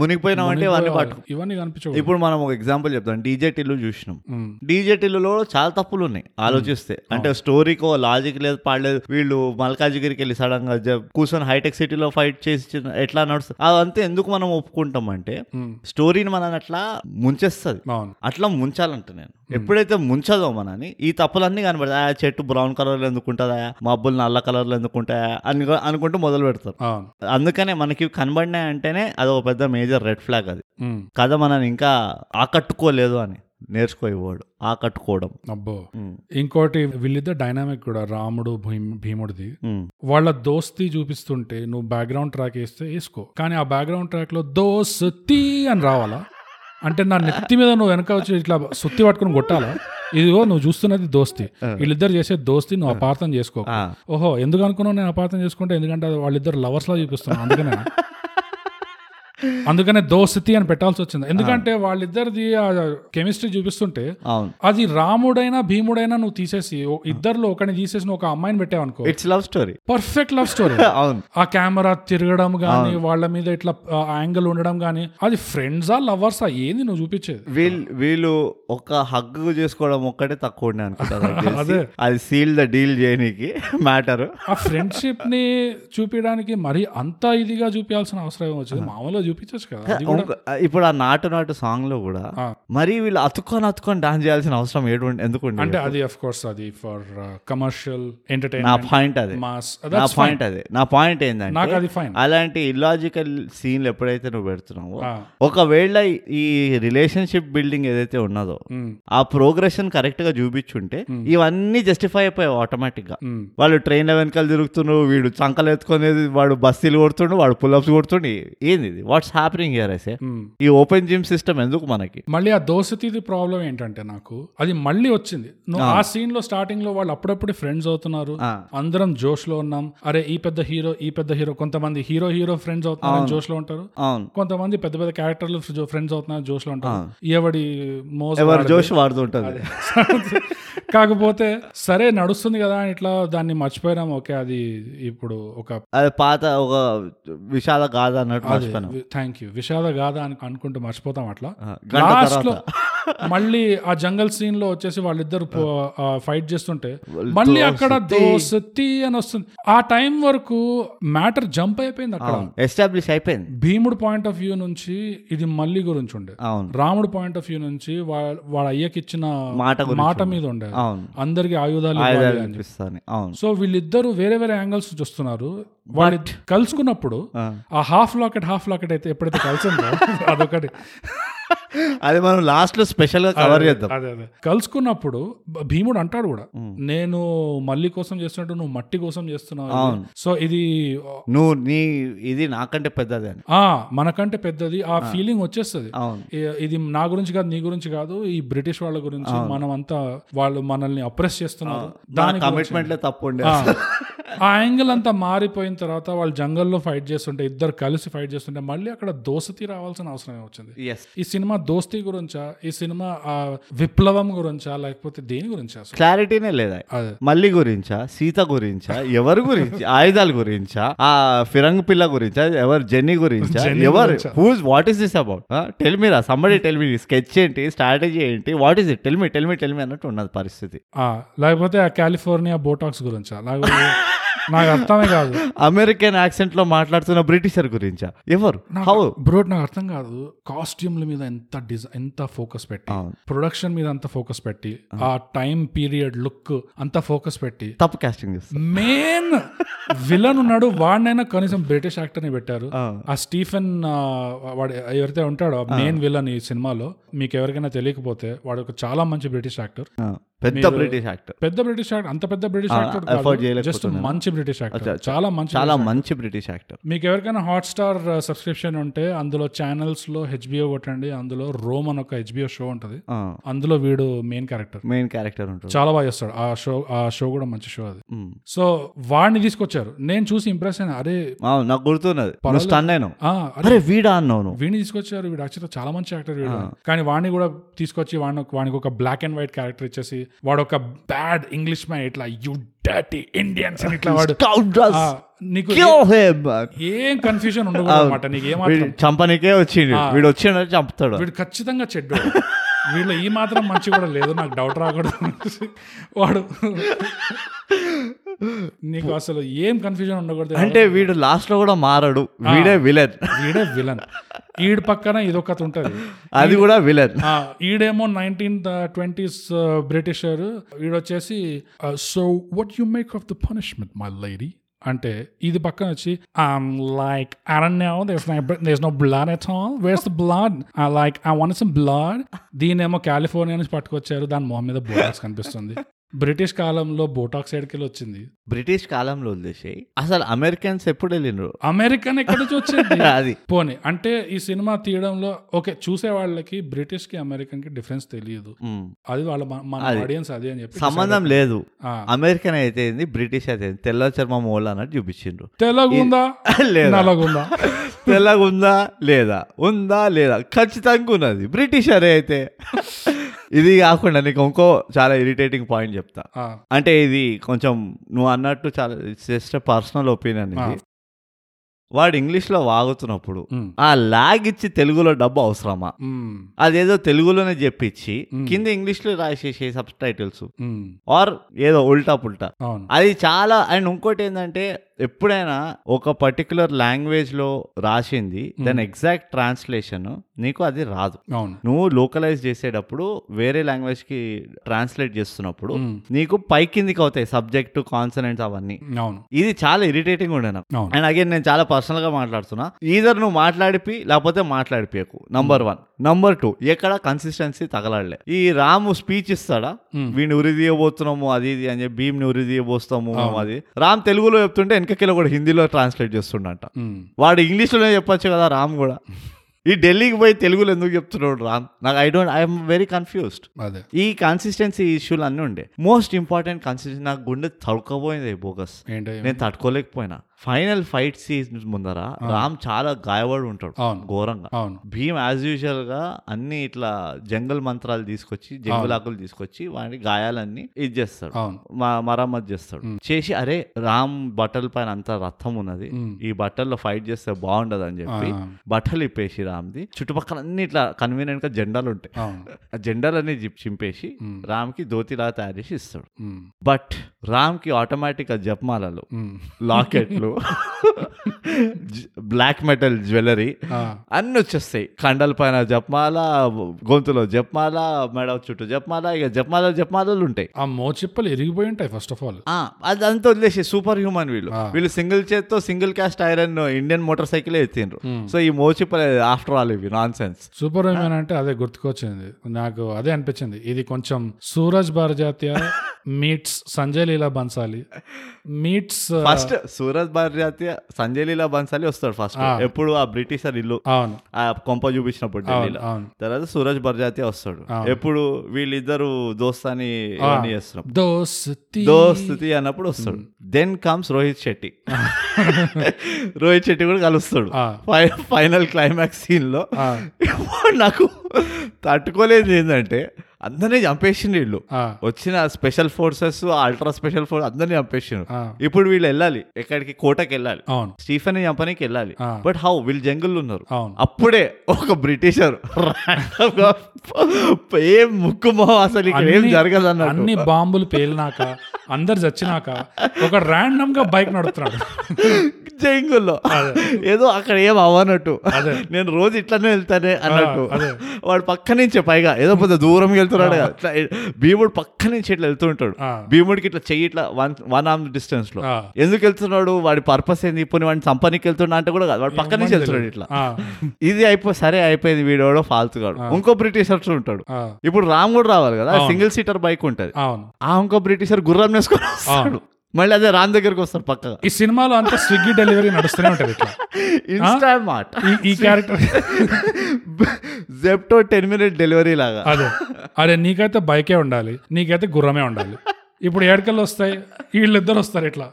[SPEAKER 2] మునిగిపోయినామంటే ఇవన్నీ పట్టు
[SPEAKER 1] ఇవన్నీ కనిపించకూడదు Hmm.
[SPEAKER 2] ఇప్పుడు మనం ఒక ఎగ్జాంపుల్ చెప్తాం డీజే టిల్లు చూసినాం
[SPEAKER 1] ఉమ్,
[SPEAKER 2] డీజే టిల్లులో చాలా తప్పులు ఉన్నాయి ఆలోచిస్తే అంటే స్టోరీకో లాజిక్ లేదు పాడలేదు వీళ్ళు మల్కాజిగిరికి వెళ్ళి సడన్ గా జ- కూర్చొని హైటెక్ సిటీలో ఫైట్ చేసి చిన్న- ఎట్లా నడుస్తుంది అదంతా ఎందుకు మనం ఒప్పుకుంటాం అంటే
[SPEAKER 1] ఉమ్,
[SPEAKER 2] స్టోరీని మనని అట్లా ముంచేస్తుంది
[SPEAKER 1] అవును
[SPEAKER 2] అట్లా ముంచాలంట నేను ఎప్పుడైతే ముంచదో మనని ఈ తప్పులన్నీ కనబడతాయి ఆ చెట్టు బ్రౌన్ కలర్లో ఎందుకు ఉంటుందా మబ్బులు నల్ల కలర్లో ఎందుకు ఉంటాయా అని అనుకుంటూ మొదలు పెడతారు
[SPEAKER 1] అవును
[SPEAKER 2] అందుకనే మనకి కనబడినాయంటేనే అది ఒక పెద్ద మేజర్ రెడ్ ఫ్లాగ్ అది
[SPEAKER 1] ఉమ్,
[SPEAKER 2] కథ మనని ఇంకా ఆకట్టుకోలేదు అని నేర్చుకోవాడు ఆకట్టుకోవడం
[SPEAKER 1] అబ్బో
[SPEAKER 2] ఉమ్,
[SPEAKER 1] ఇంకోటి వీళ్ళిద్దరు డైనామిక్ కూడా రాముడు భీమ్- భీముడిది
[SPEAKER 2] ఉమ్,
[SPEAKER 1] వాళ్ళ దోస్తి చూపిస్తుంటే నువ్వు బ్యాక్గ్రౌండ్ ట్రాక్ వేస్తే వేసుకో కానీ ఆ బ్యాక్గ్రౌండ్ ట్రాక్ లో దోస్తి అని రావాలా అంటే నా నెత్తి మీద నువ్వు వెనక వచ్చి ఇట్లా సుత్తి పట్టుకుని కొట్టాలా ఇదిగో నువ్వు చూస్తున్నది దోస్తి వీళ్ళిద్దరు చేసే దోస్తి నువ్వు అపార్థం చేసుకో
[SPEAKER 2] ఆ.
[SPEAKER 1] ఓహో ఎందుకు అనుకున్నావు నేను అపార్థం చేసుకుంటే ఎందుకంటే అది వాళ్ళిద్దరు లవర్స్ లా చూపిస్తున్నాను అందుకనే అందుకనే దోస్తి అని పెట్టాల్సి వచ్చింది ఎందుకంటే వాళ్ళిద్దరిది కెమిస్ట్రీ చూపిస్తుంటే
[SPEAKER 2] అవును
[SPEAKER 1] అది రాముడైనా భీముడైనా నువ్వు తీసేసి ఓ- ఇద్దర్లో ఒకరిని తీసేసి నువ్వు ఒక అమ్మాయిని పెట్టావనుకో
[SPEAKER 2] it's love story
[SPEAKER 1] perfect love story
[SPEAKER 2] అవును
[SPEAKER 1] ఆ కెమెరా తిరగడం గానీ వాళ్ళ మీద ఇట్లా యాంగిల్ ఉండడం గానీ అది ఫ్రెండ్సా లవర్సా ఏంది నువ్వు చూపించేది
[SPEAKER 2] వీళ్ళు వీళ్ళు ఒక హగ్ చేసుకోవడం ఒక్కటే తక్కువ ఉండే అనుకుంటారు నాకు తెలిసి.
[SPEAKER 1] అదే.
[SPEAKER 2] అది సీల్ ద డీల్ చేయనీకి మ్యాటర్
[SPEAKER 1] ఆ ఫ్రెండ్షిప్ ని చూపించడానికి మరి అంత ఇదిగా చూపించాల్సిన అవసరం ఏం వచ్చింది మామూలుగా చూపించచ్చు కదా అది కూడా
[SPEAKER 2] ఇంకో- ఇప్పుడు ఆ నాటు నాటు సాంగ్ లో కూడా
[SPEAKER 1] ఆ.
[SPEAKER 2] మరి వీళ్ళు అతుక్కొని అతుక్కొని డాన్స్ చేయాల్సిన అవసరం ఏడు ఎందుకు ఉండే?
[SPEAKER 1] అంటే అది అఫ్ కోర్స్ అది uh, ఫర్ కమర్షియల్
[SPEAKER 2] నా
[SPEAKER 1] ఎంటర్టైన్మెంట్
[SPEAKER 2] పాయింట్ అదే
[SPEAKER 1] మాస్
[SPEAKER 2] నా పాయింట్ అదే నా పాయింట్ ఏంటంటే
[SPEAKER 1] నాకు అది ఫైన్
[SPEAKER 2] అలాంటి ఇలాజికల్ సీన్లు ఎప్పుడైతే నువ్వు పెడుతున్నావో ఒకవేళ ఈ రిలేషన్షిప్ బిల్డింగ్ ఏదైతే ఉన్నదో ఆ ప్రోగ్రెషన్ కరెక్ట్ గా చూపించుంటే ఇవన్నీ జస్టిఫై అయిపోయాయి ఆటోమేటిక్ గా వాళ్ళు ట్రైన్ వెనకాల తిరుగుతుండ్రు వీడు చంకలు ఎత్తుకునేది వాడు బస్సీలు కొడుతుండు వాడు పుల్అప్స్ కొడుతుండు ఏంది ఇది వాట్స్ హ్యాపెనింగ్ హియర్ అయితే ఈ ఓపెన్ జిమ్ సిస్టమ్ ఎందుకు మనకి
[SPEAKER 1] మళ్ళీ ఆ దోసతిది ప్రాబ్లం ఏంటంటే నాకు అది మళ్ళీ వచ్చింది నువ్వు ఆ సీన్ లో స్టార్టింగ్ లో వాళ్ళు అప్పుడప్పుడు ఫ్రెండ్స్ అవుతున్నారు
[SPEAKER 2] ఆ.
[SPEAKER 1] అందరం జోష్ లో ఉన్నాం అరే ఈ పెద్ద హీరో ఈ పెద్ద హీరో కొంతమంది హీరో హీరో ఫ్రెండ్స్ అవుతున్నారు జోష్ లో ఉంటారు
[SPEAKER 2] అవును
[SPEAKER 1] కొంతమంది పెద్ద పెద్ద క్యారెక్టర్లు ఫ్రెండ్స్ అవుతున్నారు జోష్ లో ఉంటారు ఎవడి మోస్
[SPEAKER 2] ఎవరు జోష్ వాడుతుంటది
[SPEAKER 1] కాకపోతే సరే నడుస్తుంది కదా అని ఇట్లా దాన్ని మర్చిపోయినాం ఓకే అది ఇప్పుడు ఒక
[SPEAKER 2] అది పాత ఒక విశాల గాథ అన్నట్టు మర్చిపోయినాం
[SPEAKER 1] థ్యాంక్ యూ విషాద గాథ అని అనుకుంటూ మర్చిపోతాం అట్లా
[SPEAKER 2] ఆ, గంట
[SPEAKER 1] లాస్ట్ లో
[SPEAKER 2] తర్వాత
[SPEAKER 1] మళ్ళీ ఆ జంగల్ సీన్ లో వచ్చేసి వాళ్ళిద్దరు ఫైట్ చేస్తుంటే మళ్ళీ అక్కడ దోసతి అని వస్తుంది ఆ టైం వరకు మ్యాటర్ జంప్ అయిపోయింది అక్కడ
[SPEAKER 2] ఎస్టాబ్లిష్ అయిపోయింది
[SPEAKER 1] భీముడు పాయింట్ ఆఫ్ వ్యూ నుంచి ఇది మళ్ళీ గురించి ఉండే
[SPEAKER 2] అవును
[SPEAKER 1] రాముడు పాయింట్ ఆఫ్ వ్యూ నుంచి వా- వాళ్ళ అయ్యకిచ్చిన
[SPEAKER 2] మాట గురించి
[SPEAKER 1] మాట మీద ఉండే
[SPEAKER 2] అవును
[SPEAKER 1] అందరికి ఆయుధాలు ఇవ్వాలి
[SPEAKER 2] ఆయుధాలు
[SPEAKER 1] అని.
[SPEAKER 2] అనిపిస్తాను అవును
[SPEAKER 1] సో వీళ్ళిద్దరూ వేరే వేరే యాంగిల్స్ నుంచి వస్తున్నారు వాళ్ళు కలుసుకున్నప్పుడు ఆ హాఫ్ లాకెట్ హాఫ్ లాకెట్ అయితే ఎప్పుడైతే కలిసిందో అదొకటి
[SPEAKER 2] అది మనం లాస్ట్ లో స్పెషల్ గా కవర్ చేద్దాం
[SPEAKER 1] అదే అదే కలుసుకున్నప్పుడు భ- భీముడు అంటాడు కూడా నేను మల్లి కోసం చేస్తున్నట్టు నువ్వు మట్టి కోసం చేస్తున్నావు
[SPEAKER 2] అవును.
[SPEAKER 1] సో ఇది
[SPEAKER 2] నువ్వు నీ ఇది నాకంటే పెద్దది అని
[SPEAKER 1] ఆ మనకంటే పెద్దది ఆ ఫీలింగ్ వచ్చేస్తుంది
[SPEAKER 2] అవును
[SPEAKER 1] ఏ- ఇది నా గురించి కాదు నీ గురించి కాదు ఈ బ్రిటిష్ వాళ్ళ గురించి మనం అంతా వాళ్ళు మనల్ని అప్రెస్ చేస్తున్నారు
[SPEAKER 2] దాని కమిట్మెంట్ లో తప్పు ఉండే
[SPEAKER 1] ఆ. ఆ యాంగిల్ అంతా మారిపోయిన తర్వాత వాళ్ళు జంగల్లో ఫైట్ చేస్తుంటే ఇద్దరు కలిసి ఫైట్ చేస్తుంటే మళ్ళీ అక్కడ దోసతి రావాల్సిన అవసరం వచ్చింది
[SPEAKER 2] ఎస్
[SPEAKER 1] ఈ సినిమా దోస్తి గురించా ఈ సినిమా ఆ విప్లవం గురించా లేకపోతే దేని గురించా అసలు
[SPEAKER 2] క్లారిటీనే లేదా
[SPEAKER 1] అదే
[SPEAKER 2] మల్లి గురించా సీత గురించా ఎవరి గురించి ఆయుధాల గురించా ఆ ఫిరంగ్ పిల్ల గురించా ఎవరు జెన్నీ గురించా
[SPEAKER 1] జెన్నీ
[SPEAKER 2] ఎవరు
[SPEAKER 1] గురించా?
[SPEAKER 2] Who's what is this about tell మీరా సంబడి టెల్ మీ స్కెచ్ ఏంటి స్ట్రాటజీ ఏంటి what is it tell me tell me tell me అన్నట్టు ఉన్నది పరిస్థితి
[SPEAKER 1] ఆ, లేకపోతే ఆ కాలిఫోర్నియా బోటాక్స్ గురించా లేకపోతే నాకు అర్థమే కాదు
[SPEAKER 2] అమెరికన్ యాక్సెంట్ లో మాట్లాడుతున్న బ్రిటిషర్ గురించా ఎవరు హౌ
[SPEAKER 1] బ్రో నాకు అర్థం కాదు కాస్ట్యూమ్ల మీద ఎంత డిజైన్ ఎంత ఫోకస్ పెట్టి
[SPEAKER 2] అవును.
[SPEAKER 1] ప్రొడక్షన్ మీద అంత ఫోకస్ పెట్టి ఆ టైం పీరియడ్ లుక్ అంత ఫోకస్ పెట్టి
[SPEAKER 2] తప్పు కాస్టింగ్ చేస్తారు
[SPEAKER 1] మెయిన్ విలన్ ఉన్నాడు వాడినైనా కనీసం బ్రిటిష్ యాక్టర్ ని పెట్టారు
[SPEAKER 2] ఆ.
[SPEAKER 1] ఆ స్టీఫెన్ ఆ, వాడు ఎవరైతే ఉంటాడో మెయిన్ విలన్ ఈ సినిమాలో మీకు ఎవరికైనా తెలియకపోతే వాడు ఒక చాలా మంచి బ్రిటిష్ యాక్టర్
[SPEAKER 2] ఆ, పెద్ద బ్రిటిష్ యాక్టర్
[SPEAKER 1] పెద్ద బ్రిటిష్ యాక్టర్ అంత పెద్ద బ్రిటిష్ యాక్టర్
[SPEAKER 2] afford
[SPEAKER 1] కాదు,
[SPEAKER 2] చేయలేకపోతున్నాను.
[SPEAKER 1] జస్ట్ మంచి బ్రిటిష్ యాక్టర్ చాలా మంచి
[SPEAKER 2] చాలా మంచి బ్రిటిష్ యాక్టర్
[SPEAKER 1] మీకు ఎవరికైనా హాట్ స్టార్ సబ్స్క్రిప్షన్ ఉంటే అందులో ఛానల్స్ లో హెచ్బిఓ కొట్టండి అందులో రోమ్ అని ఒక హెచ్బిఓ షో ఉంటది అందులో వీడు మెయిన్ క్యారెక్టర్
[SPEAKER 2] మెయిన్ క్యారెక్టర్ ఉంటుంది
[SPEAKER 1] చాలా బాగా చేస్తాడు ఆ షో ఆ షో కూడా మంచి షో అది
[SPEAKER 2] ఉమ్.
[SPEAKER 1] సో వాడిని తీసుకొచ్చారు నేను చూసి ఇంప్రెస్ అయినా అరే
[SPEAKER 2] అవును నాకు గుర్తున్నది నువ్వు స్టన్ అయినావు
[SPEAKER 1] ఆ, అరే
[SPEAKER 2] అరే వీడా అన్నావు నువ్వు
[SPEAKER 1] వీడిని తీసుకొచ్చారు వీడు యాక్చువల్గా చాలా మంచి యాక్టర్ వీడు కానీ వాడిని కూడా తీసుకొచ్చి వాడిని వానికి ఒక బ్లాక్ అండ్ వైట్ క్యారెక్టర్ ఇచ్చేసి వాడు ఒక బ్యాడ్ ఇంగ్లీష్ మ్యాన్ ఇట్లా యూ డర్టీ ఇండియన్స్ అని ఇట్లా వాడు ఆ, నీకు
[SPEAKER 2] kill him
[SPEAKER 1] ఏ- ఏం కన్ఫ్యూజన్ ఉండకూడదన్నమాట నీకు
[SPEAKER 2] వీడు
[SPEAKER 1] ఏమాత్రం
[SPEAKER 2] చంపనికే వచ్చిండు వీడు వచ్చిండే చంపుతాడు
[SPEAKER 1] వీడు ఖచ్చితంగా చెడ్డు వీళ్ళు ఈ మాత్రం మంచి కూడా లేదు నాకు డౌట్ రాకూడదు వాడు నీకు అసలు ఏం కన్ఫ్యూజన్ ఉండకూడదు
[SPEAKER 2] అంటే వీడు లాస్ట్ లో కూడా మారడు వీడే విలన్
[SPEAKER 1] వీడే విలన్ ఈడు పక్కన ఇదొకటి ఉంటుంది
[SPEAKER 2] అది కూడా విలన్
[SPEAKER 1] ఆ, ఈడేమో నైన్టీన్ ట్వంటీస్ బ్రిటిషర్ ఈడొచ్చేసి so what you make of the punishment my lady అంటే ఇది పక్కన వచ్చి like does no blood at all where's the blood like I want some blood దీనేమో కాలిఫోర్నియా నుంచి పట్టుకొచ్చారు దాని మొహం మీద బోటాక్స్ కనిపిస్తుంది బ్రిటిష్ కాలంలో బోటాక్స్ ఎక్కడికి వచ్చింది
[SPEAKER 2] బ్రిటిష్ కాలంలో వదిలేసాయి అసలు అమెరికన్స్ ఎప్పుడు వెళ్ళిండ్రు
[SPEAKER 1] అమెరికన్ ఎక్కడి నుంచి వచ్చింది
[SPEAKER 2] అది
[SPEAKER 1] పోనీ అంటే ఈ సినిమా తీయడంలో ఓకే చూసే వాళ్ళకి బ్రిటిష్ కి అమెరికన్ కి డిఫరెన్స్ తెలియదు
[SPEAKER 2] ఉమ్.
[SPEAKER 1] అది వాళ్ళ మన- మన
[SPEAKER 2] అది.
[SPEAKER 1] ఆడియన్స్ అది అని చెప్పి
[SPEAKER 2] సంబంధం లేదు
[SPEAKER 1] ఆ.
[SPEAKER 2] అమెరికన్ అయితే ఏంది బ్రిటిష్ అయితే ఏంది తెల్ల చర్మం ఓలా అన్నట్టు చూపించిండ్రు
[SPEAKER 1] తెలుగు ఉందా
[SPEAKER 2] లేదా
[SPEAKER 1] నలగుందా
[SPEAKER 2] తెల్లగా ఉందా లేదా ఉందా లేదా ఖచ్చితంగా ఉన్నది బ్రిటిషరే అయితే ఇది కాకుండా నీకు ఇంకో చాలా ఇరిటేటింగ్ పాయింట్ చెప్తా
[SPEAKER 1] ఆ,
[SPEAKER 2] అంటే ఇది కొంచెం నువ్వు అన్నట్టు చాలా జస్ట్ పర్సనల్ ఒపీనియన్ ఇది వాడు ఇంగ్లీష్లో వాగుతున్నప్పుడు
[SPEAKER 1] ఉమ్,
[SPEAKER 2] ఆ లాగ్ ఇచ్చి తెలుగులో డబ్బు అవసరమా
[SPEAKER 1] ఉమ్,
[SPEAKER 2] అదేదో తెలుగులోనే చెప్పించి
[SPEAKER 1] Hmm.
[SPEAKER 2] కింద ఇంగ్లీష్లో రాసేసే సబ్ టైటిల్స్
[SPEAKER 1] ఉమ్,
[SPEAKER 2] ఆర్ ఏదో ఉల్టా పుల్టా
[SPEAKER 1] అవును
[SPEAKER 2] అది చాలా అండ్ ఇంకోటి ఏంటంటే ఎప్పుడైనా ఒక పర్టికులర్ లాంగ్వేజ్ లో రాసింది దాని ఎగ్జాక్ట్ ట్రాన్స్లేషన్ నీకు అది రాదు
[SPEAKER 1] అవును
[SPEAKER 2] నువ్వు లోకలైజ్ చేసేటప్పుడు వేరే లాంగ్వేజ్ కి ట్రాన్స్లేట్ చేస్తున్నప్పుడు
[SPEAKER 1] ఉమ్,
[SPEAKER 2] నీకు పై కిందికి అవుతాయి సబ్జెక్టు కాన్సనెంట్స్ అవన్నీ
[SPEAKER 1] అవును
[SPEAKER 2] ఇది చాలా ఇరిటేటింగ్ ఉండే నాకు
[SPEAKER 1] అవును
[SPEAKER 2] అండ్ అగైన్ నేను చాలా పర్సనల్ గా మాట్లాడుతున్నా ఈధర్ నువ్వు మాట్లాడిపి లేకపోతే మాట్లాడిపోయకు number
[SPEAKER 1] Hmm.
[SPEAKER 2] One number two ఎక్కడ కన్సిస్టెన్సీ తగలడలే ఈ రాము స్పీచ్ ఇస్తాడా
[SPEAKER 1] Hmm.
[SPEAKER 2] వీడిని ఉరి తీయబోతున్నాము అది ఇది అని చెప్పి భీమ్ని ఉరి తీయబోస్తాము అది రామ్ తెలుగులో చెప్తుంటే వెనకకిలో కూడా హిందీలో ట్రాన్స్లేట్ చేస్తుండంట
[SPEAKER 1] ఉమ్,
[SPEAKER 2] వాడు ఇంగ్లీష్లోనే చెప్పొచ్చు కదా రామ్ కూడా ఈ ఢిల్లీకి పోయి తెలుగులో ఎందుకు చెప్తున్నాడు రామ్ నాకు I don't I'm very confused
[SPEAKER 1] అదే
[SPEAKER 2] ఈ కన్సిస్టెన్సీ ఇష్యూలు అన్నీ ఉండే మోస్ట్ ఇంపార్టెంట్ కన్సిస్టెన్సీ నాకు గుండె తడుకపోయింది బోగస్
[SPEAKER 1] ఏంటి
[SPEAKER 2] నేను తట్టుకోలేకపోయినా ఫైనల్ ఫైట్ సీన్ ముందర రామ్ చాలా గాయపడి ఉంటాడు
[SPEAKER 1] అవును.
[SPEAKER 2] ఘోరంగా
[SPEAKER 1] అవును
[SPEAKER 2] భీమ్ యాజ్ యూజువల్ గా అన్ని ఇట్లా జంగల్ మంత్రాలు తీసుకొచ్చి జంగులాకులు తీసుకొచ్చి వాడి గాయాలన్నీ ఇది చేస్తాడు
[SPEAKER 1] అవును
[SPEAKER 2] మా- మరమ్మతు చేస్తాడు చేసి అరే రామ్ బట్టల పైన అంత రథం ఉన్నది
[SPEAKER 1] ఉమ్.
[SPEAKER 2] ఈ బట్టల్లో ఫైట్ చేస్తే బాగుండదు అని చెప్పి
[SPEAKER 1] ఆ.
[SPEAKER 2] బట్టలు ఇప్పేసి రామ్ది చుట్టుపక్కల అన్ని ఇట్లా కన్వీనియంట్ గా జెండాలు ఉంటాయి
[SPEAKER 1] అవును
[SPEAKER 2] ఆ జెండాలన్నీ జిప్ చింపేసి
[SPEAKER 1] ఉమ్,
[SPEAKER 2] రామ్కి ధోతిలా తయారు చేసి ఇస్తాడు
[SPEAKER 1] ఉమ్,
[SPEAKER 2] బట్ రామ్కి ఆటోమేటిక్ ఆ జపమాలలు
[SPEAKER 1] ఉమ్,
[SPEAKER 2] లాకెట్లు బ్లాక్ మెటల్ జ్యువెలరీ
[SPEAKER 1] ఆ,
[SPEAKER 2] అన్నీ వచ్చేస్తాయి కండల పైన జపమాల గొంతులో జపమాల మెడ చుట్టూ జపమాల ఇక జపమాల జపమాలలు ఉంటాయి
[SPEAKER 1] ఆ మోచిప్పలు ఇరిగిపోయి ఉంటాయి ఫస్ట్ ఆఫ్ ఆల్
[SPEAKER 2] ఆ, అదంతా వదిలేసి సూపర్ హ్యూమన్ వీళ్ళు
[SPEAKER 1] ఆ.
[SPEAKER 2] వీళ్ళు సింగిల్ చేత్తో single cast iron Indian motorcycle ఎత్తిండ్రు సో ఈ మోచిప్పలే ఆఫ్టర్ ఆల్ ఇవి నాన్ సెన్స్
[SPEAKER 1] సూపర్ ఉమెన్ అంటే అదే గుర్తుకొచ్చింది నాకు అదే అనిపించింది ఇది కొంచెం Suraj భారజాత్య meets Sanjay Leela Bhansali meets
[SPEAKER 2] first Suraj Barjatya Sanjay Leela Bhansali వస్తాడు ఫస్ట్ ఎప్పుడు ఆ బ్రిటిషర్ ఇల్లు
[SPEAKER 1] అవును
[SPEAKER 2] ఆ కొంప చూపించినప్పుడు ఢిల్లీలో
[SPEAKER 1] అవును
[SPEAKER 2] తర్వాత సూరజ్ బర్జాతీయ వస్తాడు ఎప్పుడు వీళ్ళిద్దరు దోస్తాని ఇవన్నీ చేస్తున్నప్పుడు
[SPEAKER 1] దోస్తి
[SPEAKER 2] దోస్తుతి అన్నప్పుడు వస్తాడు దెన్ కమ్స్ రోహిత్ శెట్టి రోహిత్ శెట్టి కూడా కలుస్తాడు
[SPEAKER 1] ఆ.
[SPEAKER 2] ఫై- ఫైనల్ క్లైమాక్స్ సీన్ లో
[SPEAKER 1] ఆ.
[SPEAKER 2] ఇప్పుడు నాకు తట్టుకోలేదు ఏంటంటే అందరినీ చంపేసిండు వీళ్ళు
[SPEAKER 1] ఆ,
[SPEAKER 2] వచ్చిన special forces ultra special force అందరినీ చంపేసిండు
[SPEAKER 1] ఆ,
[SPEAKER 2] ఇప్పుడు వీళ్ళు వెళ్ళాలి ఎక్కడికి కోటకి వెళ్ళాలి
[SPEAKER 1] అవును
[SPEAKER 2] స్టీఫెన్ చంపనీకి వెళ్ళాలి
[SPEAKER 1] ఆ.
[SPEAKER 2] బట్ హౌ వీళ్ళు జంగుల్లో ఉన్నారు
[SPEAKER 1] అవును
[SPEAKER 2] అప్పుడే ఒక బ్రిటిషర్ random గా ఏం ముక్కు మొహం అసలు ఇక్కడ ఏం
[SPEAKER 1] అన్ని-
[SPEAKER 2] జరగదు అన్నట్టు
[SPEAKER 1] అన్ని బాంబులు పేలినాక అందరు చచ్చినాక ఒక ర్యాండమ్ గా బైక్ నడుపుతున్నాడు
[SPEAKER 2] జంగుల్లో ఏదో అక్కడ ఏం అవ్వనట్టు
[SPEAKER 1] అదే.
[SPEAKER 2] నేను రోజు ఇట్లానే వెళ్తానే అన్నట్టు
[SPEAKER 1] అదే.
[SPEAKER 2] వాడు పక్క నుంచే పైగా ఏదో పెద్ద దూరం వెళ్తున్నాడు కదా. ఇట్లా భీముడు పక్క నుంచి ఇట్లా వెళ్తుంటాడు
[SPEAKER 1] ఆ.
[SPEAKER 2] భీముడికి ఇట్లా చెయ్యి ఇట్లా వన్ వన్ ఆర్మ్ డిస్టెన్స్ లో
[SPEAKER 1] ఆ.
[SPEAKER 2] ఎందుకు వెళ్తున్నాడు వాడి పర్పస్ ఏంది ఇప్పుడు వాడిని చంపనీకి వెళ్తున్నా అంటే కూడా కాదు వాడు పక్క నుంచి వెళ్తున్నాడు ఇట్లా
[SPEAKER 1] ఆ,
[SPEAKER 2] ఇది అయిపో సరే అయిపోయింది వీడోడో ఫాల్తు గాడు ఇంకో బ్రిటిషర్స్ ఉంటాడు
[SPEAKER 1] ఆ,
[SPEAKER 2] ఇప్పుడు రామ్ కూడా రావాలి కదా సింగిల్ సీటర్ బైక్ ఉంటది
[SPEAKER 1] అవును
[SPEAKER 2] ఆ ఇంకో బ్రిటిషర్ గుర్రం వేసుకొని వస్తాడు మళ్ళీ అదే రామ్ దగ్గరికి వస్తాడు పక్కగా
[SPEAKER 1] ఈ సినిమాలో అంతా స్విగ్గీ డెలివరీ నడుస్తూనే ఉంటది ఇట్లా
[SPEAKER 2] ఇన్స్టా మార్ట్
[SPEAKER 1] ఈ- ఈ character
[SPEAKER 2] Zepto ten minute delivery లాగా
[SPEAKER 1] అదే అరే నీకైతే బైకే ఉండాలి నీకైతే గుర్రమే ఉండాలి ఇప్పుడు ఏడకల్లు వస్తాయి వీళ్ళిద్దరు వస్తారు ఇట్లా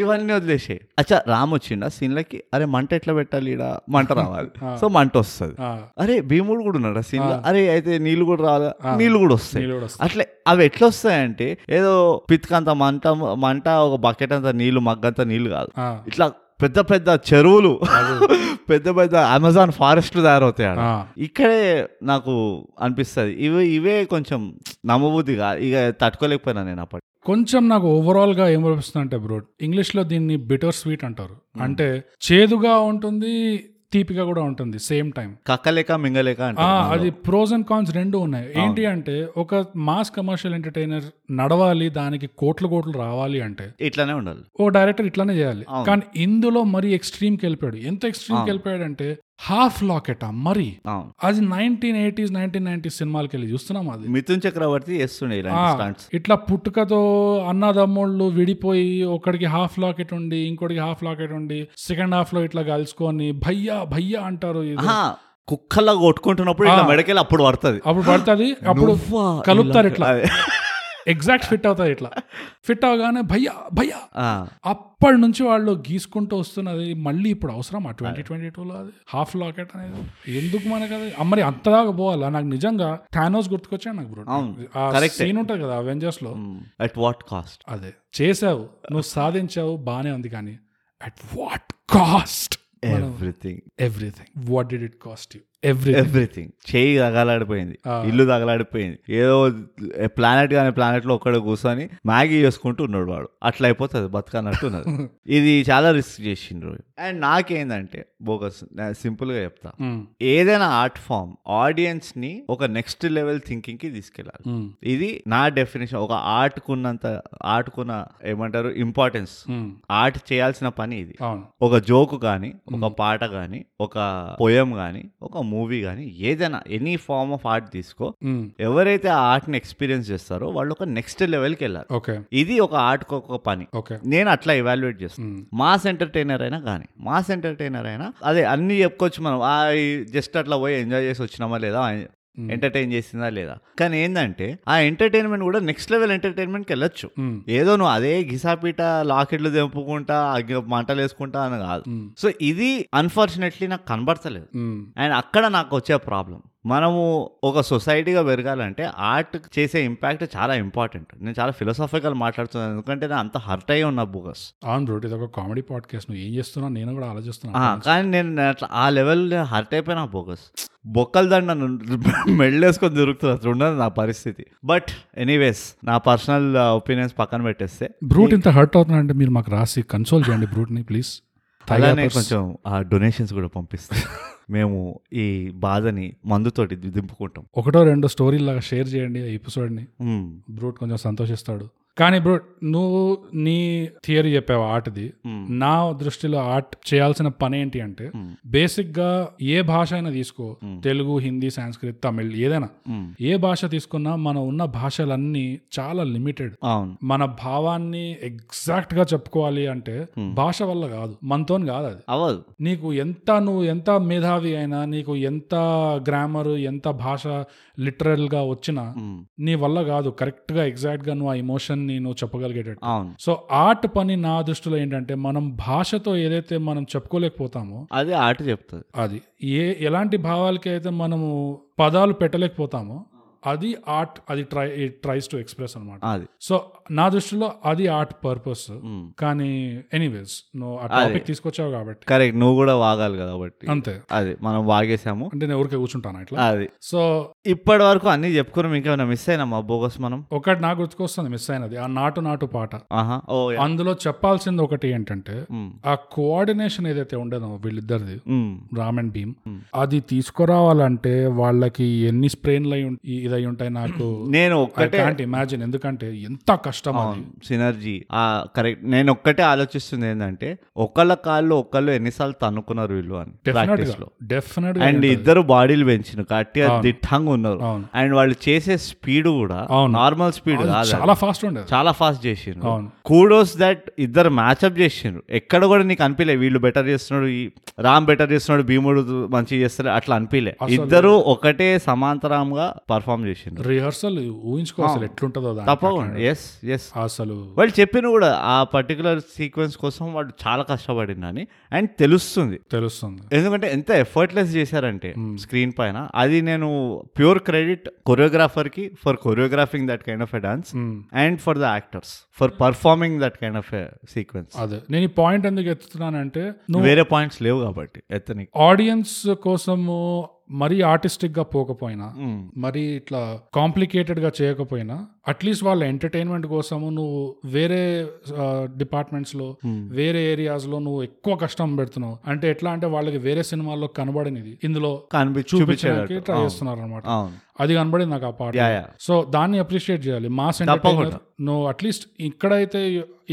[SPEAKER 2] ఇవన్నీ వదిలేసే అచ్చా రామ్ వచ్చిండా సీన్లకి అరే మంట ఎట్లా పెట్టాలి ఈడ మంట రావాలి సో మంట వస్తుంది
[SPEAKER 1] ఆ,
[SPEAKER 2] అరే భీముడు కూడా ఉన్నాడు ఆ సీన్లో అరే అయితే నీళ్ళు కూడా రావాలి నీళ్ళు కూడా వస్తాయి
[SPEAKER 1] నీళ్ళు కూడా వస్తాయి.
[SPEAKER 2] అట్లే అవి ఎట్లా వస్తాయంటే ఏదో పిత్కంత మంట మంట ఒక బకెట్ అంత నీళ్ళు మగ్గంత నీళ్ళు కాదు
[SPEAKER 1] ఆ,
[SPEAKER 2] ఇట్లా పెద్ద పెద్ద చెరువులు పెద్ద పెద్ద అమెజాన్ ఫారెస్ట్లు తయారవుతాయి ఆడ.
[SPEAKER 1] ఆ.
[SPEAKER 2] ఇక్కడే నాకు అనిపిస్తుంది ఇవి ఇవే కొంచెం నమ్మబుద్ధి కాదు ఇక తట్టుకోలేకపోయినా నేను అప్పటి
[SPEAKER 1] కొంచెం నాకు ఓవరాల్ గా ఏం అనిపిస్తుంది అంటే బ్రో ఇంగ్లీష్ లో దీన్ని బిటర్ స్వీట్ అంటారు అంటే చేదుగా ఉంటుంది తీపిగా కూడా ఉంటుంది సేమ్ టైం
[SPEAKER 2] కక్కలేక మింగలేక అంటే
[SPEAKER 1] ఆ, అది ప్రోస్ అండ్ కాన్స్ రెండు ఉన్నాయి ఏంటి అంటే ఒక మాస్ కమర్షియల్ ఎంటర్టైనర్ నడవాలి దానికి కోట్లు కోట్లు రావాలి అంటే
[SPEAKER 2] ఇట్లానే ఉండాలి
[SPEAKER 1] ఓ డైరెక్టర్ ఇట్లానే చేయాలి
[SPEAKER 2] అవును.
[SPEAKER 1] కానీ ఇందులో మరీ ఎక్స్ట్రీమ్కి వెళ్ళిపోయాడు ఎంత ఎక్స్ట్రీమ్కి వెళ్ళిపోయాడు అంటే హాఫ్ లాకెటా మరి
[SPEAKER 2] అవును
[SPEAKER 1] అది నైన్టీన్ ఎయిటీస్ నైన్టీన్ నైన్టీస్ సినిమాలకి వెళ్ళి చూస్తున్నాం అది
[SPEAKER 2] మిథున్ చక్రవర్తి చేస్తుండే
[SPEAKER 1] ఆ,
[SPEAKER 2] ఇలాంటి స్టంట్స్
[SPEAKER 1] ఇట్లా పుట్టుకతో అన్నదమ్ముళ్ళు విడిపోయి ఒకడికి హాఫ్ లాకెట్ ఉండి ఇంకోటికి హాఫ్ లాకెట్ ఉండి సెకండ్ హాఫ్ లో ఇట్లా కలుసుకొని భయ్యా భయ్యా అంటారు ఇది.
[SPEAKER 2] కుక్కల్లా కొట్టుకుంటున్నప్పుడు ఇట్లా మెడకెళ్ళి అప్పుడు పడుతుంది
[SPEAKER 1] అప్పుడు పడుతుంది అప్పుడు కలుపుతారు ఇట్లా ఎగ్జాక్ట్ ఫిట్ అవుతారు ఇట్లా ఫిట్ అవగానే భయ్యా భయ్యా అప్పటి నుంచి వాళ్ళు గీసుకుంటూ వస్తున్నది మళ్ళీ ఇప్పుడు అవసరం ఆ ట్వంటీ ట్వంటీ టూలో అది హాఫ్ లాకెట్ అనేది ఎందుకు మనకి అది ఆ, మరి అంతదాకా పోవాలా నాకు నిజంగా థానోస్ గుర్తుకొచ్చాను నాకు బ్రో
[SPEAKER 2] అవును.
[SPEAKER 1] ఆ
[SPEAKER 2] Correct.
[SPEAKER 1] సీన్ ఉంటుంది కదా అవెంజర్స్ లో
[SPEAKER 2] అట్ వాట్ కాస్ట్
[SPEAKER 1] అదే చేసావు నువ్వు సాధించావు బానే ఉంది కానీ at what cost
[SPEAKER 2] everything
[SPEAKER 1] everything what did it cost you everything
[SPEAKER 2] everything చేయి తగలాడిపోయింది
[SPEAKER 1] ఆ.
[SPEAKER 2] ఇల్లు తగలాడిపోయింది ఏదో ప్లానెట్ కానీ ప్లానెట్ లో ఒక్కడ కూర్చొని మ్యాగీ చేసుకుంటూ ఉన్నాడు వాడు అట్లా అయిపోతుంది బతకన్నట్టు ఉన్నది ఇది చాలా రిస్క్ చేసిండ్రు అండ్ నాకేందంటే బోగస్ సింపుల్ గా చెప్తా
[SPEAKER 1] Hmm.
[SPEAKER 2] ఏదైనా ఆర్ట్ ఫామ్ ఆడియన్స్ ని ఒక నెక్స్ట్ లెవెల్ థింకింగ్ కి తీసుకెళ్ళాలి ఇది నా డెఫినేషన్ ఒక ఆర్ట్ కున్నంత ఆర్ట్ కున్న ఏమంటారు ఇంపార్టెన్స్ ఆర్ట్ చేయాల్సిన పని ఇది
[SPEAKER 1] Hmm. అవును
[SPEAKER 2] ఒక జోక్ కానీ ఒక పాట కానీ ఒక పోయం కానీ ఒక మూవీ కానీ ఏదైనా ఎనీ ఫార్మ్ ఆఫ్ ఆర్ట్ తీసుకో
[SPEAKER 1] Mm.
[SPEAKER 2] ఎవరైతే ఆ ఆర్ట్ని ఎక్స్పీరియన్స్ చేస్తారో వాళ్ళు ఒక నెక్స్ట్ లెవెల్కి వెళ్ళారు
[SPEAKER 1] ఓకే
[SPEAKER 2] ఇది ఒక ఆర్ట్కి ఒక పని
[SPEAKER 1] ఓకే
[SPEAKER 2] నేను అట్లా ఇవాల్యుయేట్ చేస్తాను
[SPEAKER 1] Mm.
[SPEAKER 2] మాస్ ఎంటర్టైనర్ అయినా కానీ మాస్ ఎంటర్టైనర్ అయినా అదే అన్ని చెప్పుకోవచ్చు మనం జస్ట్ అట్లా పోయి ఎంజాయ్ చేసి వచ్చినామా లేదా
[SPEAKER 1] Mm.
[SPEAKER 2] ఎంటర్టైన్ చేసిందా లేదా కానీ ఏంటంటే ఆ ఎంటర్టైన్మెంట్ కూడా నెక్స్ట్ లెవెల్ ఎంటర్టైన్మెంట్కి వెళ్ళొచ్చు
[SPEAKER 1] Mm.
[SPEAKER 2] ఏదో నువ్వు అదే గిసాపీట లాకెట్లు తెంపుకుంటా అగ్గి- మంటలు వేసుకుంటా అని కాదు
[SPEAKER 1] Mm.
[SPEAKER 2] సో ఇది అన్ఫార్చునేట్లీ నాకు కనబడతలేదు
[SPEAKER 1] Mm.
[SPEAKER 2] అండ్ అక్కడ నాకు వచ్చే ప్రాబ్లం మనము ఒక సొసైటీగా పెరగాలంటే ఆర్ట్ చేసే ఇంపాక్ట్ చాలా ఇంపార్టెంట్ నేను చాలా ఫిలాసఫికల్ మాట్లాడుతున్నాను ఎందుకంటే నేను అంత హర్ట్ అయ్యి ఉన్నా బుగస్
[SPEAKER 1] అవును బ్రో ఇది ఒక కామెడీ పాడ్కాస్ట్ నువ్వు ఏం చేస్తున్నావు నేను కూడా ఆలోచిస్తున్నా
[SPEAKER 2] ఆ, కానీ నేను అట్లా ఆ లెవెల్ హర్ట్ అయిపోయినా బోగస్ బొక్కల దండ మెడలేసుకొని దొరుకుతుంది ఉండదు నా పరిస్థితి బట్ ఎనీవేస్ నా పర్సనల్ ఒపీనియన్స్ పక్కన పెట్టేస్తే
[SPEAKER 1] బ్రూట్ ఇంత హర్ట్ అవుతున్నా అంటే మీరు మాకు రాసి కన్సోల్ చేయండి బ్రూట్ ని ప్లీజ్
[SPEAKER 2] అలానే కొంచెం ఆ డొనేషన్స్ కూడా పంపిస్తాం మేము ఈ బాధని మందుతోటి దింపుకుంటాం
[SPEAKER 1] ఒకటో రెండో స్టోరీ లాగా షేర్ చేయండి ఈ ఎపిసోడ్ ని
[SPEAKER 2] మ్మ్.
[SPEAKER 1] బ్రూట్ కొంచెం సంతోషిస్తాడు కానీ బ్రూట్ నువ్వు నీ థియరీ చెప్పావు ఆర్ట్ది
[SPEAKER 2] మ్మ్.
[SPEAKER 1] నా దృష్టిలో ఆర్ట్ చేయాల్సిన పని ఏంటి అంటే
[SPEAKER 2] మ్మ్.
[SPEAKER 1] బేసిక్ గా ఏ భాష అయినా తీసుకో తెలుగు హిందీ సంస్కృత్ తమిళ్ ఏదైనా
[SPEAKER 2] మ్మ్.
[SPEAKER 1] ఏ భాష తీసుకున్నా మనం ఉన్న భాషలన్నీ చాలా లిమిటెడ్
[SPEAKER 2] అవును
[SPEAKER 1] మన భావాన్ని ఎగ్జాక్ట్ గా చెప్పుకోవాలి అంటే భాష వల్ల కాదు మనతో కాదు అది
[SPEAKER 2] అవ్వదు
[SPEAKER 1] నీకు ఎంత నువ్వు ఎంత మేధావి అయినా నీకు ఎంత గ్రామర్ ఎంత భాష లిటరల్ గా వచ్చినా
[SPEAKER 2] మ్మ్.
[SPEAKER 1] నీ వల్ల కాదు కరెక్ట్ గా ఎగ్జాక్ట్ గా నువ్వు ఆ ఎమోషన్ ని నువ్వు చెప్పగలిగేటట్టు
[SPEAKER 2] అవును
[SPEAKER 1] సో ఆర్ట్ పని నా దృష్టిలో ఏంటంటే మనం భాషతో ఏదైతే మనం చెప్పుకోలేకపోతామో
[SPEAKER 2] అది ఆట చెప్తుంది
[SPEAKER 1] అది ఏ ఎలాంటి భావాలకి అయితే మనము పదాలు పెట్టలేకపోతామో అది ఆర్ట్ అది ట్రై ట్రైస్ టు ఎక్స్ప్రెస్ అన్నమాట
[SPEAKER 2] అది
[SPEAKER 1] సో నా దృష్టిలో అది ఆర్ట్ పర్పస్
[SPEAKER 2] మ్మ్.
[SPEAKER 1] కానీ ఎనీవేస్ నువ్వు ఆ
[SPEAKER 2] అదే.
[SPEAKER 1] టాపిక్ తీసుకొచ్చావు కాబట్టి
[SPEAKER 2] కరెక్ట్ నువ్వు కూడా వాగాలి కదా కాబట్టి
[SPEAKER 1] అంతే
[SPEAKER 2] అది మనం వాగేసాము
[SPEAKER 1] అంటే నేను ఊరికే కూర్చుంటాను ఇట్లా
[SPEAKER 2] అది
[SPEAKER 1] సో
[SPEAKER 2] ఇప్పటి వరకు అన్ని చెప్పుకున్నాం ఇంకేమైనా మిస్ అయినామా బోగస్ మనం
[SPEAKER 1] ఒకటి నాకు గుర్తుకొస్తుంది మిస్ అయినది ఆ నాటు నాటు పాట
[SPEAKER 2] ఆహా ఓ యా.
[SPEAKER 1] అందులో చెప్పాల్సింది ఒకటి ఏంటంటే
[SPEAKER 2] మ్మ్.
[SPEAKER 1] ఆ కోఆర్డినేషన్ ఏదైతే ఉండేదో వీళ్ళిద్దరిది
[SPEAKER 2] మ్మ్.
[SPEAKER 1] రామ్ అండ్ భీమ్ అది తీసుకురావాలంటే వాళ్ళకి ఎన్ని స్ప్రెయిన్లు అయి ఉం- ఇ- ఇదై ఉంటాయి నాకు
[SPEAKER 2] నేను
[SPEAKER 1] ఐ
[SPEAKER 2] ఒక్కటే
[SPEAKER 1] కాంట్ ఇమాజిన్ ఎందుకంటే ఎంత కష్టం అది
[SPEAKER 2] సినర్జీ ఆ కరెక్ట్ నేను ఒక్కటే ఆలోచిస్తుంది ఏంటంటే ఒకళ్ళ కాళ్ళు ఒకళ్ళు ఎన్నిసార్లు తన్నుకున్నారు వీళ్ళు అని
[SPEAKER 1] డెఫినెట్
[SPEAKER 2] ప్రాక్టీస్
[SPEAKER 1] గా
[SPEAKER 2] లో
[SPEAKER 1] డెఫినెట్
[SPEAKER 2] అండ్ ఇద్దరు బాడీలు పెంచిన గట్టిగా దిట్టంగా ఉన్నారు
[SPEAKER 1] అవును.
[SPEAKER 2] అండ్ వాళ్ళు చేసే స్పీడ్ కూడా
[SPEAKER 1] అవును.
[SPEAKER 2] నార్మల్ స్పీడ్ కాదు
[SPEAKER 1] చాలా ఫాస్ట్ ఉండేది
[SPEAKER 2] చాలా ఫాస్ట్ చేసిండ్రు
[SPEAKER 1] అవును.
[SPEAKER 2] కూడోస్ దట్ ఇద్దరు మ్యాచ్అప్ చేసిండ్రు ఎక్కడ కూడా నీకు అనిపించలే వీళ్ళు బెటర్ చేస్తున్నాడు ఈ రామ్ బెటర్ చేస్తున్నాడు భీముడు మంచిగా చేస్తాడు అట్లా అనిపించలే ఇద్దరు ఒకటే సమాంతరంగా పర్ఫామ్ పర్ఫామ్ చేసిండు
[SPEAKER 1] రిహార్సల్ ఊహించుకో అసలు ఎట్లుంటుందో దాని
[SPEAKER 2] తప్పకుండా ఎస్ ఎస్
[SPEAKER 1] అసలు
[SPEAKER 2] వాళ్ళు చెప్పిన కూడా ఆ పర్టికులర్ సీక్వెన్స్ కోసం వాడు చాలా కష్టపడిందని అండ్ తెలుస్తుంది
[SPEAKER 1] తెలుస్తుంది
[SPEAKER 2] ఎందుకంటే ఎంత ఎఫర్ట్లెస్ చేశారంటే స్క్రీన్ పైన అది నేను ప్యూర్ క్రెడిట్ కొరియోగ్రాఫర్ కి for choreographing that kind of a dance and for the actors for performing that kind of a sequence
[SPEAKER 1] అదే నేను ఈ పాయింట్ ఎందుకు ఎత్తుతున్నానంటే నువ్వు
[SPEAKER 2] వేరే పాయింట్స్ లేవు కాబట్టి ఎత్తనికి
[SPEAKER 1] ఆడియన్స్ కోసము మరీ ఆర్టిస్టిక్ గా పోకపోయినా మరి ఇట్లా కాంప్లికేటెడ్ గా చేయకపోయినా అట్లీస్ట్ వాళ్ళ ఎంటర్టైన్మెంట్ కోసము నువ్వు వేరే డిపార్ట్మెంట్స్ లో వేరే ఏరియాస్ లో నువ్వు ఎక్కువ కష్టం పెడుతున్నావు అంటే ఎట్లా అంటే వాళ్ళకి వేరే సినిమాల్లో కనబడనిది ఇందులో
[SPEAKER 2] కనిపించు
[SPEAKER 1] చూపించడానికి ట్రై చేస్తున్నారు అనమాట
[SPEAKER 2] అవును
[SPEAKER 1] అది కనబడింది నాకు ఆ పాట
[SPEAKER 2] యా యా
[SPEAKER 1] సో దాన్ని అప్రిషియేట్ చేయాలి మాస్ ఎంటర్టైనర్ నువ్వు అట్లీస్ట్ ఇక్కడైతే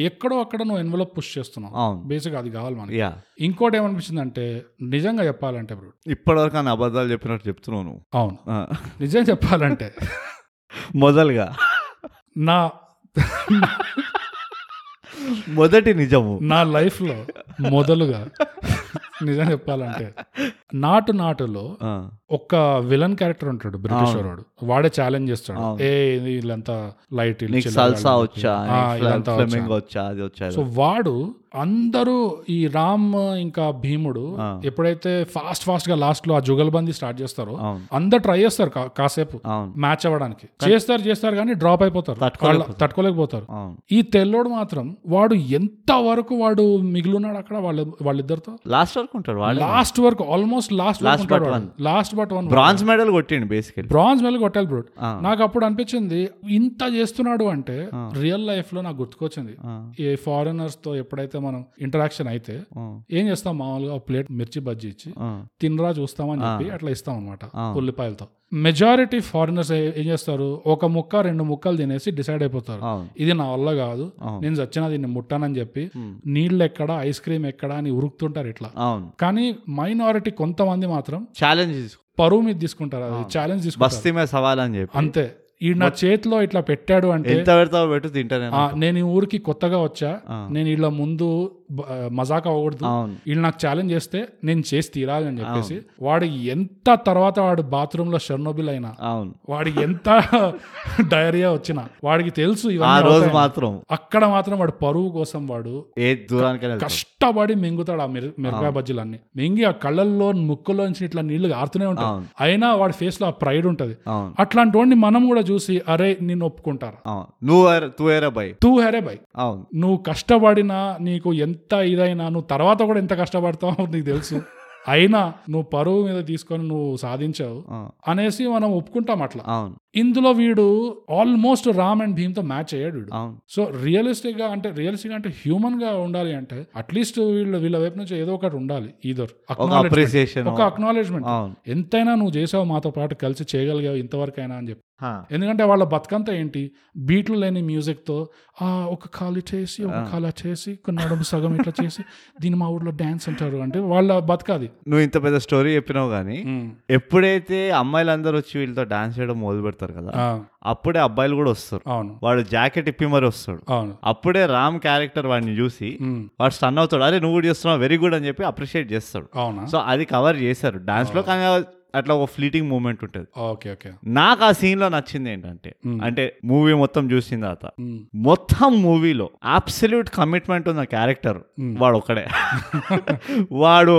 [SPEAKER 1] ఎక్కడో అక్కడ నువ్వు ఎన్వలప్ పుష్ చేస్తున్నావు
[SPEAKER 2] అవును
[SPEAKER 1] బేసిక్ అది కావాలి మనకి
[SPEAKER 2] యా
[SPEAKER 1] ఇంకోటి ఏమనిపించింది అంటే నిజంగా చెప్పాలంటే బ్రో
[SPEAKER 2] ఇప్పటివరకు అన్ని అబద్ధాలు చెప్పినట్టు చెప్తున్నావు నువ్వు
[SPEAKER 1] అవును
[SPEAKER 2] ఆ.
[SPEAKER 1] నిజం చెప్పాలంటే
[SPEAKER 2] మొదలుగా
[SPEAKER 1] నా
[SPEAKER 2] మొదటి నిజము
[SPEAKER 1] నా లైఫ్ లో మొదలుగా నిజం చెప్పాలంటే నాటు నాటులో
[SPEAKER 2] ఆ,
[SPEAKER 1] ఒక్క విలన్ క్యారెక్టర్ ఉంటాడు బ్రిటిష్ వాడు వాడే ఛాలెంజ్ చేస్తాడు
[SPEAKER 2] అవును.
[SPEAKER 1] ఏ వీళ్ళంతా లైట్
[SPEAKER 2] నీకు సల్సా వచ్చా ఫ్లెమింగ్ వచ్చా అది వచ్చా ఇది
[SPEAKER 1] సో వాడు అందరూ ఈ రామ్ ఇంకా భీముడు
[SPEAKER 2] ఆ.
[SPEAKER 1] ఎప్పుడైతే ఫాస్ట్ ఫాస్ట్ గా లాస్ట్ లో ఆ జుగల్బందీ స్టార్ట్ చేస్తారో
[SPEAKER 2] అవును
[SPEAKER 1] అందరు ట్రై చేస్తారు కా- కాసేపు
[SPEAKER 2] అవును
[SPEAKER 1] మ్యాచ్ అవ్వడానికి చేస్తారు చేస్తారు కానీ డ్రాప్ అయిపోతారు
[SPEAKER 2] తట్టుకోలేకపోతారు.
[SPEAKER 1] వాళ్ళ- తట్టుకోలేకపోతారు
[SPEAKER 2] అవును
[SPEAKER 1] ఈ తెల్లోడు మాత్రం వాడు ఎంత వరకు వాడు మిగిలినాడు అక్కడ వాళ్ళ వాళ్ళిద్దరితో
[SPEAKER 2] లాస్ట్ వరకు ఉంటాడు వాళ్ళు
[SPEAKER 1] లాస్ట్ వరకు almost last
[SPEAKER 2] Last but one.
[SPEAKER 1] Last but one
[SPEAKER 2] bronze medal కొట్టిండు బేసికలీ
[SPEAKER 1] బ్రాంజ్ మెడల్ కొట్టాలి బ్రో
[SPEAKER 2] ఆ.
[SPEAKER 1] నాకు అప్పుడు అనిపించింది ఇంత చేస్తున్నాడు అంటే రియల్ లైఫ్ లో నాకు గుర్తుకొచ్చింది ఈ ఫారినర్స్ తో ఎప్పుడైతే మనం ఇంటరాక్షన్ అయితే ఏం చేస్తాం మామూలుగా ప్లేట్ మిర్చి బజ్జీ ఇచ్చి తినరా చూస్తామని చెప్పి అట్లా ఇస్తాం అనమాట ఉల్లిపాయలతో మెజారిటీ ఫారినర్స్ ఏం చేస్తారు ఒక ముక్క రెండు ముక్కలు తినేసి డిసైడ్ అయిపోతారు
[SPEAKER 2] అవును
[SPEAKER 1] ఇది నా వల్ల కాదు
[SPEAKER 2] అవును.
[SPEAKER 1] నేను చచ్చినా దీన్ని ముట్టానని చెప్పి నీళ్ళు ఎక్కడ ఐస్ క్రీమ్ ఎక్కడ అని ఉరుకుతుంటారు ఇట్లా
[SPEAKER 2] అవును
[SPEAKER 1] కానీ మైనారిటీ కొంతమంది మాత్రం
[SPEAKER 2] ఛాలెంజ్
[SPEAKER 1] పరువు మీద తీసుకుంటారు అది ఛాలెంజ్ తీసుకుంటారు
[SPEAKER 2] బస్తీ మీద సవాల్ అని చెప్పి
[SPEAKER 1] అంతే ఈ నా చేతిలో ఇట్లా పెట్టాడు అంటే
[SPEAKER 2] ఎంత పెడతావు పెట్టు తింటానే
[SPEAKER 1] ఆ, నేను ఈ ఊరికి కొత్తగా వచ్చా
[SPEAKER 2] ఆ.
[SPEAKER 1] నేను వీళ్ళ ముందు బ- మజాక్ అవ్వకూడదు
[SPEAKER 2] అవును
[SPEAKER 1] వీళ్ళు నాకు ఛాలెంజ్ చేస్తే నేను చేసి తీరాలి అని చెప్పేసి వాడు ఎంత తర్వాత వాడు బాత్రూమ్ లో షర్నోబిల్ అయినా
[SPEAKER 2] అవును
[SPEAKER 1] వాడు ఎంత డైరియా వచ్చినా వాడికి తెలుసు
[SPEAKER 2] ఆ
[SPEAKER 1] ఇవన్నీ
[SPEAKER 2] రోజు
[SPEAKER 1] అవుతాయని.
[SPEAKER 2] మాత్రం
[SPEAKER 1] అక్కడ మాత్రం వాడు పరువు కోసం వాడు
[SPEAKER 2] ఏ దూరానికైనా వెళ్తాడు.
[SPEAKER 1] కష్టపడి మింగుతాడు ఆ మిర- మిరపకాయ బజ్జీలన్నీ మింగి ఆ కళ్ళల్లో ముక్కులోంచి ఇట్లా నీళ్లు ఆరుతూనే ఉంటాయి
[SPEAKER 2] అవును.
[SPEAKER 1] అయినా వాడి ఫేస్ లో ఆ ప్రైడ్ ఉంటది
[SPEAKER 2] అవును
[SPEAKER 1] అట్లాంటి వాడిని మనం కూడా చూసి అరే నిన్ను ఒప్పుకుంటారు
[SPEAKER 2] అవును నువ్వు ఎర- తూ ఎరా బై
[SPEAKER 1] తూ హరే బై
[SPEAKER 2] అవును
[SPEAKER 1] నువ్వు కష్టపడినా నీకు ఎంత ఇదైనా నువ్వు తర్వాత కూడా ఎంత కష్టపడతావో నీకు తెలుసు అయినా నువ్వు పరువు మీద తీసుకొని నువ్వు సాధించావు
[SPEAKER 2] ఆ,
[SPEAKER 1] అనేసి మనం ఒప్పుకుంటాం అట్లా
[SPEAKER 2] అవును
[SPEAKER 1] ఇందులో వీడు ఆల్మోస్ట్ రామ్ అండ్ భీమ్తో మ్యాచ్ అయ్యాడు వీడు
[SPEAKER 2] అవును
[SPEAKER 1] సో రియలిస్టిక్ గా అంటే రియలిస్టిక్ అంటే హ్యూమన్ గా ఉండాలి అంటే అట్లీస్ట్ వీళ్ళు వీళ్ళ వైపు నుంచి ఏదో ఒకటి ఉండాలి ఈధర్
[SPEAKER 2] ఒక అప్రిసియేషన్
[SPEAKER 1] ఒక అక్నాలెడ్జ్మెంట్
[SPEAKER 2] అవును
[SPEAKER 1] ఎంతైనా నువ్వు చేసావు మాతో పాటు కలిసి చేయగలిగావు ఇంతవరకైనా అని చెప్పి
[SPEAKER 2] హా.
[SPEAKER 1] ఎందుకంటే వాళ్ళ బతుకంతా ఏంటి బీట్లు లేని మ్యూజిక్తో ఆ ఒక కాలు చేసి ఒక కాలు అలా చేసి కొన్ని నడుము సగం ఇట్లా చేసి దీన్ని మా ఊర్లో డ్యాన్స్ అంటారు అంటే వాళ్ళ బతకది
[SPEAKER 2] నువ్వు ఇంత పెద్ద స్టోరీ చెప్పినావు కానీ ఎప్పుడైతే అమ్మాయిలందరూ వచ్చి వీళ్ళతో డాన్స్ చేయడం మొదలు పెడతారు కదా
[SPEAKER 1] ఆ,
[SPEAKER 2] అప్పుడే అబ్బాయిలు కూడా వస్తారు
[SPEAKER 1] అవును
[SPEAKER 2] వాడు జాకెట్ ఇప్పి మరి వస్తాడు
[SPEAKER 1] అవును
[SPEAKER 2] అప్పుడే రామ్ క్యారెక్టర్ వాడిని చూసి
[SPEAKER 1] ఉమ్,
[SPEAKER 2] వాడు స్టన్ అవుతాడు అరే నువ్వు కూడా చేస్తున్నావు వెరీ గుడ్ అని చెప్పి అప్రిషియేట్ చేస్తాడు
[SPEAKER 1] అవునా
[SPEAKER 2] సో అది కవర్ చేశారు డాన్స్ లో కానీ అట్లా ఒక ఫ్లీటింగ్ మూమెంట్ ఉంటుంది
[SPEAKER 1] ఓకే ఓకే
[SPEAKER 2] నాకు ఆ సీన్ లో నచ్చింది ఏంటంటే
[SPEAKER 1] Hmm.
[SPEAKER 2] అంటే మూవీ మొత్తం చూసిన తర్వాత
[SPEAKER 1] ఉమ్,
[SPEAKER 2] మొత్తం మూవీలో అబ్సల్యూట్ కమిట్మెంట్ ఉన్న క్యారెక్టర్
[SPEAKER 1] Hmm.
[SPEAKER 2] వాడు ఒకడే వాడు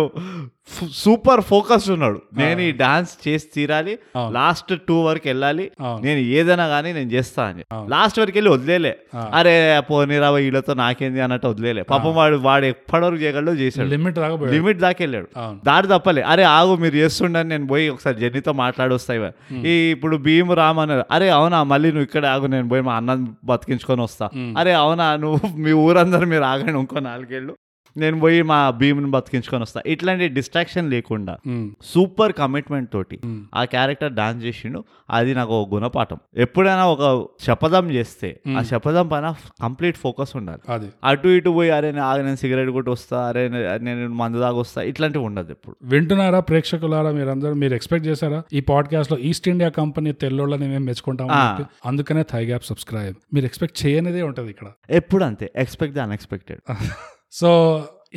[SPEAKER 2] సూపర్ ఫోకస్ ఉన్నాడు నేను ఈ డాన్స్ చేసి తీరాలి
[SPEAKER 1] అవును.
[SPEAKER 2] లాస్ట్ టూ వరకు వెళ్ళాలి
[SPEAKER 1] అవును.
[SPEAKER 2] నేను ఏదైనా కానీ నేను చేస్తా అని లాస్ట్ వరకు వెళ్ళి వదిలేలే
[SPEAKER 1] అవును.
[SPEAKER 2] అరే పోనీరా వీళ్ళతో నాకేంది అన్నట్టు వదిలేలే పాపం వాడు వాడు ఎప్పటివరకు చేయగలడో చేశాడు
[SPEAKER 1] లిమిట్ దాకా పోయాడు.
[SPEAKER 2] లిమిట్ దాకా వెళ్ళాడు
[SPEAKER 1] అవును
[SPEAKER 2] దారి తప్పలే అరే ఆగు మీరు చేస్తుండని నేను పోయి ఒకసారి జర్నీతో మాట్లాడొస్తాయి ఈ ఇప్పుడు భీమ్ రామ్ అన్నారు అరే అవునా మళ్ళీ నువ్వు ఇక్కడ ఆగు నేను పోయి మా అన్నం బతికించుకొని వస్తా అరే అవునా నువ్వు మీ ఊరందరూ మీరు ఆగండి ఇంకో నాలుగేళ్ళు నేను పోయి మా భీమ్ని బతికించుకొని వస్తా ఇట్లాంటి డిస్ట్రాక్షన్ లేకుండా
[SPEAKER 1] ఉమ్,
[SPEAKER 2] సూపర్ కమిట్మెంట్ తోటి ఆ క్యారెక్టర్ డాన్స్ చేసిండు అది నాకు ఒక గుణపాఠం ఎప్పుడైనా ఒక శపథం చేస్తే ఆ శపథం పైన కంప్లీట్ ఫోకస్ ఉండాలి
[SPEAKER 1] అది
[SPEAKER 2] అటు ఇటు పోయి అరే నేను ఆగ నేను సిగరెట్ కొట్టి వస్తా అరే నే- నేను మందు దాగొస్తా ఇట్లాంటివి ఉండదు ఎప్పుడు
[SPEAKER 1] వింటున్నారా ప్రేక్షకులారా మీరందరూ మీరు ఎక్స్పెక్ట్ చేశారా ఈ పాడ్కాస్ట్ లో ఈస్ట్ ఇండియా కంపెనీ తెల్లోళ్ళని మేము మెచ్చుకుంటాం
[SPEAKER 2] ఆ.
[SPEAKER 1] అందుకనే థై గ్యాప్ సబ్స్క్రైబ్ మీరు ఎక్స్పెక్ట్ చేయనిదే ఉంటది ఇక్కడ
[SPEAKER 2] ఎప్పుడు అంతే ఎక్స్పెక్ట్ ది అన్ఎక్స్పెక్టెడ్
[SPEAKER 1] సో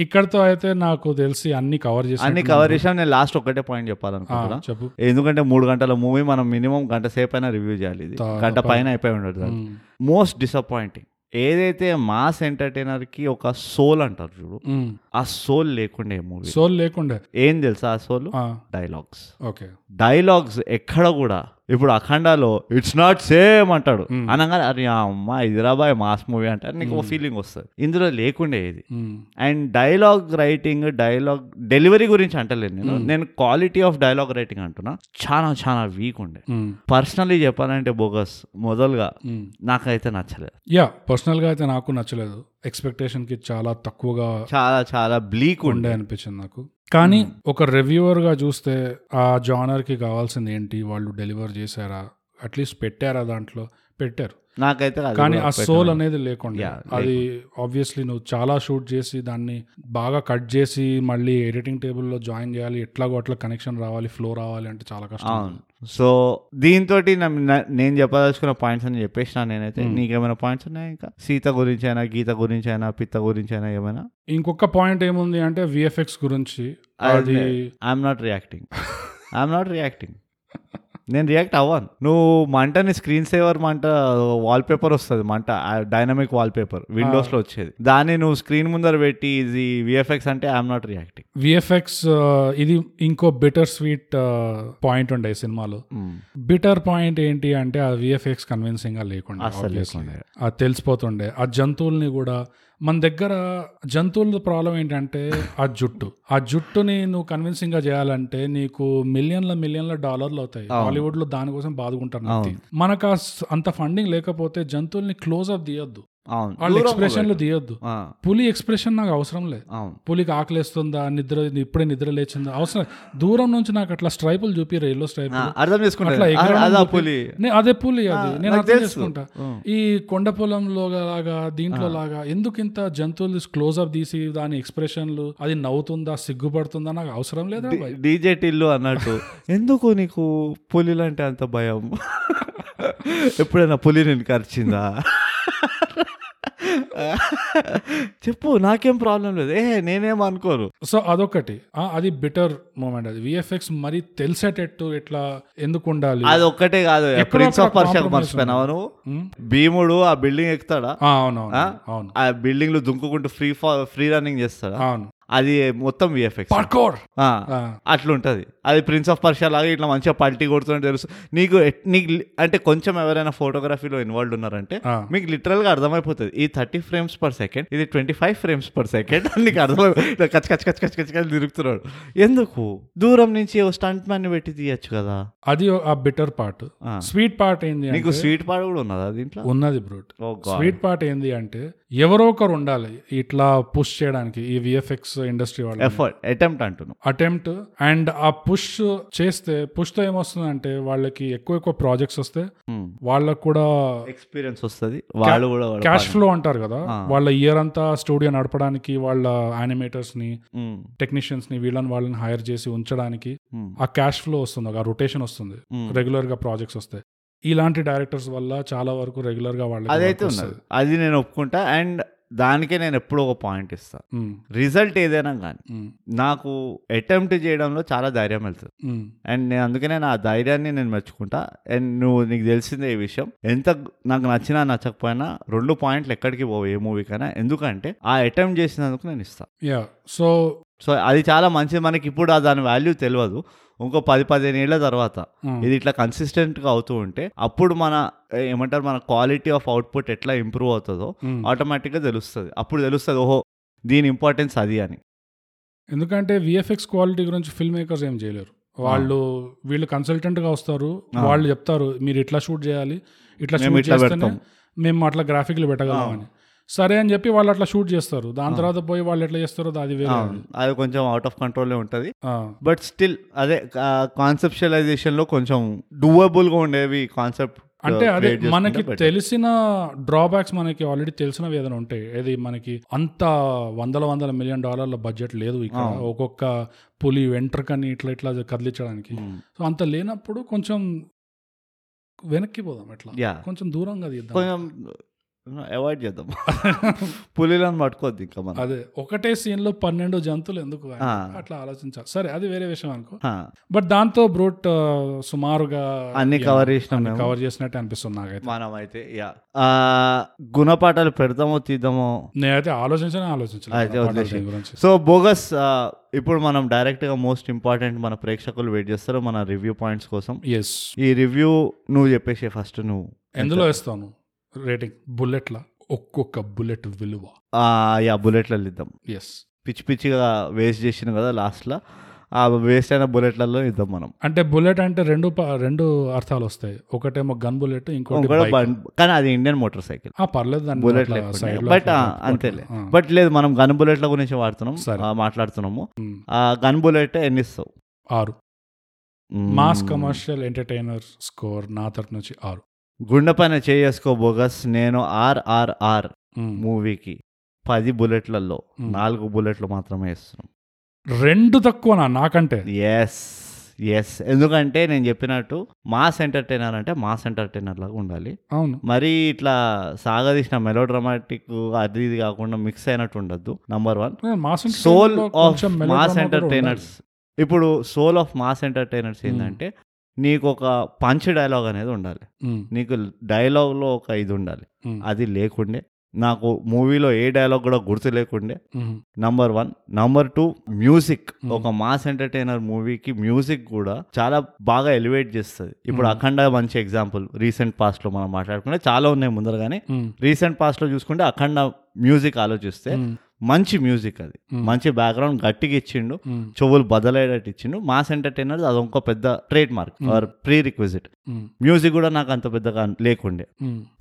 [SPEAKER 1] ఇక్కడతో అయితే నాకు తెలిసి అన్ని కవర్ చేసి
[SPEAKER 2] అన్ని కవర్ చేసాం నేను లాస్ట్ ఒకటే పాయింట్ చెప్పాలనుకుంటున్నా
[SPEAKER 1] చెప్పు
[SPEAKER 2] ఎందుకంటే మూడు గంటల మూవీ మనం మినిమం గంట సేపు అయినా రివ్యూ చేయాలి ఇది
[SPEAKER 1] తా-
[SPEAKER 2] గంట పైన అయిపోయి ఉండదు
[SPEAKER 1] మ్మ్.
[SPEAKER 2] మోస్ట్ డిసప్పాయింటింగ్ ఏదైతే మాస్ ఎంటర్టైనర్ కి ఒక సోల్ అంటారు చూడు
[SPEAKER 1] మ్మ్.
[SPEAKER 2] ఆ సోల్ లేకుండా మూవీ
[SPEAKER 1] సోల్ లేకుండా
[SPEAKER 2] ఏం తెలుసా ఆ సోల్
[SPEAKER 1] ఆ,
[SPEAKER 2] డైలాగ్స్
[SPEAKER 1] ఓకే
[SPEAKER 2] డైలాగ్స్ ఎక్కడ కూడా ఇప్పుడు అఖండాలో ఇట్స్ నాట్ సేమ్ అంటాడు
[SPEAKER 1] Hmm.
[SPEAKER 2] అనగానే అరే ఆ అమ్మ హైదరాబాద్ మాస్ మూవీ అంటే నీకు ఒక ఫీలింగ్ వస్తుంది ఇందులో లేకుండే ఇది
[SPEAKER 1] మ్మ్.
[SPEAKER 2] And dialogue writing dialogue delivery గురించి అంటలేదు నేను
[SPEAKER 1] Hmm.
[SPEAKER 2] నేను క్వాలిటీ ఆఫ్ డైలాగ్ రైటింగ్ అంటున్నా చాలా చాలా వీక్ ఉండే
[SPEAKER 1] మ్మ్.
[SPEAKER 2] పర్సనలీ చెప్పాలంటే బోగస్ మొదలుగా
[SPEAKER 1] మ్మ్.
[SPEAKER 2] నాకైతే నచ్చలేదు
[SPEAKER 1] యా పర్సనల్ గా అయితే నాకు నచ్చలేదు ఎక్స్పెక్టేషన్ కి చాలా తక్కువగా
[SPEAKER 2] చాలా చాలా బ్లీక్
[SPEAKER 1] ఉండే
[SPEAKER 2] ఉండే
[SPEAKER 1] అనిపించింది నాకు కానీ ఒక రివ్యూవర్ గా చూస్తే ఆ జానర్ కి కావాల్సింది ఏంటి వాళ్ళు డెలివర్ చేశారా అట్లీస్ట్ పెట్టారా దాంట్లో పెట్టారు
[SPEAKER 2] నాకైతే అది
[SPEAKER 1] కానీ
[SPEAKER 2] కూడా
[SPEAKER 1] ఆ సోల్ అనేది లేకుండా
[SPEAKER 2] Yeah,
[SPEAKER 1] అది ఆబ్వియస్లీ నువ్వు చాలా షూట్ చేసి దాన్ని బాగా కట్ చేసి మళ్ళీ ఎడిటింగ్ టేబుల్లో జాయిన్ చేయాలి ఎట్లాగో అట్లా కనెక్షన్ రావాలి ఫ్లో రావాలి అంటే చాలా కష్టం
[SPEAKER 2] అవును సో దీంతో నేను చెప్పదలుచుకున్న పాయింట్స్ అని చెప్పేసిన నేనైతే
[SPEAKER 1] Hmm.
[SPEAKER 2] నీకేమైనా పాయింట్స్ ఉన్నాయా ఇంకా సీత గురించి అయినా గీత గురించి అయినా పిత్త గురించి అయినా ఏమైనా
[SPEAKER 1] ఇంకొక పాయింట్ ఏముంది అంటే విఎఫ్ఎక్స్ గురించి
[SPEAKER 2] అది
[SPEAKER 1] అది
[SPEAKER 2] I'm not reacting I'm not reacting నేను రియాక్ట్ అవ్వను నువ్వు మంటని స్క్రీన్ సేవర్ మంట వాల్ పేపర్ వస్తుంది మంట డైనమిక్ వాల్ పేపర్ విండోస్లో వచ్చేది దాన్ని నువ్వు స్క్రీన్ ముందర పెట్టి ఇది విఎఫ్ఎక్స్ అంటే ఐఎమ్ నాట్ రియాక్టింగ్
[SPEAKER 1] విఎఫ్ఎక్స్ ఇది ఇంకో బిటర్ స్వీట్ పాయింట్ ఉండే ఈ సినిమాలో బిటర్ పాయింట్ ఏంటి అంటే ఆ విఎఫ్ఎక్స్ కన్విన్సింగ్ గా లేకుండా
[SPEAKER 2] అస్సలు
[SPEAKER 1] obviously.
[SPEAKER 2] లేకుండే.
[SPEAKER 1] ఆ తెలిసిపోతుండే ఆ జంతువుల్ని కూడా మన దగ్గర జంతువుల ప్రాబ్లం ఏంటంటే ఆ జుట్టు ఆ జుట్టుని నువ్వు కన్విన్సింగ్ గా చేయాలంటే నీకు మిలియన్ల మిలియన్ల డాలర్లు అవుతాయి హాలీవుడ్ లో దానికోసం బాదుకుంటారు అంతే. మనకు ఆ స్- అంత ఫండింగ్ లేకపోతే జంతువుల్ని క్లోజ్ అప్ తీయొద్దు
[SPEAKER 2] అవును
[SPEAKER 1] వాళ్ళ
[SPEAKER 2] దూరం
[SPEAKER 1] ఎక్స్ప్రెషన్లు తీయొద్దు
[SPEAKER 2] ఆ,
[SPEAKER 1] పులి ఎక్స్ప్రెషన్ నాకు అవసరం లేదు
[SPEAKER 2] అవును
[SPEAKER 1] పులికి ఆకలేస్తుందా నిద్ర ఇప్పుడే నిద్ర లేచిందా అవసరం దూరం నుంచి నాకు అట్లా స్ట్రైపులు చూపిరు ఎల్లో
[SPEAKER 2] ఆ,
[SPEAKER 1] స్ట్రైపులు
[SPEAKER 2] అర్థం
[SPEAKER 1] అట్లా
[SPEAKER 2] చేసుకుంటా
[SPEAKER 1] ఎగరడం
[SPEAKER 2] అదా
[SPEAKER 1] చూపి-
[SPEAKER 2] పులి
[SPEAKER 1] నే- అదే పులి అది నేను
[SPEAKER 2] నాకు
[SPEAKER 1] అర్థం
[SPEAKER 2] తెలుసు.
[SPEAKER 1] చేసుకుంటా
[SPEAKER 2] ఉం.
[SPEAKER 1] ఈ కొండ పొలంలో లాగా దీంట్లో లాగా ఎందుకు ఇంత జంతువులు క్లోజ్ అప్ తీసి దాని ఎక్స్ప్రెషన్లు అది నవ్వుతుందా సిగ్గుపడుతుందా నాకు అవసరం లేదా
[SPEAKER 2] డి- డీజే టిల్లు అన్నట్టు ఎందుకు నీకు పులిలంటే అంత భయం ఎప్పుడైనా పులి నేను కరిచిందా చెప్పు నాకేం ప్రాబ్లం లేదు ఏ నేనేం అనుకోను
[SPEAKER 1] సో అదొకటి ఆ, అది బిటర్ మూమెంట్ అది విఎఫ్ఎక్స్ మరి తెలిసేటట్టు ఇట్లా ఎందుకు ఉండాలి
[SPEAKER 2] అది ఒక్కటే కాదు
[SPEAKER 1] ఎక్కడో
[SPEAKER 2] ప్రిన్స్ ఆఫ్
[SPEAKER 1] అక్కడ
[SPEAKER 2] పర్షియాకు
[SPEAKER 1] compromise
[SPEAKER 2] మర్చిపోయినావా
[SPEAKER 1] ఉంది.
[SPEAKER 2] నువ్వు
[SPEAKER 1] ఉం?
[SPEAKER 2] భీముడు ఆ బిల్డింగ్ ఎక్కుతాడా
[SPEAKER 1] ఆ, అవునవును
[SPEAKER 2] ఆ?
[SPEAKER 1] అవును
[SPEAKER 2] ఆ బిల్డింగ్ లో దుంకుకుంటూ ఫ్రీ ఫ్రీ రన్నింగ్ చేస్తాడా
[SPEAKER 1] అవును
[SPEAKER 2] అది మొత్తం విఎఫ్ఎక్స్
[SPEAKER 1] పార్కోర్
[SPEAKER 2] అట్లుంటది అది ప్రిన్స్ ఆఫ్ పర్షియా లాగా ఇట్లా మంచిగా పల్టీ కొడుతుంటే తెలుసు నీకు ఎట్- నీకు లి- అంటే కొంచెం ఎవరైనా ఫోటోగ్రఫీలో ఇన్వాల్వ్ ఉన్నారంటే
[SPEAKER 1] ఆ.
[SPEAKER 2] మీకు లిటరల్గా అర్థమైపోతుంది ఈ థర్టీ ఫ్రేమ్స్ పర్ సెకండ్ ఇది twenty five frames per second నీకు అర్థమైపోతుంది కచ్ కచ్ కచ్ కచ్ కచ్ కచ్ తిరుగుతున్నాడు ఎందుకు దూరం నుంచి ఓ స్టంట్ మ్యాన్ పెట్టి తీయచ్చు కదా
[SPEAKER 1] అది ఆ బిటర్ పార్ట్
[SPEAKER 2] ఆ.
[SPEAKER 1] స్వీట్ పార్ట్ ఏంది
[SPEAKER 2] నీకు
[SPEAKER 1] అంటే
[SPEAKER 2] స్వీట్ పాడు కూడా ఉన్నదా దీంట్లో Oh
[SPEAKER 1] ఉన్నది బ్రూట్
[SPEAKER 2] ఓ
[SPEAKER 1] స్వీట్ పార్ట్ ఏంది అంటే ఎవరో ఒకరు ఉండాలి ఇట్లా పుష్ చేయడానికి ఈ విఎఫ్ఎక్స్ ఇండస్ట్రీ వాళ్ళు
[SPEAKER 2] ఎఫర్ట్ అటెంప్ట్ అంటున్నావు
[SPEAKER 1] అటెంప్ట్ అండ్ ఆ పుష్ చేస్తే పుష్తో ఏమొస్తుందంటే వాళ్ళకి ఎక్కువ ఎక్కువ ప్రాజెక్ట్స్ వస్తే వాళ్ళకు కూడా
[SPEAKER 2] ఎక్స్పీరియన్స్ వస్తుంది వాళ్ళు కూడా వాళ్ళ
[SPEAKER 1] క్యాష్
[SPEAKER 2] పని-
[SPEAKER 1] ఫ్లో అంటారు కదా వాళ్ళ ఇయర్ అంతా స్టూడియో నడపడానికి వాళ్ళ యానిమేటర్స్ ని
[SPEAKER 2] ఉమ్,
[SPEAKER 1] టెక్నీషియన్స్ ని వీళ్ళని వాళ్ళని హైర్ చేసి ఉంచడానికి
[SPEAKER 2] ఉమ్,
[SPEAKER 1] ఆ క్యాష్ ఫ్లో వస్తుంది ఒక రొటేషన్ వస్తుంది
[SPEAKER 2] ఉమ్.
[SPEAKER 1] రెగ్యులర్ గా ప్రాజెక్ట్స్ వస్తాయి ఇలాంటి డైరెక్టర్స్ వల్ల చాలా వరకు రెగ్యులర్ గా వాళ్ళకి
[SPEAKER 2] అదైతే
[SPEAKER 1] work
[SPEAKER 2] ఉన్నది
[SPEAKER 1] వస్తది.
[SPEAKER 2] అది నేను ఒప్పుకుంటా అండ్ దానికే నేను ఎప్పుడూ ఒక పాయింట్ ఇస్తాను
[SPEAKER 1] ఉమ్,
[SPEAKER 2] రిజల్ట్ ఏదైనా కానీ
[SPEAKER 1] ఉమ్,
[SPEAKER 2] నాకు అటెంప్ట్ చేయడంలో చాలా ధైర్యం వెళ్తుంది
[SPEAKER 1] ఉమ్,
[SPEAKER 2] అండ్ నేను అందుకనే నా ధైర్యాన్ని నేను మెచ్చుకుంటా అండ్ నువ్వు నీకు తెలిసిందే ఈ విషయం ఎంత నాకు నచ్చినా నచ్చకపోయినా రెండు పాయింట్లు ఎక్కడికి పోవు ఏ మూవీకైనా ఎందుకంటే ఆ అటెంప్ట్ చేసినందుకు నేను ఇస్తాను
[SPEAKER 1] యా సో
[SPEAKER 2] సో అది చాలా మంచిది మనకి ఇప్పుడు ఆ దాని వాల్యూ తెలియదు ఇంకో పది పదిహేను ఏళ్ళ తర్వాత
[SPEAKER 1] ఉమ్,
[SPEAKER 2] ఇది ఇట్లా కన్సిస్టెంట్గా అవుతూ ఉంటే అప్పుడు మన ఏ- ఏమంటారు మన క్వాలిటీ ఆఫ్ అవుట్పుట్ ఎట్లా ఇంప్రూవ్ అవుతుందో
[SPEAKER 1] ఉమ్.
[SPEAKER 2] ఆటోమేటిక్గా తెలుస్తుంది అప్పుడు తెలుస్తుంది ఓహో దీని ఇంపార్టెన్స్ అది అని
[SPEAKER 1] ఎందుకంటే విఎఫ్ఎక్స్ క్వాలిటీ గురించి ఫిల్మ్ మేకర్స్ ఏం చేయలేరు వాళ్ళు వీళ్ళు కన్సల్టెంట్ గా వస్తారు
[SPEAKER 2] ఆ.
[SPEAKER 1] వాళ్ళు చెప్తారు మీరు ఇట్లా షూట్ చేయాలి ఇట్లా
[SPEAKER 2] మేము
[SPEAKER 1] షూట్
[SPEAKER 2] ఇట్లా
[SPEAKER 1] చేస్తేనే
[SPEAKER 2] పెడతాం
[SPEAKER 1] మేము అట్లా గ్రాఫిక్లు పెట్టగలం అని సరే అని చెప్పి వాళ్ళు అట్లా షూట్ చేస్తారు దాని తర్వాత పోయి వాళ్ళు ఎట్లా చేస్తారో అది వేరే
[SPEAKER 2] అవును. అది కొంచెం అవుట్ ఆఫ్ కంట్రోల్లో ఉంటుంది
[SPEAKER 1] ఆ,
[SPEAKER 2] బట్ స్టిల్ అదే కాన్సెప్షువలైజేషన్లో కొంచెం డూవబుల్గా ఉండేవి కాన్సెప్ట్
[SPEAKER 1] అంటే అదే మనకి తెలిసిన డ్రాబ్యాక్స్ మనకి ఆల్రెడీ తెలిసినవి ఏదైనా ఉంటాయి ఏది మనకి అంత వందల వందల మిలియన్ డాలర్ల బడ్జెట్ లేదు ఇక్కడ ఒక్కొక్క పులి వెంట్రకని ఇట్లా ఇట్లా కదిలించడానికి సో అంత లేనప్పుడు కొంచెం వెనక్కి పోదాం ఇట్లా
[SPEAKER 2] Yeah.
[SPEAKER 1] కొంచెం దూరంగా తీద్దాం
[SPEAKER 2] కొంచెం అవాయిడ్ చేద్దాం పులిలను పట్టుకోద్ది ఇంకా మనం
[SPEAKER 1] అదే ఒకటే సీన్ లో పన్నెండు జంతువులు ఎందుకు అని
[SPEAKER 2] ఆ.
[SPEAKER 1] అట్లా ఆలోచించాలి సరే అది వేరే విషయం అనుకో
[SPEAKER 2] ఆ,
[SPEAKER 1] బట్ దాంతో బ్రూట్ ఆ, సుమారుగా
[SPEAKER 2] అన్ని కవర్ చేసినాం మేము
[SPEAKER 1] కవర్ చేసినట్టు అనిపిస్తుంది నాకైతే
[SPEAKER 2] మనం అయితే యా ఆ, గుణపాఠాలు పెడదామో తీద్దామో
[SPEAKER 1] నేనైతే ఆలోచించనే
[SPEAKER 2] అయితే
[SPEAKER 1] ఆలోచించలేదు ఆ పాటల
[SPEAKER 2] వదిలేసి.
[SPEAKER 1] గురించి
[SPEAKER 2] సో బోగస్ ఇప్పుడు మనం డైరెక్ట్గా మోస్ట్ ఇంపార్టెంట్ మన ప్రేక్షకులు వెయిట్ చేస్తారు మన రివ్యూ పాయింట్స్ కోసం
[SPEAKER 1] ఎస్
[SPEAKER 2] ఈ రివ్యూ నువ్వు చెప్పేసి ఫస్ట్ నువ్వు
[SPEAKER 1] ఎందులో వేస్తాను రేటింగ్ బుల్లెట్ల ఒక్కొక్క బుల్లెట్ విలువ
[SPEAKER 2] ఆ, యా బుల్లెట్లలో ఇద్దాం
[SPEAKER 1] ఎస్
[SPEAKER 2] పిచ్చి పిచ్చిగా వేస్ట్ చేసిన కదా లాస్ట్లో ఆ వేస్ట్ అయిన బుల్లెట్లలో ఇద్దాం మనం
[SPEAKER 1] అంటే బుల్లెట్ అంటే రెండు ప- రెండు అర్థాలు వస్తాయి ఒకటేమో గన్ బుల్లెట్ ఇంకోటి
[SPEAKER 2] ఇంకోటి
[SPEAKER 1] bike.
[SPEAKER 2] బం- కానీ అది ఇండియన్ మోటార్ సైకిల్
[SPEAKER 1] ఆ పర్లేదు దాన్ని
[SPEAKER 2] బుల్లెట్
[SPEAKER 1] అట్లా side లో
[SPEAKER 2] బట్
[SPEAKER 1] అట్లా
[SPEAKER 2] అంతేలే
[SPEAKER 1] ఆ.
[SPEAKER 2] బట్ లేదు మనం గన్ బుల్లెట్ల గురించి వాడుతున్నాం
[SPEAKER 1] సరే.
[SPEAKER 2] ఆ, మాట్లాడుతున్నాము
[SPEAKER 1] ఉమ్,
[SPEAKER 2] ఆ గన్ బుల్లెట్ ఎన్ని ఇస్తావు
[SPEAKER 1] ఆరు mass
[SPEAKER 2] hmm.
[SPEAKER 1] Commercial entertainer score నా తరపు నుంచి ఆరు
[SPEAKER 2] గుండె పైన చేసుకో బోగస్ నేను ఆర్ఆర్ఆర్
[SPEAKER 1] ఉమ్.
[SPEAKER 2] మూవీకి పది బుల్లెట్లలో
[SPEAKER 1] Hmm.
[SPEAKER 2] నాలుగు బుల్లెట్లు మాత్రమే ఇస్తున్నాం
[SPEAKER 1] రెండు తక్కువ నా నాకంటే
[SPEAKER 2] ఎస్ ఎస్ ఎందుకంటే నేను చెప్పినట్టు మాస్ ఎంటర్టైనర్ అంటే మాస్ ఎంటర్టైనర్ లాగా ఉండాలి
[SPEAKER 1] అవును
[SPEAKER 2] మరి ఇట్లా సాగదీసిన మెలో డ్రామాటిక్ అది ఇది కాకుండా మిక్స్ అయినట్టు ఉండద్దు number one
[SPEAKER 1] mass
[SPEAKER 2] soul of mass entertainers ఇప్పుడు soul of mass entertainers
[SPEAKER 1] Hmm.
[SPEAKER 2] ఏంటంటే నీకు ఒక పంచ్ డైలాగ్ అనేది ఉండాలి నీకు డైలాగ్లో ఒక ఇది ఉండాలి అది లేకుండే నాకు మూవీలో ఏ డైలాగ్ కూడా గుర్తు లేకుండే number one number two music
[SPEAKER 1] Hmm.
[SPEAKER 2] ఒక మాస్ ఎంటర్టైనర్ మూవీకి మ్యూజిక్ కూడా చాలా బాగా ఎలివేట్ చేస్తుంది ఇప్పుడు
[SPEAKER 1] Hmm.
[SPEAKER 2] అఖండ మంచి ఎగ్జాంపుల్ రీసెంట్ పాస్ట్ లో మనం మాట్లాడుకుంటే చాలా ఉన్నాయి ముందర కానీ రీసెంట్ పాస్ట్ లో చూసుకుంటే అఖండ మ్యూజిక్ ఆలోచిస్తే
[SPEAKER 1] Hmm.
[SPEAKER 2] మంచి మ్యూజిక్ అది మంచి బ్యాక్గ్రౌండ్ గట్టిగా ఇచ్చిండు చెవులు బదలయ్యేటట్టు ఇచ్చిండు మాస్ ఎంటర్టైనర్ అది ఒక పెద్ద trademark
[SPEAKER 1] Hmm.
[SPEAKER 2] Or prerequisite music కూడా నాకు అంత పెద్దగా లేకుండే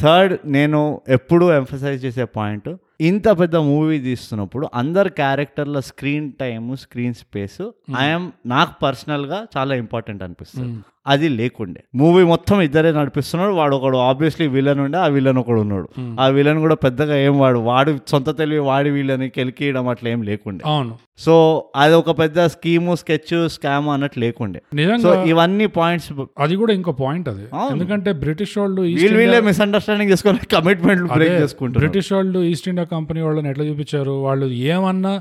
[SPEAKER 2] థర్డ్ నేను ఎప్పుడూ ఎంఫసైజ్ చేసే పాయింట్ ఇంత పెద్ద మూవీ తీస్తున్నప్పుడు అందరు క్యారెక్టర్ల screen time screen space
[SPEAKER 1] Hmm.
[SPEAKER 2] I'm నాకు పర్సనల్గా చాలా ఇంపార్టెంట్ అనిపిస్తుంది అది లేకుండే మూవీ మొత్తం ఇద్దరే నడిపిస్తున్నాడు వాడు ఒకడు ఆబ్వియస్లీ విలన్ ఉండే ఆ విలన్ ఒకడు ఉన్నాడు
[SPEAKER 1] Hmm.
[SPEAKER 2] ఆ విలన్ కూడా పెద్దగా ఏం వాడు వాడి సొంత తెలివి వాడి వీళ్ళని కెలికియడం అట్లా ఏం లేకుండే
[SPEAKER 1] అవును
[SPEAKER 2] సో అది ఒక పెద్ద స్కీము స్కెచ్ స్కామ్ అన్నట్టు లేకుండే సో
[SPEAKER 1] నిజంగా
[SPEAKER 2] ఇవన్నీ పాయింట్స్
[SPEAKER 1] అది కూడా ఇంకో పాయింట్ అది
[SPEAKER 2] అవును.
[SPEAKER 1] ఎందుకంటే బ్రిటిష్ వాళ్ళు ఈస్ట్
[SPEAKER 2] వీళ్ళు
[SPEAKER 1] ఇండియా-
[SPEAKER 2] వీళ్ళే మిస్అండర్స్టాండింగ్ చేసుకొని కమిట్మెంట్లు బ్రేక్
[SPEAKER 1] అదే,
[SPEAKER 2] చేసుకుంటారు
[SPEAKER 1] బ్రిటిష్ వాళ్ళు ఈస్ట్ ఇండియా కంపెనీ వాళ్ళని ఎట్లా చూపించారు వాళ్ళు ఏమన్నా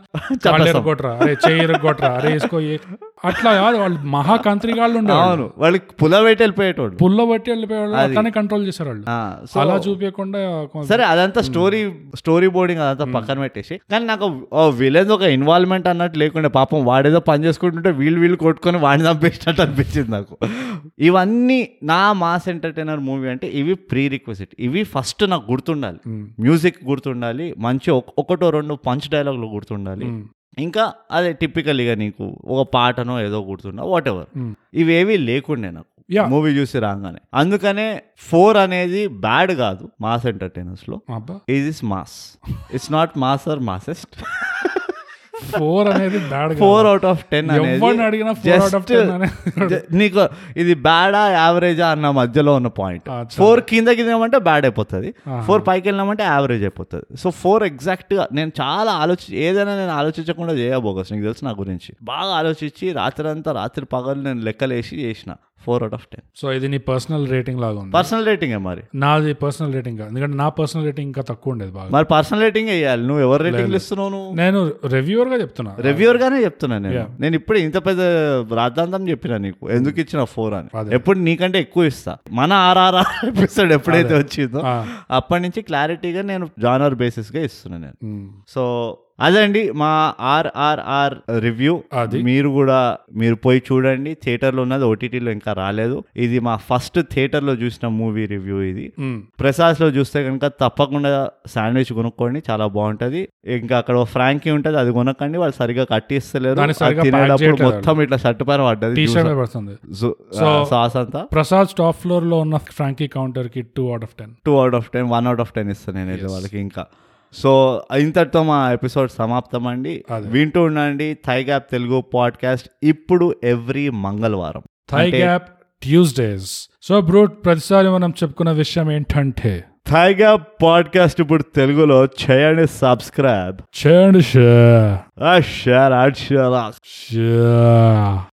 [SPEAKER 2] చట్టం.
[SPEAKER 1] కొట్రా అరే చేయరు కొట్రా అరే వేసుకో ఏ- అట్లా కాదు వాళ్ళు మహా కంత్రికాళ్ళు ఉండేవాళ్ళు
[SPEAKER 2] అవును వాళ్ళకి పుల పెట్టి వెళ్ళిపోయేటోడు
[SPEAKER 1] పుల్ల బట్టి వెళ్ళిపోయేవాళ్ళు అట్లానే కంట్రోల్ చేశారు వాళ్ళు
[SPEAKER 2] ఆ, సో
[SPEAKER 1] అలా చూపించకుండా కొంచెం-
[SPEAKER 2] సరే అదంతా స్టోరీ స్టోరీ బోర్డింగ్ అదంతా పక్కన పెట్టేసి కానీ నాకు విలేజ్ ఒక ఇన్వాల్వ్మెంట్ అన్నట్టు లేకుండా పాపం వాడేదో పని చేసుకుంటుంటే వీళ్ళు వీళ్ళు కొట్టుకొని వాడిని చంపేసినట్టు అనిపించింది నాకు ఇవన్నీ నా మాస్ ఎంటర్టైనర్ మూవీ అంటే ఇవి ప్రీ రిక్వెస్ట్ ఇవి ఫస్ట్ నాకు గుర్తుండాలి
[SPEAKER 1] ఉమ్,
[SPEAKER 2] మ్యూజిక్ గుర్తుండాలి మంచి ఒక- ఒకటో రెండు పంచ్ డైలాగులు గుర్తుండాలి
[SPEAKER 1] ఉమ్,
[SPEAKER 2] ఇంకా అదే టిపికల్గా నీకు ఒక పాటనో ఏదో గుర్తుండా వాట్ ఎవర్
[SPEAKER 1] ఉమ్.
[SPEAKER 2] ఇవేవి లేకుండే నాకు
[SPEAKER 1] Yeah.
[SPEAKER 2] మూవీ చూసి రాగానే అందుకనే ఫోర్ అనేది బ్యాడ్ కాదు మాస్ ఎంటర్టైనర్స్ లో
[SPEAKER 1] అబ్బా
[SPEAKER 2] is is mass it's not mass are మాసెస్ట్
[SPEAKER 1] four అనేది bad
[SPEAKER 2] four out of ten
[SPEAKER 1] ఎవరిని
[SPEAKER 2] అనేది
[SPEAKER 1] అడిగినా four out of
[SPEAKER 2] just-
[SPEAKER 1] ten అనే
[SPEAKER 2] జ- నీకు ఇది బ్యాడా యావరేజా అన్న మధ్యలో ఉన్న పాయింట్
[SPEAKER 1] అచ్చా.
[SPEAKER 2] ఫోర్ కిందకి దిగామంటే బ్యాడ్ అయిపోతుంది
[SPEAKER 1] ఆహా.
[SPEAKER 2] ఫోర్ పైకి వెళ్ళినామంటే యావరేజ్ అయిపోతుంది సో ఫోర్ ఎగ్జాక్ట్గా నేను చాలా ఆలోచి ఏదైనా నేను ఆలోచించకుండా చేయబోగస్ నీకు తెలుసు నా గురించి బాగా ఆలోచించి రాత్రి అంతా రాత్రి పగలు నేను లెక్కలేసి చేసిన four out of ten
[SPEAKER 1] so ఇది నీ పర్సనల్ రేటింగ్ లాగా ఉంది
[SPEAKER 2] పర్సనల్ రేటింగే మరి
[SPEAKER 1] నాది పర్సనల్ రేటింగ్ కాదు ఎందుకంటే నా పర్సనల్ రేటింగ్ ఇంకా తక్కువ ఉండేది బాగా
[SPEAKER 2] మరి పర్సనల్ రేటింగ్ వేయాలి నువ్వు ఎవరు రేటింగ్లు ఇస్తున్నావు నువ్వు
[SPEAKER 1] నేను రివ్యూవర్ గా చెప్తున్నా
[SPEAKER 2] రివ్యూవర్ గానే చెప్తున్నా నేను నేను ఇప్పుడు ఇంత పెద్ద రాద్ధాంతం చెప్పిన నీకు ఎందుకు ఇచ్చిన ఫోర్ అని
[SPEAKER 1] అదే.
[SPEAKER 2] ఎప్పుడు నీకంటే ఎక్కువ ఇస్తా మన ఆర్ఆర్ఆర్ ఎపిసోడ్ ఎప్పుడైతే వచ్చిందో
[SPEAKER 1] ఆ,
[SPEAKER 2] అప్పటి నుంచి క్లారిటీగా నేను జానర్ బేసిస్ గా ఇస్తున్నా నేను
[SPEAKER 1] ఉమ్,
[SPEAKER 2] సో అదే అండి మా ఆర్ఆర్ఆర్ రివ్యూ
[SPEAKER 1] అది.
[SPEAKER 2] మీరు కూడా మీరు పోయి చూడండి థియేటర్లో ఉన్నది ఓటీటీలో ఇంకా రాలేదు ఇది మా ఫస్ట్ థియేటర్లో చూసిన మూవీ రివ్యూ ఇది
[SPEAKER 1] ఉమ్,
[SPEAKER 2] ప్రసాద్లో చూస్తే కనుక తప్పకుండా శాండ్విచ్ కొనుక్కోండి చాలా బాగుంటది ఇంకా అక్కడ ఓ ఫ్రాంకీ ఉంటుంది అది కొనకండి వాళ్ళు సరిగ్గా కట్టిస్తలేరు
[SPEAKER 1] దాన్ని
[SPEAKER 2] అది
[SPEAKER 1] సరిగ్గా pack
[SPEAKER 2] తినేటప్పుడు
[SPEAKER 1] చేయట్లేదు
[SPEAKER 2] మొత్తం ఇట్లా షర్ట్ పైన పడ్డది
[SPEAKER 1] టీ షర్ట్ మీద పడుతుంది
[SPEAKER 2] జూ-
[SPEAKER 1] So-
[SPEAKER 2] ఆ, సాస్ అంతా
[SPEAKER 1] ప్రసాద్ టాప్ ఫ్లోర్ లో ఉన్న ఫ్రాంకీ కౌంటర్ కి two out of ten
[SPEAKER 2] two out of ten one out of ten ఇస్తాను నేను అయితే వాళ్ళకి ఇంకా సో ఇంతటితో మా ఎపిసోడ్ సమాప్తం అండి
[SPEAKER 1] అదే.
[SPEAKER 2] వింటూ ఉండండి థై గ్యాప్ తెలుగు పాడ్కాస్ట్ ఇప్పుడు ఎవ్రీ మంగళవారం
[SPEAKER 1] థై
[SPEAKER 2] అంటే-
[SPEAKER 1] గ్యాప్ ట్యూస్డేస్ సో బ్రూట్ ప్రతిసారి మనం చెప్పుకున్న విషయం ఏంటంటే
[SPEAKER 2] థై గ్యాప్ పాడ్కాస్ట్ ఇప్పుడు తెలుగులో చేయండి సబ్స్క్రైబ్
[SPEAKER 1] చేయండి షేర్
[SPEAKER 2] షేర్ షేర్
[SPEAKER 1] షేర్